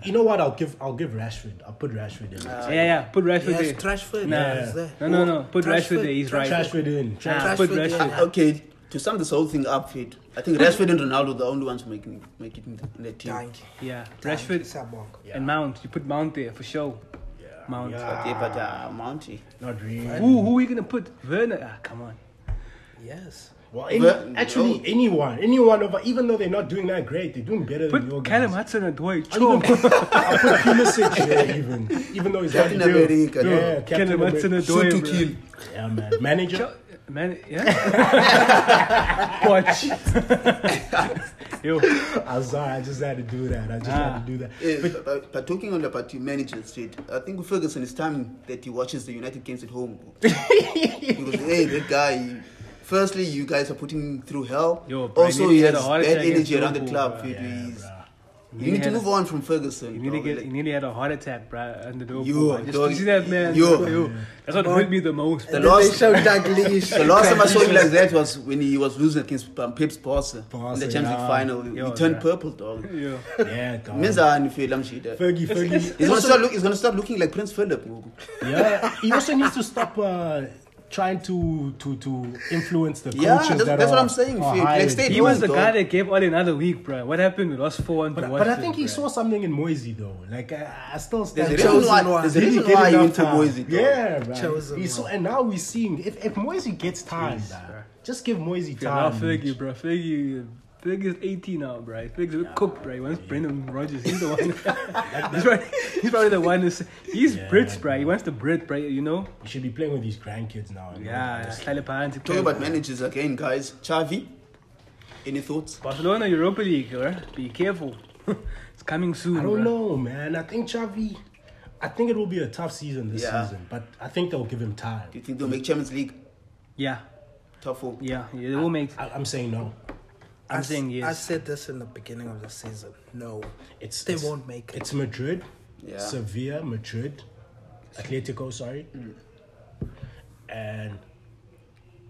You know what? I'll give I'll give Rashford. I'll put Rashford in. Yeah, yeah. Put Rashford Yes, there. Trashford. Nah. yes, there. No, no, no. Put Rashford Trashford- there. He's right. Rashford in. Nah, Trashford, put yeah. Rashford. Yeah. Okay, to sum this whole thing up, Fed, I think Rashford and Ronaldo are the only ones who make, make it in the, in the team. Thank you. Yeah, Thank you, Rashford Sabong. and Mount. You put Mount there for sure. Yeah. Mount. Yeah. Okay, but uh, Mounty. Not really. Who who are we gonna put? Werner. Ah, come on. Yes. Well, any, But- actually, no. anyone, anyone over, even though they're not doing that great, they're doing better than your Put Callum guys. Hudson Odoi. I'll even Cho. put, I'll put Pulisic there, even even though he's not Captain there. America, Yeah, no. Captain Callum America. Hudson Shoot to Odoi. kill. Yeah, man. Manager. <coughs> Cho- Man, yeah. <laughs> Watch. <laughs> Yo, I'm sorry, I just had to do that. I just Ah. had to do that. Yeah, Eh, but, but, but talking on about team managers, Fed, I think Ferguson is time that he watches the United games at <laughs> home. because, hey, that guy, firstly, you guys are putting him through hell. Yo, bro, also, he he had has a heart bad attack against energy around the Liverpool, club, bro. Fed. Yeah, he's- bro. You need to had a- move on from Ferguson. He nearly, dog, get, like- he nearly had a heart attack, bruh, under the Yo, Just dog. to see that, man. Yo. Yo, That's what hurt me the most. The bruh. Then last- they showed <laughs> Dalglish. The last time I saw him like that was when he was losing against um, Pep's Barca in Barca, the Champions League yeah. final. He Yo, turned yeah. purple, dog. Yo. Yeah, dog. Menza and Phil Shida. Fergie, Fergie. He's gonna start look. He's gonna start looking like Prince Philip. Ngoku. yeah, he also needs to stop uh, trying to to to influence the coaches. Yeah, that's- that that's are, what I'm saying, are Fede. Like, hired. stay He was the dog. guy that gave all another week, bruh. What happened? We lost 4 1 But, but I think he saw something in Moisey though. Like I, I still There's stand. a Chelsea reason why. one. There's a Did reason get why he enough went to time? Moisey. dog. Yeah, right. Chosen He saw- and now we're seeing if, if Moisey gets time, bruh, bruh. just give Moisey Now time. Fergie, bruh. Fergie. Fergie's 18 now, bruh. Fergie's a cook, bruh. He wants Brendan Rodgers. He's the one. <laughs> he's, probably, he's probably the one who's. He's Yeah. Brits, bruh. He wants the Brit, bruh. You know? He should be playing with his grandkids now. you know, Yeah, just- slightly behind the Talking curve. about managers again, guys. Xavi. Any thoughts? Barcelona Europa League, bruh. Be careful. <laughs> it's coming soon. I don't bruh. know, man. I think Xavi. I think it will be a tough season this Yeah. season, but I think they'll give him time. Do you think they'll make Champions League? Yeah, Tough four. yeah. yeah they will make. I, I'm saying no. I'm I s- saying I yes. said this in the beginning of the season. No. It's They it's- won't make it. It's Madrid, Yeah. Sevilla, Madrid, Atletico, sorry, Mm. and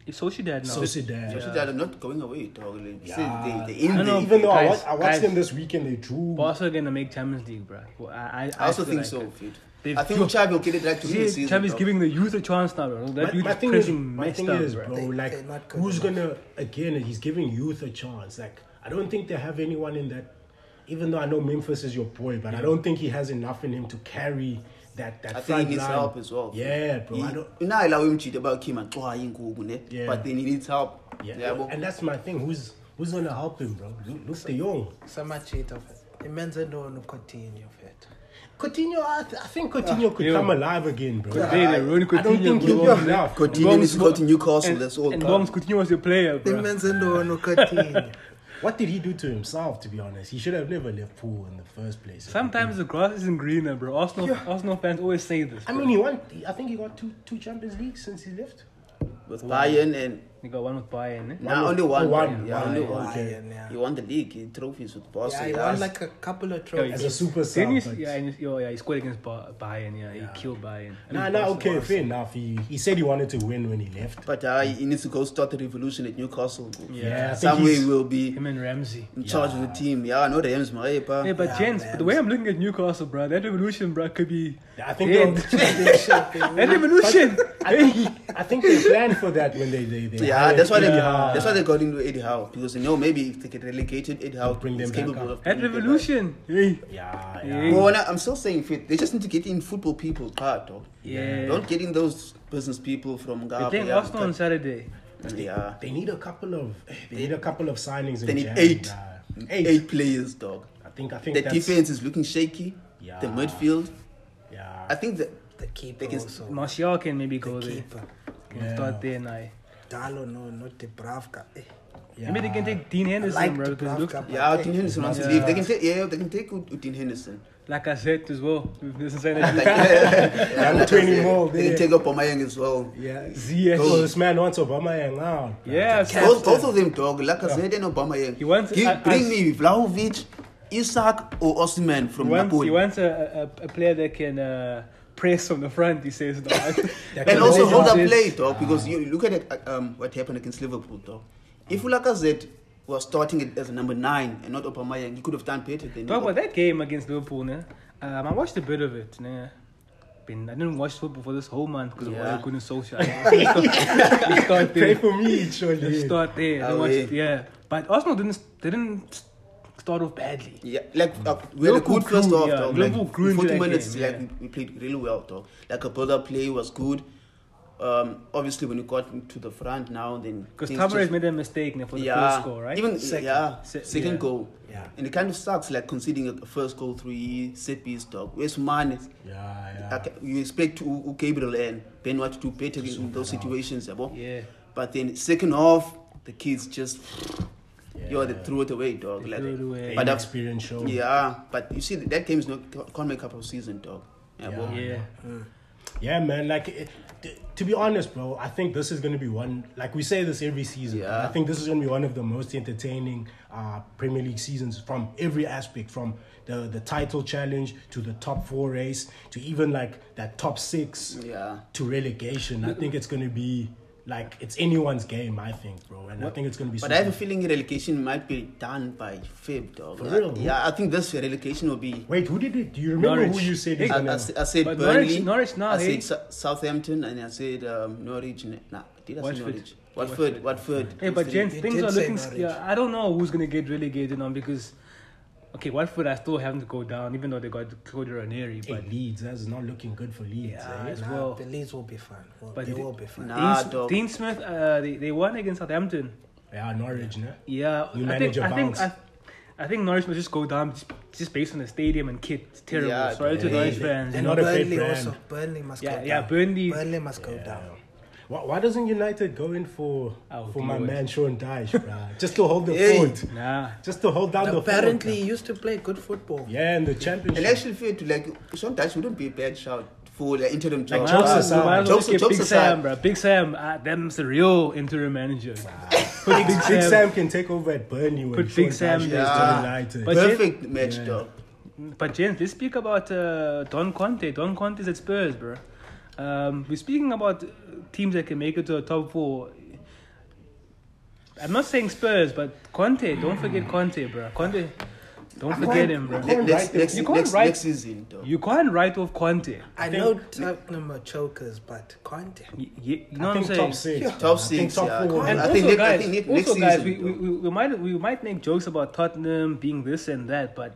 It's Sociedad now. Sociedad. Especially that are not going away, dog. Like, Yeah. see, they, they in I know, the- Even though I, guys, wa- I watched guys. them this weekend, they drew. Barca are gonna make Champions League, bro. Well, I, I, I feel also think like so, that. Fede. They've- I think Xavi will get it right to win the See, season. Xavi's dog. giving the youth a chance now, bro. That My, youth my is thing is, pressing my messed thing up, is, bro. bro, They- like they're not good who's enough. gonna again? He's giving youth a chance. Like I don't think they have anyone in that. Even though I know Memphis is your boy, but I don't think he has enough in him to carry that that I think he front needs line. help as well. Yeah, bro. I He, don't. now allow him to about Kim and Toa Ingugu, ne? Yeah. But then he needs help. Yeah, bro. and that's my thing. Who's who's gonna help him, bro? Lu- Luke de Jong. So much it of it. Immense and no continue of it. Coutinho, I, th- I think Coutinho could Yeah. come alive again, bro. They- they ruined I don't Coutinho, think he'll bro. be enough. Coutinho needs to go to Newcastle. and, that's all. And bro. Bombs Coutinho was your player, bro. Immense and <laughs> no continue. What did he do to himself? To be honest, he should have never left pool in the first place. Sometimes the grass isn't greener, bro. Arsenal, Arsenal fans always say this. I bro. mean, he won. I think he got two two Champions League since he left. with Bayern and you got one with Bayern. Eh? now only one. oh, one, Yeah, one, only yeah, one. okay. Bayern, yeah. He won the league. He trophies with Barca. Yeah, he yeah. won like a couple of trophies. As a super sub. Then but- he, yeah, and he, oh, yeah, he scored against Ba- Bayern. Yeah, he killed Bayern. I Nah, mean, nah, Barca- okay, fair enough. He, he said he wanted to win when he left. But uh, he needs to go start the revolution at Newcastle. bro. Yeah. Yeah, I think Some way he's, will be Him and Ramsey. in charge of the team. Yeah, I know the M's, my pa. Yeah, but Yeah, gents, man. the way I'm looking at Newcastle, bro, that revolution, bro, could be. I think dead. <laughs> they'll- that revolution. I think I think they planned for that when they they, they Yeah, hired that's why they Eddie Howe. that's why they got into Eddie Howe because they know maybe if they get relegated, Eddie Howe bring is them back capable up. of That bringing them back. revolution. Hey. Uh, yeah, Yeah. yeah. Well, no, I'm still saying fit. They just need to get in football people part, dog. Yeah. Don't get in those business people from They're Gab. playing Arsenal on Saturday. Yeah. They need a couple of they need a couple of signings. They in need Jan, eight. uh, Eight. eight. players, dog. I think I think The that's, defense is looking shaky. Yeah. The midfield. Yeah, I think that the keeper They can- also. Martial can maybe go The there. keeper. Can start there now. Dalo, no, not Debravka. Eh, I mean, they can take Dean I Henderson, like bro, because look, Dubravka, but Yeah, eh, Dean Henderson wants to leave. They can take yeah, they can take Ut- Utin <laughs> Henderson. like I said as well, this <laughs> is saying Like, that yeah, like I 20 said, more They can there. take up Omayang as well. Yeah. ZS. So Oh, this man wants Aubameyang out. Yeah, Cap- so Both, both of them, dog. Like I said, and Obama. He wants- Give, I- I- bring me Vlahovic, Isak, or Osman he from wants, Napoli. he wants a, a, a player that can uh, press from the front, he says. <laughs> dog. and can also always hold up assist. play, dog. Because you look at it, uh, um, what happened against Liverpool, dog. If Lacazette was starting it as a number nine and not Obamayang, he could have done better than. Talk about that game against Liverpool, nah. Um, I watched a bit of it, nah. Been, I didn't watch football for this whole month because Yeah. of Ole Gunnar <laughs> Solskjaer. <laughs> Let's start Pray there. for me, Let's surely. start there. I Ah, didn't watch it, wait. yeah. But Arsenal didn't they didn't start off badly. Yeah, like uh, we had a Liverpool good first grew, half, yeah, dog. Liverpool like, grew into 40 that minutes, game, like yeah. we, we played really well, dog. Like a build-up play was good. Um, obviously when you got to the front now, then Because things Tavares just- made a mistake now for the first goal, right? Even Second. yeah, Se- second yeah. goal. Yeah. And it kind of sucks, like conceding a- a first goal three set piece, dog. Where's Mane? Yeah, yeah. Like, you expect U- U- Gabriel and Ben White to do better in- in those situations, yeah, yeah. But then second half, the kids just yo, they threw it away, dog. They like, threw it away. But I've- experience show. yeah, but you see, that game is not can't make up a season, dog. Yeah, bro. Yeah. Yeah, man. Like, it, t- to be honest, bro, I think this is going to be one. Like we say this every season. but Yeah. I think this is going to be one of the most entertaining uh, Premier League seasons from every aspect, from the the title challenge to the top four race to even like that top six Yeah. to relegation. I think it's going to be like it's anyone's game. I think, bro, and I think it's going to be. But I have a super- feeling relegation might be done by Feb, dog. For real? Yeah, I think this relegation will be. Wait, who did it? Do you remember Norwich. who you said? Hey, is I, I gonna- s- I said But Burnley. Norwich- Norwich now, I hey? said Sou- Southampton, and I said um, Norwich. and- Nah, did I say Watford. Norwich? Watford, Watford. Hey, but Gents, gents, It things did are say looking. Norwich. Yeah, I don't know who's gonna get relegated now because, okay, Watford I still haven't go down, even though they got Claudio Ranieri. Hey, But Leeds, that's not looking good for Leeds. Yeah, eh? it's- nah, well. the Leeds will be fun. Well, But they the- will be fun. Nah, Dean, dog. Dean Smith, uh, they, they won against Southampton. yeah, Norwich, no? Yeah, New I think, manager I think bounce. I, I think Norwich must just go down just, just based on the stadium and kit. It's terrible. Yeah, Sorry to yeah. Norwich fans. They're you And know. not a great Burnley brand. also. Burnley must Yeah, go yeah, down. Burnley- Burnley must go down. Why, why doesn't United go in for Oh, for my Lord. man Sean Dyche, bruh? Just to hold the Hey. fort. Nah. Just to hold down the fort. Apparently, bruh. he used to play good football. Yeah, in the And championship. actually, feel to like sometimes wouldn't be a bad shout for the interim job. jokes Nah, aside- why don't we jokes- skip jokes Big Sam, aside. bro. Big Sam, uh, them's the real interim manager. <laughs> Big, Big Sam can take over at Burnley when Put Sean Big Sam Dyche is there. Yeah. to United. But- perfect match, dog. But James, let's speak about uh, Don Conte. Don Conte's at Spurs, bro. Um, we're speaking about teams that can make it to the top four. I'm not saying Spurs, but Conte. Don't forget Conte, bro. Conte, don't forget him, bro. Hmm. I Ne- can't next, write the- next, You can't next, write- next season, dog. You can't write off Conte. I know Tottenham are chokers, but Conte. Y- y- You know what I I'm think saying? top six. Yeah. bruh. Top I think six, top yeah. four. And I also, think ne- I guys, think ne- next also, guys, we, season, we, we, we might we might make jokes about Tottenham being this and that, but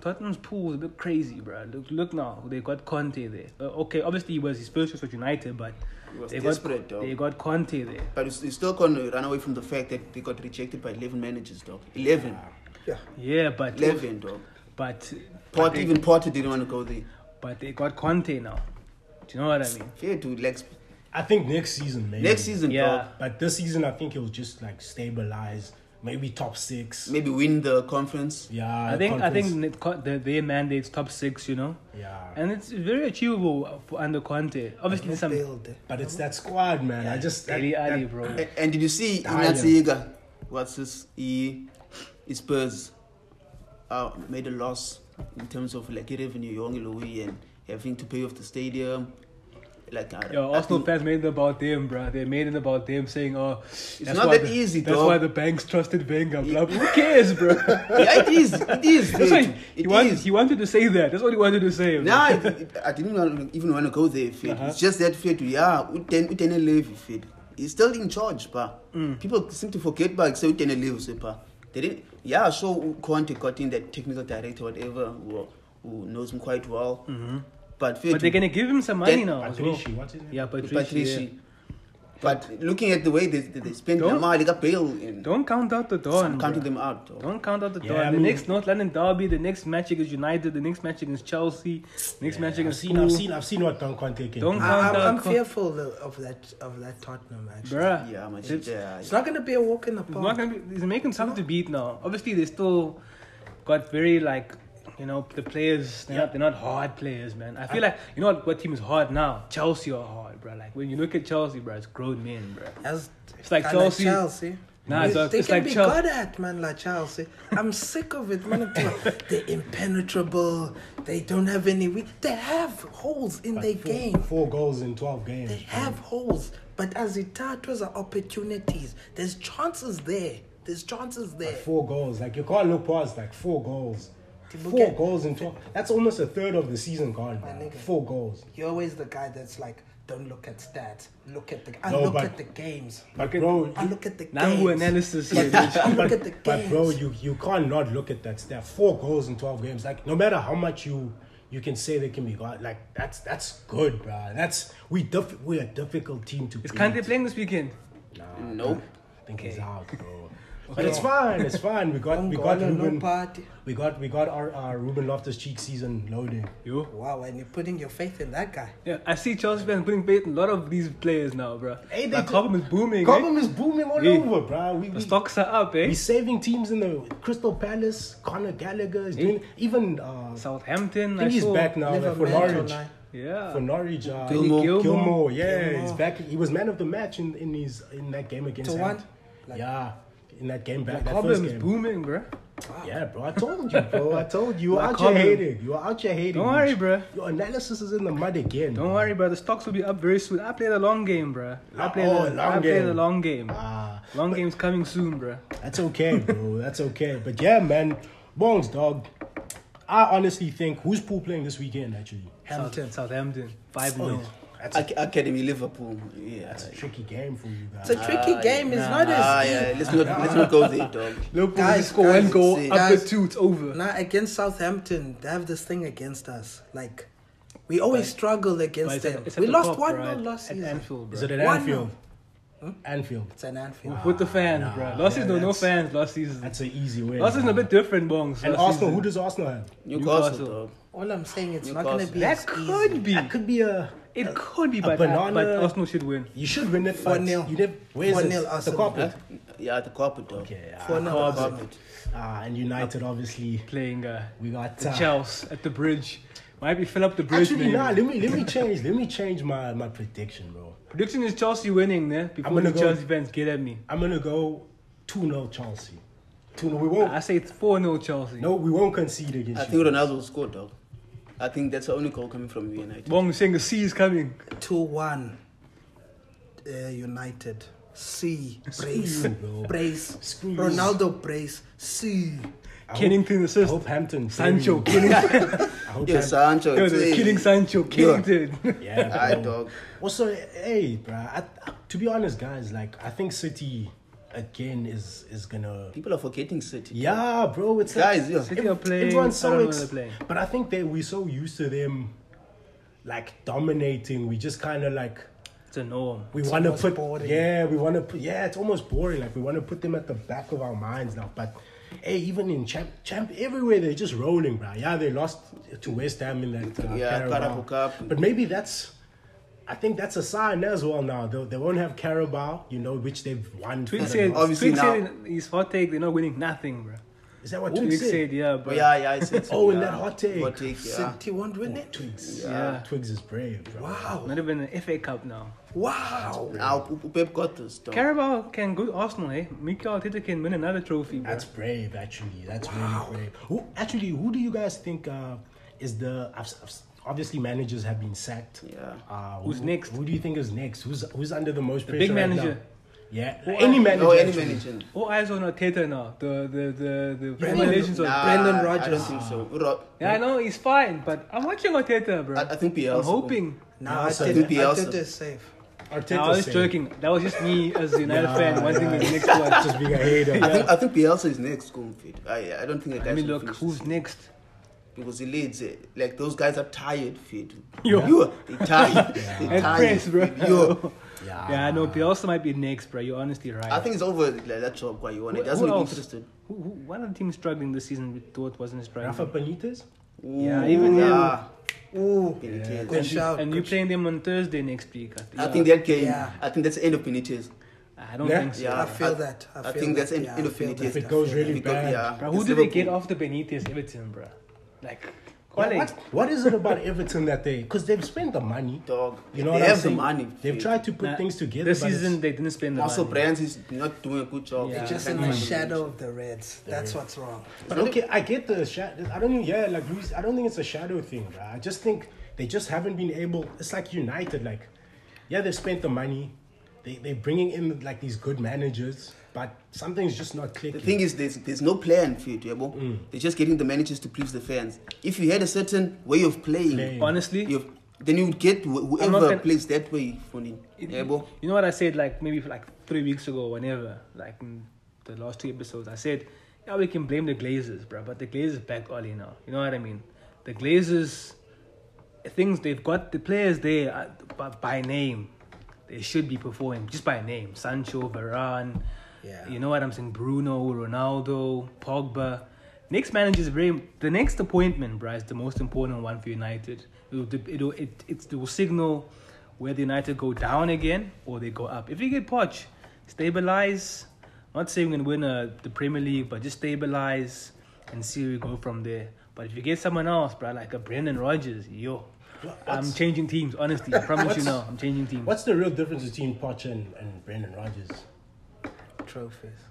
Tottenham's pool is a bit crazy, bro. Look, look now, they got Conte there. Uh, okay, obviously he was his first choice for United, but He was they got desperate, dog. they got Conte there. But it's, it's still going to run away from the fact that they got rejected by 11 managers, dog. 11. Yeah. Yeah, but 11, dog. but Port, even Porter didn't want to go there. but they got Conte now. Do you know what I mean? Fair to Lex. I think next season, maybe. Next season, Yeah. dog. But this season, I think he'll just like stabilize. Maybe top six. Maybe win the conference. Yeah. I think I conference. think net- co- the, their mandate's top six, you know, Yeah. and it's very achievable for under Conte. Obviously, some Build. But it's that squad, man. I just. that- Deli Ali, that- bro. A- And, did you see Dying. Inatsiga? What's his? He, his Spurs uh, made a loss in terms of like revenue, Yongi Louis, and having to pay off the stadium. Like, I, Yo, I Arsenal think fans made it about them, bro. They made it about them, saying, "Oh, it's not that easy, That's dog. why the banks trusted Wenger." <laughs> Blah. blah. Who cares, bro? That's yeah, it is. <laughs> It is. why Fair he, to- he it wanted, is. he wanted to say that. That's what he wanted to say. bro. <laughs> Nah, it, it, I didn't wanna, even want to go there, Fed. Uh-huh. It's just that Fed, yeah, Uten, Utene Levy, Fed. He's still in charge, pa. Mm. People seem to forget, but say Utene Levy, so, pa. They didn't, yeah, so Conte got in that technical director, whatever, who, who knows him quite well. But Fed, Mm-hmm. but they're gonna give him some money Then- now. as well. Patrici, what is it? Yeah, Patrici. Patrici, yeah. But looking at the way they they, they spent Don't- Lamar, they got Bale and Don't count out the door. I'm counting them out. dog. Don't count out the door. Yeah, I the mean- next North London derby, the next match against United, the next match against Chelsea, next match I've against seen, I've seen, I've seen what Don Conte can Don do. Conte- I, I'm, I'm Conte- fearful tho- of that of that Tottenham actually. Bruh. Yeah, my shit. It's- Yeah, It's not going to be a walk in the It's not park. gonna be. It's making tough to beat now. Obviously, they still got very like, you know, the players. They're not. They're not hard players, man. I feel like you know what, what team is hard now. Chelsea are hard, bro. Like when you look at Chelsea, bro, it's grown men, bro. As It's like kinda Chelsea. Chelsea. Nah, they, dog, they it's can like be Chel- good at man like Chelsea. I'm sick of it, man. <laughs> They're impenetrable. They don't have any. We- they have holes in their Four- game. Four goals in 12 games. They have holes, but as it tattoos are opportunities. There's chances there. There's chances there. Four goals. Like, you can't look past, like, four goals. People Four get- goals in 12. That's almost a third of the season gone, bro. nigga. Four goals. You're always the guy that's like, don't look at stats. Look at the. I No, look but- at the games. But, bro, you- I look at the Nangu games. analysis <laughs> here, bitch. I <laughs> look at the but games. bro, you, you can't not look at that stat. Four goals in twelve games. Like no matter how much you you can say they can be got, like that's that's good, bro. That's we diff- we're a difficult team to. Is beat. Kante playing this weekend? Nope. I think he's out, <laughs> bro. But it's fine. It's fine. We got Don't we go got on a low Ruben. party. We got we got our, our Ruben Loftus Cheek season loaded. You. Wow, and you're putting your faith in that guy. Yeah, I see Chelsea fans putting faith in a lot of these players now, bro. Hey, Hey, they the do- problem is booming. Cobham eh? is booming all Yeah. over, bro. We, we, The stocks are up, eh? we saving teams in the Crystal Palace. Conor Gallagher is doing even. Uh, Southampton. I I think he's saw. back now Never like, for met or Norwich. lie. Yeah. For Norwich, uh, Gilmore. Gilmore. Gilmore. yeah, Gilmore. he's back. He was man of the match in, in his in that game against. To Hand. one? Like- yeah, in that game back. The That first problem is game. booming, bro. Yeah, bro, I told you, bro. I told you. <laughs> You Like out here Cobham. hating. You are out here hating. Don't worry, Mitch. bro. Your analysis is in the mud again. Don't worry, bro. The stocks will be up very soon. I play the long game, bro. I play Oh, the long I play the game. long game. Ah, long game's coming soon, bro. That's okay, bro. That's okay. But yeah, man, Bongs, dog. I honestly think who's pool playing this weekend actually. Oh, Hampton. South, Southampton, five 0 That's a, Ac- Academy Liverpool. Yeah. that's a tricky game for you guys. It's a tricky game. It's not as. Ah, yeah. Let's not let's not go there, dog. Liverpool Guys, just score guys, one goal, it's- up the guys. two, it's over. Now against Southampton, they have this thing against us. Like, we always struggle But against it's at- them. it's at we the lost Kop, one bro, nil at- last at season. Anfield, bro. Is it at One Hmm? Anfield? nil. Anfield. It's an Anfield. With the fans, nah, bro. Last yeah, season, no that's- fans last season. That's an easy win. Last season, a bro. bit different, Bongs. And last Arsenal, season. who does Arsenal have? Newcastle. Newcastle, dog. All I'm saying, it's not going Newcastle. to be as That easy. could be. That could be a. It could be, a but, banana- but Arsenal should win. You should win it. Four but nil. You never. Where's Four it? nil the Arsenal. carpet? Huh? Yeah, the carpet, dog. Okay. Four ah, nil Arsenal. Ah, and United obviously. Playing uh, We got. the uh, Chelsea at the bridge. Might be fill up the bridge, Actually, maybe. nah. Let me let me change. Let me change my my prediction, bro. Prediction is Chelsea winning, there Before gonna the go- Chelsea fans get at me. I'm gonna go two 0 Chelsea. Two 0 We won't. I say it's 4 0 Chelsea. No, we won't concede against I you. think Ronaldo will score, dog. I think that's the only goal coming from United. Bong is saying a C is coming. Two one. Uh, United. C. Brace. you, bro. Brace. Screw you. Ronaldo brace. C. I hope- Kennington I assist. hope Hampton. Sancho bury killing, <laughs> you. I hope Mm. Yeah, Ham- Sancho. yo, it's they're it. killing Sancho, Kennington. Yeah, Aye, bro. dog. Also, hey, bruh, I, I- to be honest, guys, like I think City again is is gonna. People are forgetting City. Yeah, bro, it's Guys, like, yeah. City are playing, Everyone's I so don't know ex- they're playing. but I think they we're so used to them, like dominating. We just kind of like It's a <laughs> norm. we want to almost put boring. yeah we want to put yeah it's almost boring like we want to put them at the back of our minds now but hey even in champ champ everywhere they're just rolling bro yeah they lost to west ham in that uh, Yeah, carabao. Carabao Cup. but maybe that's i think that's a sign as well now they, they won't have carabao you know which they've won Twig for them. said, Obviously Twig said now- in his hot take, they're not winning nothing, bro. is that what Twig twigs said said, yeah, bro. But yeah, yeah, I said. Oh, in yeah. that hot take. Hot take, yeah. City won't win it. twigs Yeah. twigs is brave bro Wow. Not even an FA Cup now. Wow. Now P- P- Pep got this, dog. Carabao can go to Arsenal, eh? Mikel Arteta can win another trophy, bro. That's brave, actually. That's really brave. Who, actually, who do you guys think uh, is the? I've, I've- obviously, managers have been sacked. Yeah. Uh, Who's who, next? Who do you think is next? Who's who's under the most pressure? big right manager. now? yeah, any manager. No, any actually. manager. All eyes on Arteta now. The the the, the Brendan- formulations are. Nah, Brendan I Rodgers. don't think so. Ro- Yeah, I know he's fine, but I'm watching Arteta, bro. I, I think Bielsa. I'm hoping. Now Yeah, I so think it'll be I awesome. think it's safe. Arteta's Nah, I was saying- joking. That was just me as a United Nah, fan wanting yeah. the next <laughs> one. Just being a hater. I think I think Bielsa is next, Kumfit. I I don't think the guys. I mean, will look, finish who's this. next? because he leads eh, it. Like those guys are tired, fit. Yo. <laughs> Yo, they tired, they And tired. <laughs> press, bro. Yo, Yeah, no, Bielsa might be next, bro. You're honestly right. I think it's over like, that job. Why you want Who- it? Doesn't who look else? interested. Who, who, one of the teams struggling this season we thought wasn't struggling. Rafa Benitez? Yeah, even him. yeah. Ooh, Benitez. good shout. and you're playing them on Thursday next week. I think. I think that game. Yeah. I think that's the end of Benitez. I don't Yeah. think so. Yeah. I feel I- that. I, I feel think that. that's in- yeah, I in the feel finities. that, If I it goes feel really Because- bad. yeah, Bro, who it's do they Liverpool. get after Benitez Everton, bro? Like, Yeah, quality. what, what is it about Everton that they? Because they've spent the money. Dog. You know they what have I'm saying? the money. They've tried to put Nah, things together. This but it's- season they didn't spend the Also, money. Brands is not doing a good job. Yeah. that. Just Can't in the find a shadow of the Reds. That's what's wrong. But okay, I get the shadow. I don't even, yeah, like Luis, I don't think it's a shadow thing, bro. I just think they just haven't been able. It's like United, like, yeah, they've spent the money. They, they're bringing in, like, these good managers, but something's just not The clicking. thing is, there's, there's no plan for it, Yebo. They're just getting the managers to please the fans. If you had a certain way of playing, Playing. Honestly, you've- then you would get wh- whoever gonna- plays that way, Funny. Yebo. You know what I said like maybe like three weeks ago, or whenever, like in the last two episodes, I said, yeah, we can blame the Glazers, bro, but the Glazers back early now. You know what I mean? The Glazers, things they've got the players there, uh, but by name, they should be performing just by name. Sancho, Varane, Yeah. you know what I'm saying? Bruno, Ronaldo, Pogba. Next manager is very the next appointment, bro, is the most important one for United. It'll, de- it'll it it's, it will signal whether United go down again or they go up. If you get Poch, stabilize. Not saying we're gonna win uh, the Premier League, but just stabilize and see where we go from there. But if you get someone else, bro, like a Brendan Rodgers, yo, I'm changing teams. Honestly, I promise you What's- now, I'm changing teams. What's the real difference between Poch and, and Brendan Rodgers? Trophies.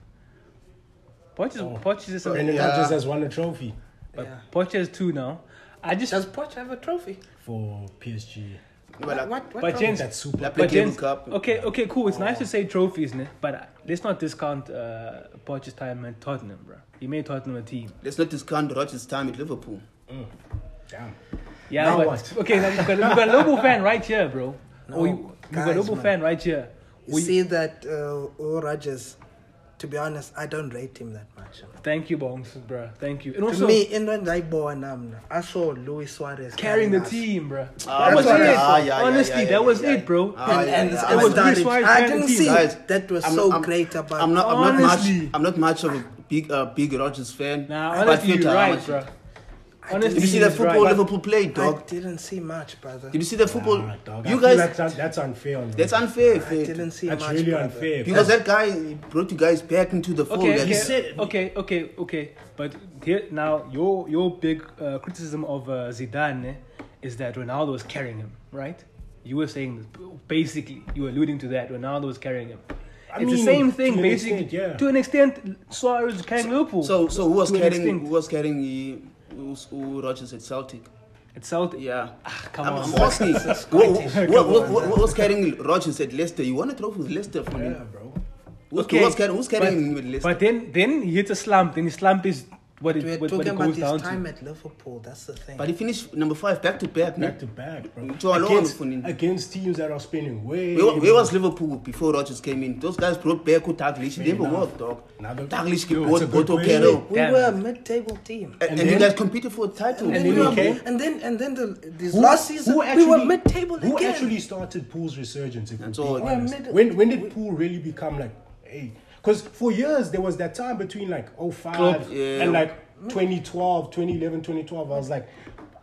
Poch Oh. is Poch is just a, Brendan Yeah. Rodgers has won a trophy but Yeah. Poch has two now. I just Does Poch have a trophy? for PSG. But like, what? what But trophy? Jens, That's super. Like- but Play Jens, Game Cup. Oh. okay, okay, cool. It's nice to say trophies, ne? but uh, let's not discount uh, Poch's time at Tottenham, bro. He made Tottenham a team. let's not discount Rodgers' time at Liverpool. Damn. Yeah, Now but what? <laughs> okay, now we've got, we've got a Lobo fan right here, bro. No, oh, you, we've got a guys, Lobo man. fan right here. You We, see that uh, Will Rogers, to be honest, I don't rate him that much. thank you, Bongs, bro. Thank you. And to also me, in when I born, um, I saw Luis Suarez carrying the us. team, bro. Ah, that was that's what I it. saw. Ah, yeah, yeah, Honestly, yeah, yeah, that was yeah. it, bro. Ah, And, and yeah, it's- yeah, it I was know. that, Luis Suarez I carrying didn't the team. see Guys, that was I'm- so I'm- great about. I'm not, I'm not Honestly. much. I'm not much of a big, uh, big Rodgers fan. Nah, but honestly, Peter, you're how right, much- bro. didn't- Honestly, Did you see he's that football right. Liverpool played, I dog? didn't see much, brother. Did you see that football? Nah, dog, I you feel guys, that's, un- that's unfair. on that's Rodgers. unfair. I Faith. didn't see That's much. really brother. unfair. Because that guy brought you guys back into the fold. Okay, like- okay, said- okay, okay, okay. But here now, your your big uh, criticism of uh, Zidane eh, is that Ronaldo was carrying him, right? You were saying this, basically you were alluding to that Ronaldo was carrying him. I it's the mean, same to thing, an basically. extent, yeah. To an extent, Suarez was carrying Liverpool. So, so who was to an carrying? extent. Who was carrying? uh, Who, was- who Rodgers at Celtic? it's South. Yeah. Ah, come I'm, on. I'm asking. who, who, who, who, who was carrying Rodgers at Leicester? You won a trophy with Leicester for me. Yeah, bro. Who's, Okay, who was carrying? Who's carrying him with Leicester? But then, then he hits a slump. Then his slump is what it, We're what, what talking it about goes down his to. time at Liverpool. That's the thing. But he finished number five back to back. Back man. to back, bro. To alone, Against, Funin. against teams that are spending way. Where, where more. was Liverpool before Rodgers came in? Those guys brought back with Taglish. They were enough. what, dog? Now the- Taglish Yo, it's a bought good Boto question. Carroll. we Damn. were a mid-table team. And, and, And you then- guys competed for a title. And then we were, we came- and then and then the, this last season we were mid-table who again. actually started Pool's resurgence? If That's we're all. being We're honest? mid- when when did Pool really become like, hey? Because for years there was that time between like 05 Klopp, yeah. and like 2012, 2011, 2012. I was like,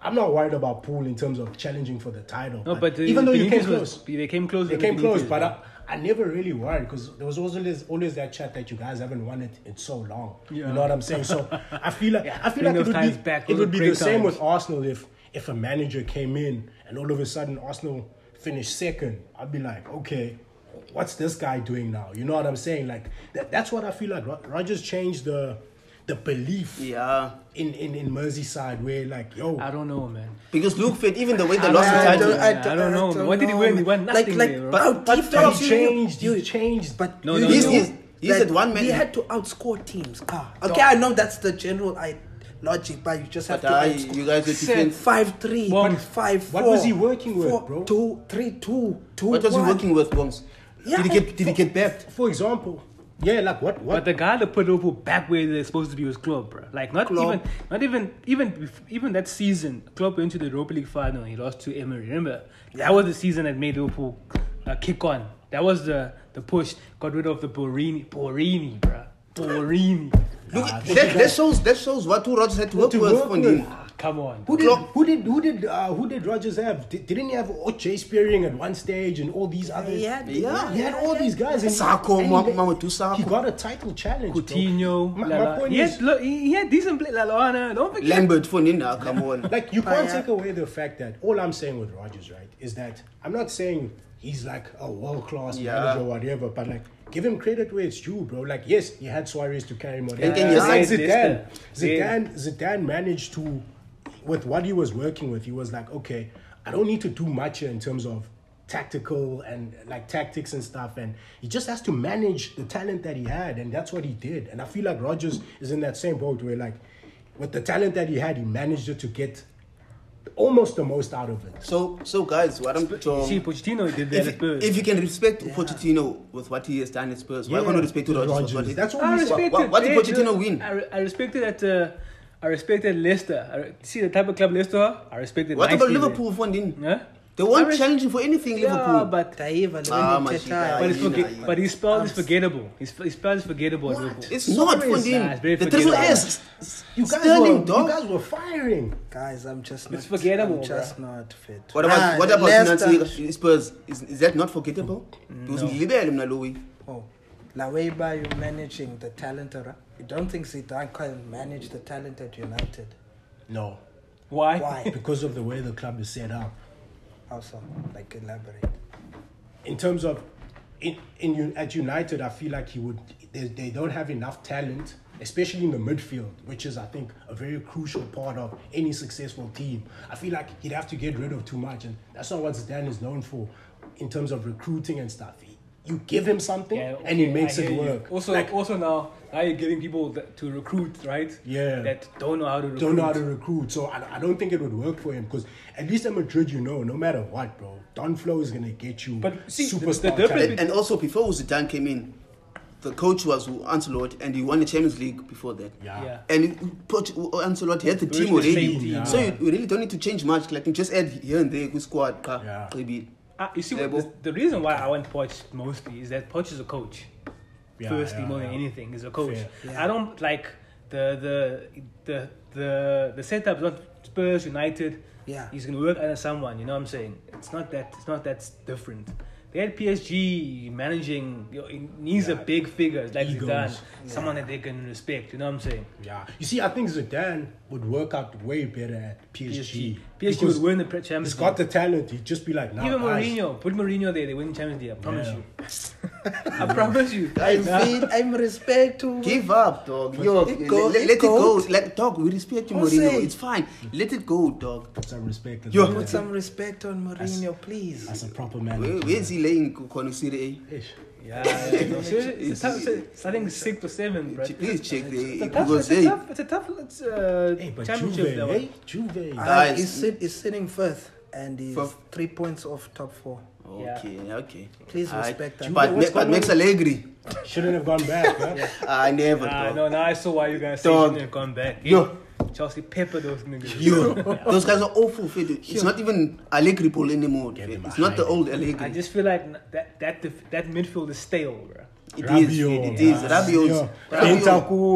I'm not worried about Pool in terms of challenging for the title. No, but, uh, even though you Benitez came was- close, they came close. they with came close. Benitez, But bro. I, I never really worried because there was always always that chat that you guys haven't won it in so long. Yeah. You know what I'm <laughs> saying? So I feel like I feel bring those like it would times be, back. it Those would are be great the same times. with Arsenal if if a manager came in and all of a sudden Arsenal finished second, I'd be like, okay, what's this guy doing now? You know what I'm saying? Like that, that's what I feel like. Ro- Rogers changed the the belief Yeah. in, in in Merseyside where like yo. I don't know, man. Because Luke Fett, even the way they I lost the don't- I title. don't- I don't know, man. What did he win? He won man. nothing Like, there, like bro. our But defense, He he you- changed. He changed. But No, you no, knew He's- he's- he's that at one man- We had to outscore teams. Ah, okay, I know that's the general I, logic, but you just have But to I, outscore. you guys were Said- defense. Five three, But five what four, was he working with, four, bro? Two, three, two, two. What was he one. working with, Bongs? Yeah, did he get? Did he get back? For example, yeah, like what what But the guy that put Liverpool back where they're supposed to be was Klopp, bro. Like not Klopp. even, not even, even, bef- even that season, Klopp went to the Europa League final. He lost to Emery. Remember, that was the season that made Liverpool uh, kick on. That was the the push. Got rid of the Borini, Borini, bruh. Borini. Look, Ah, that, that shows that shows what two Rodgers had to work to with. work Fundi. with. Ah, Come on. Who did, Klopp. who did who did uh, who did Rogers have? Did, didn't he have Oche Spearing at one stage and all these other? Yeah, Yeah. he had all these guys. And Sako, and Ma- he- Mamadou Sakho. He got a title challenge. bro. Coutinho. My- Lala- my point he, is- had, look, he he had decent play, Lalana. Don't forget. Lambert for Nina, come <laughs> on. Like you But, can't uh, take away the fact that all I'm saying with Rogers, right, is that I'm not saying he's like a world class Yeah. manager or whatever, but like give him credit where it's due, bro. Like yes, he had Suarez to carry him on. And can you Just like say Zidane, this then? Yeah. Zidane, Zidane managed to, with what he was working with, he was like, okay, I don't need to do much here in terms of tactical and like tactics and stuff and he just has to manage the talent that he had and that's what he did and i feel like rogers is in that same boat where like with the talent that he had he managed to get almost the most out of it so, so guys, what I'm so, See, Pochettino did that if, at Spurs. if you can respect Pochettino with what he has done at Spurs, why can't you respect Rodgers? with what he- Ah, that's what I we respected. said. what- what did Leicester. Pochettino win? I, re- I respected that. Uh, I respected Leicester. I re- see the type of club Leicester. are? I respected. What about nicely there. Liverpool, Fondin? Huh? They weren't I res- challenging for anything, Yeah, Liverpool. but Daiva, Ah, Leroy Mashika, but Teta. his, Aina, forget- Aina. but his spell is forgettable. His, his spell is forgettable. at What? Liverpool. it's Sorry, not, nah, it's Fondin. very the truth forgettable. is, s- you guys Sterling, were, dog. you guys were firing Guys, I'm just not. It's forgettable, I'm bruh. just not fit. What about Ah, what about Leicester- Nancy Spurs? Is, is that not forgettable? It was Libel Mnalowi. Oh, La Weba, you're managing the talent. Around. You don't think Zidane can manage the talent at United? no Why? Why? because of the way the club is set up Also, like elaborate. in terms of in, in Un- at United, I feel like he would they, they don't have enough talent, especially in the midfield, which is I think a very crucial part of any successful team. I feel like he'd have to get rid of too much, and that's not what Zidane is known for in terms of recruiting and stuff. He, you give him something, Yeah, and he okay, makes I it hear you. work. Also, Like, also now, now you're giving people that, to recruit, right? Yeah. That don't know how to recruit. don't know how to recruit. So I, I don't think it would work for him because at least at Madrid, you know, no matter what, bro, Don Flo is gonna get you But see, the- the superstar difference talent. And, and also before Zidane came in, the coach was Ancelotti, and he won the Champions League before that. Yeah. Yeah. And coach Ancelotti had the Very team already, same team, so you, yeah. you really don't need to change much. Like you just add here and there, good squad, ka, Yeah. maybe. Ah, you see, what, Level. the, the reason why I want Poch mostly is that Poch is a coach. Yeah, Firstly, yeah, more than yeah. anything, is a coach. Fair. Yeah. I don't like the the the the the setups. Not Spurs, United. Yeah. he's gonna work under someone. You know what I'm saying? It's not that. It's not that different. They had PSG managing. You know, it needs a Yeah. big figures like Egos. Zidane, someone that they can respect. You know what I'm saying? Yeah, you see, I think Zidane would work out way better at PSG. PSG, PSG Because would win the pre- Champions He's League. got the talent. He'd just be like, nah, Even guys, Mourinho, put Mourinho there, they win Champions League. I promise Yeah. you. I promise you. I Nah. feel- I'm respectful. Give up, dog. Yo, it let, go- let it it go. goes. Like, dog, we respect you, Jose. Mourinho. It's fine. Let it go, dog. put some respect. in Yo. the- Put some respect on Mourinho, please. That's a proper Where, man. where is he laying Konusire? Yeah, no, seriously, it's a tough, it's, I think six to seven, bro. It's Please check the a tough, it's Google's a day. tough, it's a tough it's, uh, Hey, but championship. Juve, Though. hey, Juve. Ah, Guys. he's, sit, he's sitting fifth and he's Fifth. three points off top four. Okay, okay. Please Aight. respect that. But, What's ne- but going makes on? Allegri. Shouldn't have gone back, huh? I never, Ah, dog. no, now I saw why you guys say Dog. shouldn't have gone back. eh? Yo. Chelsea pepper those niggas. Yo, <laughs> those guys are awful. Fede. It's not even Allegri Paul anymore. Give Fede. him a It's not the hiding. old I Allegri. just feel like n- that that def- that midfield is stale, bro. It is. Rabiot, Fede, It is. man. Rabiot's. Yo, ah. Rabiot.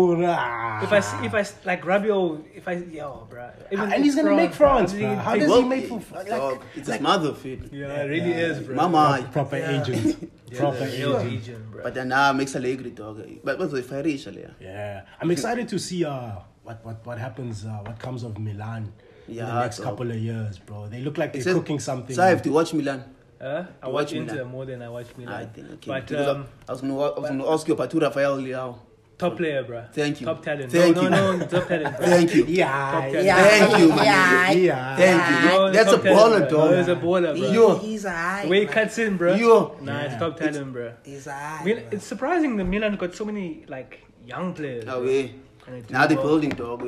Bentancur, If I see, if I s- like Rabiot, if I yo, bro, and he's gonna make France, Yeah, man. How does he Well, make for like dog, It's his mother, Fede. it really is, bro. Mama. proper agent? <laughs> yeah, proper the real agent. agent, bro. But then nah, makes Allegri, dog. But what's the fire is, Alea? Yeah, I'm excited to see uh what what what happens, uh, what comes of Milan in the Yeah, next dog. couple of years, bro. They look like they're Except- cooking something. So I have to watch Milan. Huh? I You watch watch Inter Milan? more than I watch Milan. I think, okay. But Because I- um, I was going to ask you about two Rafael <laughs> Leao. top player, bro. Thank you. Top talent. Thank no, you. no, no, top talent. Bro. <laughs> Thank you. yeah, Top yeah, Thank you, man. yeah. Thank you. No, That's top a talent, baller, bro. dog. No, He's a baller, bro. Yeah. Yo. He's a high. The way he man. cuts in, bro. Yo. Nah, it's top talent, bro. He's a high. Mil- man. it's surprising that Milan got so many like young players. No bro. way. And they do Now the well. building dog,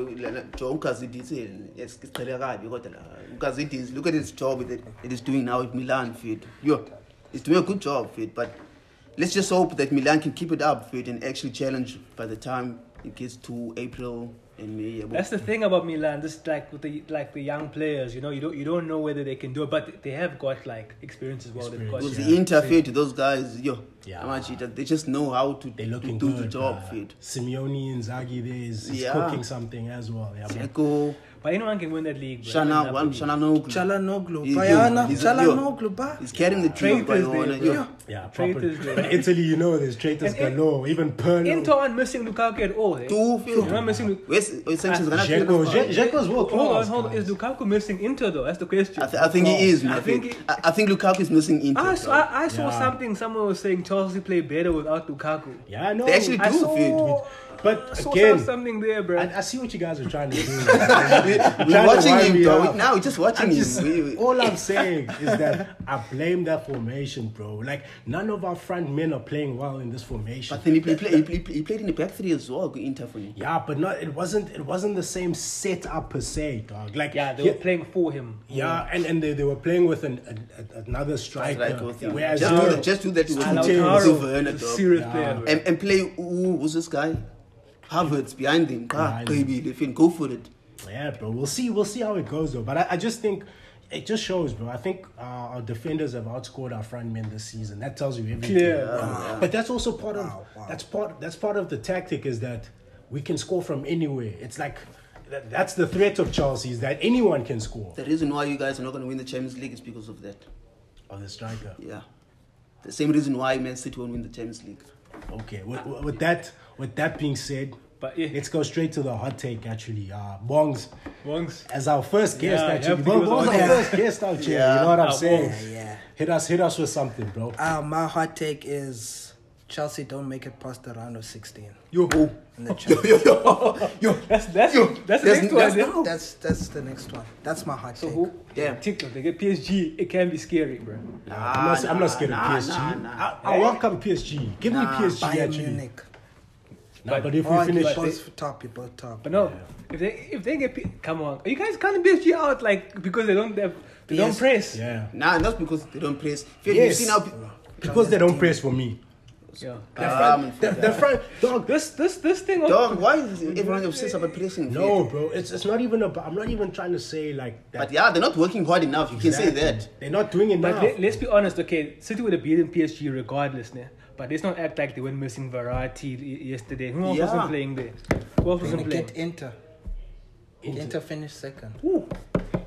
Joe Ukazidis, eh, yes, Kabi got uh, Ukazidis. Look at his job that it is doing now at Milan, Fit. Yo, it's doing a good job, Fit. But let's just hope that Milan can keep it up, Fit, and actually challenge by the time it gets to April, And me, yeah, but That's the thing about Milan. Just like with the like the young players, you know, you don't you don't know whether they can do it, but they have got like experience as well. They've got it was Experience. the yeah. interface to those guys, yo. Yeah. How much it- they just know how to, They're to looking do good. the job, bruh. fit. Simeone Inzaghi there is, is Yeah. cooking something as well. Yeah, but Echo, But anyone can win that league. bro. Shana, Even one Napoli. Shana Noglu. Chalanoglu. He's- Bayana. he's- Chalanoglu. Ba. He's carrying the trio, Traitors by the there, honor, bro. yo. yeah, proper. Traitors there. In <laughs> Italy, you know, there's traitors And in- galore. Even Perlo. Inter aren't missing Lukaku at all. Eh? Two You're not missing. Lu- Where's where's Ah, Sanchez gonna play Dzeko- this Dze- part? Dzeko's world Hold on, class, hold on. Is guys. Lukaku missing Inter though? That's the question. I, th- I think he is, I man. I think think, he- I, I think Lukaku is missing Inter. I, bro. saw, <laughs> I, I saw Yeah. something. Someone was saying Chelsea play better without Lukaku. Yeah, I know. They actually I do, saw, fit. But I saw again- uh, something there, bro. I, I see what you guys are trying to do. <laughs> We're We're watching him, bro. We- Now we're just watching him. Just- We- we- all I'm saying is that I blame that formation, bro. Like none of our front men are playing well in this formation. But then he, play, he, play, he played in the back three as well, good Inter for me. yeah, but not it wasn't it wasn't the same setup per se, dog. Like yeah, they he- were playing for him. yeah, and, and they, they were playing with an, a, a, another striker. Like, with him. whereas just, you- do that, just do that. with And Two Thiago Lautaro, Silva, Werner, is a dog. serious Yeah. player, bro. and, and play, ooh, who's this guy? Havertz behind him. Ah, Behind him. baby, they fin- go for it. Yeah, bro. We'll see. We'll see how it goes, though. But I, I just think it just shows, bro. I think uh, our defenders have outscored our front men this season. That tells you everything. Yeah. bro. But that's also part of that's part that's part of the tactic is that we can score from anywhere. It's like that, that's the threat of Chelsea is that anyone can score. The reason why you guys are not going to win the Champions League is because of that. On Oh, the striker. Yeah. The same reason why Man City won't win the Champions League. Okay. With, with with that with that being said, But yeah. let's go straight to the hot take. Actually, uh, Bongs. Wongs. As our first guest, Yeah, actually, have to give us Bong was a our hot first guest out here. Yeah. You know what I'm Ah, saying? Bongs. Yeah. Hit us, hit us with something, bro. Uh, my hot take is Chelsea don't make it past the round of 16. Yo, yo, in the Champions <laughs> yo, yo, yo. That's that's Yo, that's the that's- next one. that's yeah. now. That's that's the next one. That's my hot So take. who? Damn. TikTok. They get PSG. It can be scary, bro. Nah, I'm not, nah, I'm not scared of nah, PSG. nah, nah. Eh? I, I welcome PSG. Give Nah, me PSG Ah, Bayern actually. Munich. Nah, but, if Oh, we you finish, both top. You both top. But no, if they if they get P- come on, are you guys counting PSG out like because they don't have, they don't Yes. press. yeah, Nah, that's because they don't press. Fit, yes, You've seen how. pe- because they don't press for me. Yeah. Um, The, the front dog. This this this thing. of- Dog, why is everyone obsessed about pressing? No, Fit? bro, it's it's not even about. I'm not even trying to say like that. But yeah, they're not working hard enough. You can say that. They're not doing But enough. let, us be honest, okay, City would have beaten PSG regardless, ne? But let's not act like they weren't missing variety y- yesterday. Who else Yeah. wasn't playing there? Who else We're wasn't gonna playing? get Inter. Inter, finished second. Ooh.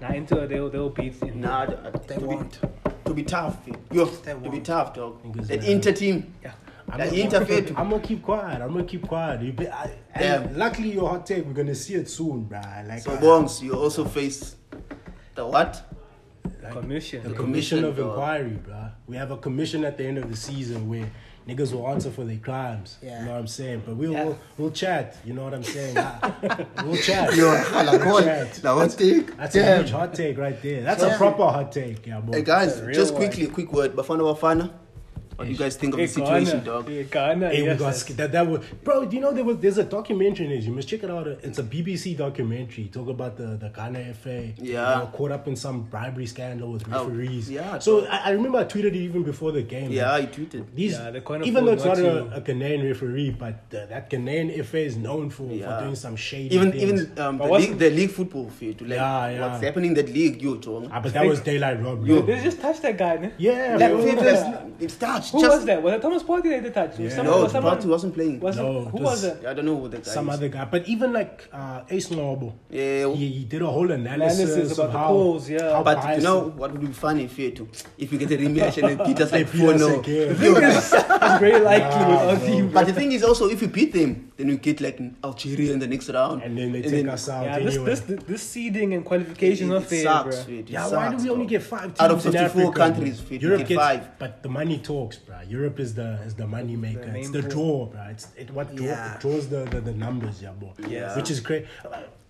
Nah, Inter, they'll, they'll beat. Inter. Nah, d- uh, They to won't. Be, to be tough, Fit. Yo, They to be won't. tough, dog. Because, That uh, Inter team. Yeah. I'm That gonna- Inter Fit. I'm gonna keep quiet. I'm gonna keep quiet. You be, I, and Damn. luckily, your hot take. We're gonna see it soon, bruh. Like So, uh, Bongs, you also face the <laughs> what? Commission. The The commission commission, of dog. inquiry, bruh. We have a commission at the end of the season where niggas will answer for their crimes. Yeah. You know what I'm saying? But we'll Yeah. we'll, we'll chat. You know what I'm saying? <laughs> we'll chat. Yo, Chat. now one thing. That's a huge hot take right there. That's a Yeah. proper hot take, yeah, boy. Hey guys, It's a real just one. quickly, a quick word. Bafana Bafana, what do you guys think of Hey, the situation, Ghana. dog? Hey, Ghana, Hey, we yes, got yes. sk- that. That was, bro. Do you know there was there's a documentary on it. You must check it out. It's a BBC documentary. Talk about the the Ghana FA. you Yeah. know, caught up in some bribery scandal with Oh, referees. yeah, So I, I remember I tweeted it even before the game. Yeah, man. I tweeted. These, Yeah, they can't even though it's afford not not a, a Ghanaian referee, but uh, that Ghanaian FA is known for, Yeah. for doing some shady Even things. even um, But the, what's- league, the league football field, like Yeah, yeah. what's happening in that league, yo, Chong. ah, but that was daylight robbery. They just touched that guy, ne? Yeah, Like bro. people, it's- it's touched. Who just, was that? Was it Thomas Partey that they touched? Was Yeah. someone- No, was someone- Party wasn't playing. was it- No, who it was was- <laughs> it? I don't know what the guy. some is. other guy. But even like uh, Ace Noble, Yeah. he, he did a whole analysis, Analysis of about the how, polls, yeah. how But you biased- know what would be funny if you to if you get a rematch and they beat <laughs> us They like beat four us no. again. <laughs> It's very likely Nah, without bro. him. But the thing is also if you beat them, then you get like Algeria in the next round. and then they take us out Yeah, this, anyway. this, this, seeding and qualification it, not it fair, sucks, bro. fit, it yeah, why sucks, do we only dog. get five teams Out of in 54 Africa, countries, bro? fit, we Europe get gets five. but the money talks, bro. Europe is the is the money maker. main it's the draw. draw, bro. It's it what draw, Yeah. it draws the, the the numbers, yeah, bro. Yeah. which is great.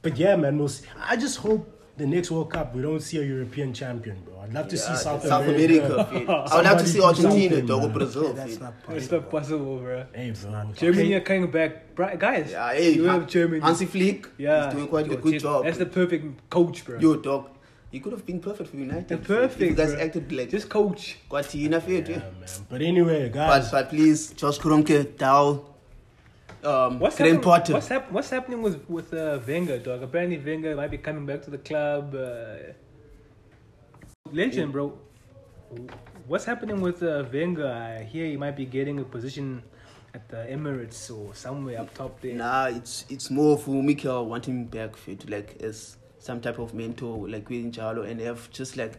But yeah, man, we'll see. I just hope the next World Cup we don't see a European champion, bro. I'd love to see Yeah, <laughs> South, South America. America. <laughs> fit. I would like to see Somebody do Argentina, something, dog, or man. Brazil. That's fit. not It's possible. not possible, bro. Hey, bro. Germany are coming back, bri- guys. Yeah, hey, you Han- have Germany. Hansi Flick yeah, is doing quite Yo, a good Tito, job. That's the perfect coach, bro. Yo, dog, he could have been perfect for United. the fit, If you perfect. guys bro. acted like just coach. Guatina fit, yeah. Yeah, man. But anyway, But, guys, but please, Josh Kronke, Dow, um, What's Graham happen- Potter. What's, hap- what's happening with with uh, Wenger, dog? Apparently, Wenger might be coming back to the club. Uh, legend, bro. What's happening with uh, Wenger? I hear he might be getting a position at the Emirates or somewhere up top there. Nah, it's it's more for Mikel wanting back fit like as some type of mentor like with Jalo and have just like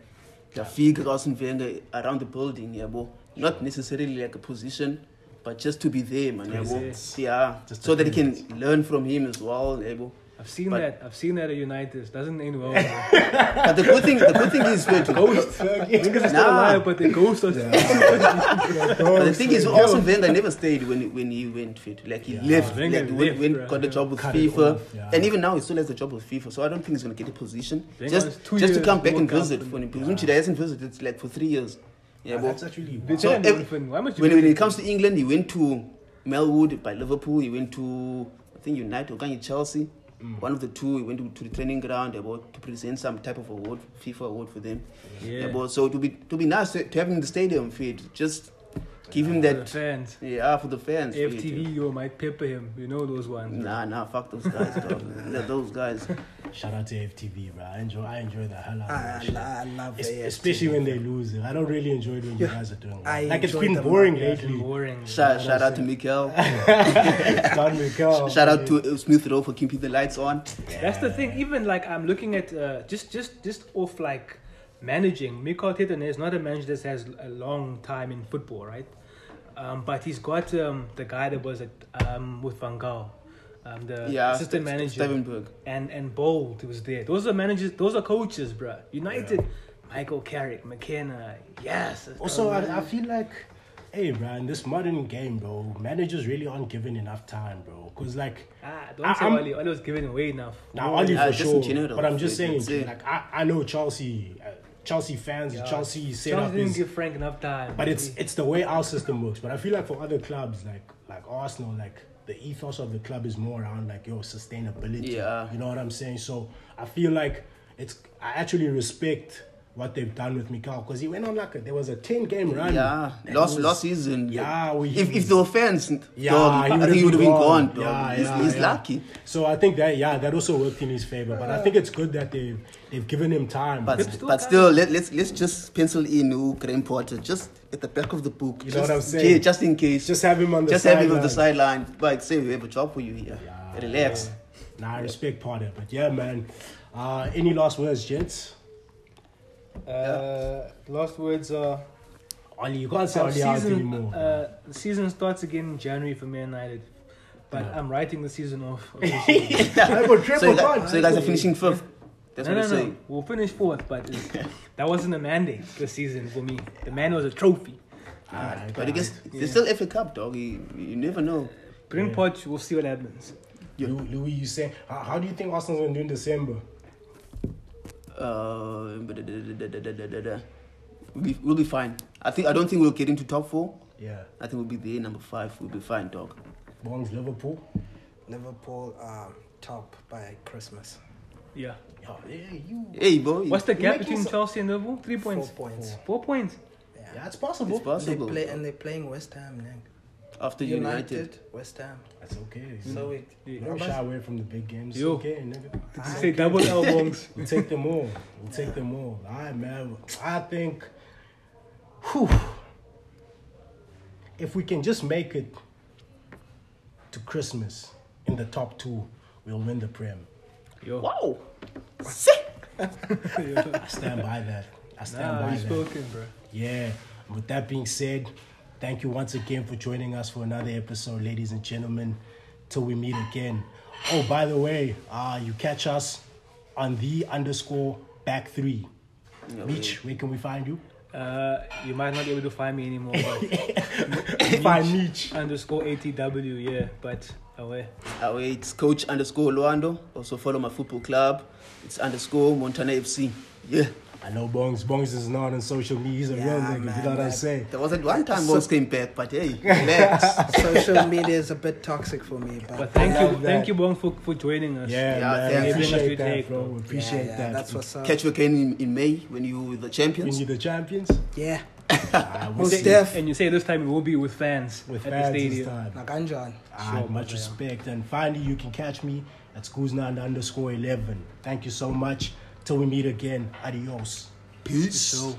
the figure and Wenger around the building, yeah, bro. Not necessarily like a position, but just to be there, man, yeah, bro. Yes. Yeah, Just so to that he feel can learn from him as well, yeah, bro. I've seen But- that. I've seen that at United. Doesn't end <laughs> well. bro. But the good thing, the good thing is, wait, Ghost. Niggas are still Nah. alive, but the ghost are still. <laughs> but Oh, the thing is, also Wenger never stayed when when he went fit. Like he left, Wenger like left, when, when bro. got the job with Cut it FIFA, off, yeah. and even now he still has the job with FIFA. So I don't think he's gonna get a position. Wenger has just two just to years come back more and visit camp for him. Because he hasn't visited like for three years. Yeah, but That's actually Bitch, So I don't ev- even- why must you when, do when it that? comes to England, he went to Melwood by Liverpool. He went to I think United or kind of Chelsea. One of the two, he went to, to the training ground about to present some type of award, FIFA award for them. Yeah. but so it would be to be nice to, to have him in the stadium fit. Just give him For the that. fans. Yeah, for the fans. fit. FTV, yo, might pepper him. You know those ones. Nah, nah, fuck those guys, dog. <laughs> Yeah, those guys. Shout out to FTV, bro. I enjoy, I enjoy the hell Ah, out of I, that shit. I, I love Es- it. Especially when they lose. I don't really enjoy it when you guys are doing I well. Like it's enjoy been them, boring yeah. It's lately. boring. Shout, shout out to <laughs> Mikel. Don Mikel. Shout out to uh, Smith Rowe for keeping the lights on. That's the thing. Even like I'm looking at uh, just just just off like managing. Mikel Titan is not a manager that has a long time in football, right? Um, but he's got um, the guy that was at, um, with Van Gaal, um, the Yeah, assistant Ste- manager, Stevenberg. and and Bold was there. Those are managers. Those are coaches, bruh. United, Michael Carrick, McKenna. Yes. Also, I, I feel like, hey, bro, in this modern game, bro, managers really aren't given enough time, bro. Because, like, ah, don't I- say I'm- Oli. Oli was giving away enough. Now, only yeah, for uh, just in sure. general, but I'm just like, saying, that's it. like I, I know Chelsea, uh, Chelsea fans, Chelsea set Chelsea up didn't is- give Frank enough time. but it's it's the way our system works. But I feel like for other clubs, like like Arsenal, like the ethos of the club is more around like your sustainability. Yeah. You know what I'm saying? So I feel like it's I actually respect what they've done with Mikal because he went on like a, there was a ten game run. Yeah, that last was- last season. Yeah, we- if if there were fans, Yeah, dog, I he would've think he would have been gone. dog. Yeah, he's, yeah, he's yeah. lucky. So I think that yeah, that also worked in his favor. But I think it's good that they've they've given him time. But man. still but can't- still, let, let's let's just pencil in who Graham Potter just at the back of the book. You know just, what I'm in saying? case- just in case. Just have him on the Just have him on the sideline. sideline. Like say we have a job for you here. Yeah, Relax. yeah. Nah, I respect part of it, but yeah, man. Uh, any last words, gents? uh, last words are. Ollie, you can't say Our Ollie out season, anymore. Uh, the season starts again in January for Man United, but No. I'm writing the season <laughs> off. I go triple So you, punch. guys, so you guys are finishing fifth. That's no, what no, I'm no. saying. We'll finish fourth, but <laughs> it's- that wasn't a mandate this season for me. The man was a trophy. Alright, But I guess guys. there's still FA Cup, dog. You, you never know. Green Poch, we'll see what happens. Lou- Louis, you say, how, how do you think Arsenal's gonna do in December? Uh, we'll, be, we'll be fine. I think I don't think we'll get into top four. Yeah, I think we'll be there number five. We'll be fine, dog. Bongs Liverpool. Liverpool um, top by Christmas. Yeah. Yeah, yeah, you. Hey, boy. What's the gap making between so- Chelsea and Liverpool? Three Four points. points. Four points. Yeah, it's possible. It's possible. They play and they're playing West Ham. Now. After United. West Ham. That's okay. So it. Yeah. Mm. don't shy away from the big games. Yo. Okay, nigga. Did you say double elbows? <laughs> We'll take them all. We'll take them all. All right, man. I think, whew, if we can just make it to Christmas in the top two, we'll win the Prem. <laughs> Yo. Wow. Sick. I stand by that. I stand Nah, by you that. spoken, bro. Yeah. With that being said, thank you once again for joining us for another episode, ladies and gentlemen. Till we meet again. Oh, by the way, uh, you catch us on the underscore back three. Reach, where can we find you? Uh, you might not be able to find me anymore. <laughs> But Find Meech. underscore ATW, yeah. But oh, away. Uh, it's coach underscore Luando. Also follow my football club. It's underscore Montana FC. Yeah. I know Bongs. Bongs is not on social media. He's a real Yeah, nigga. man, you know what I'm man. saying? There was at one time Wolves came back, but <laughs> hey, relax. <laughs> Social media is a bit toxic for me, but, But thank you, love thank that. you, Bong, for, for joining us. Yeah, Yeah, man. thanks. We Everything appreciate that we that, take, bro. bro. We yeah, appreciate yeah, that. that's what's up. Catch you again in, in May when you the when champions. you're the champions. Yeah. Uh, we Most say def- And you say this time it will be with fans with at fans the this stadium. time. Nakanjan. Ah, Sure, much brother, yeah. respect. And finally, you can catch me at Skuznan underscore 11. Thank you so much. Till we meet again. Adios. So.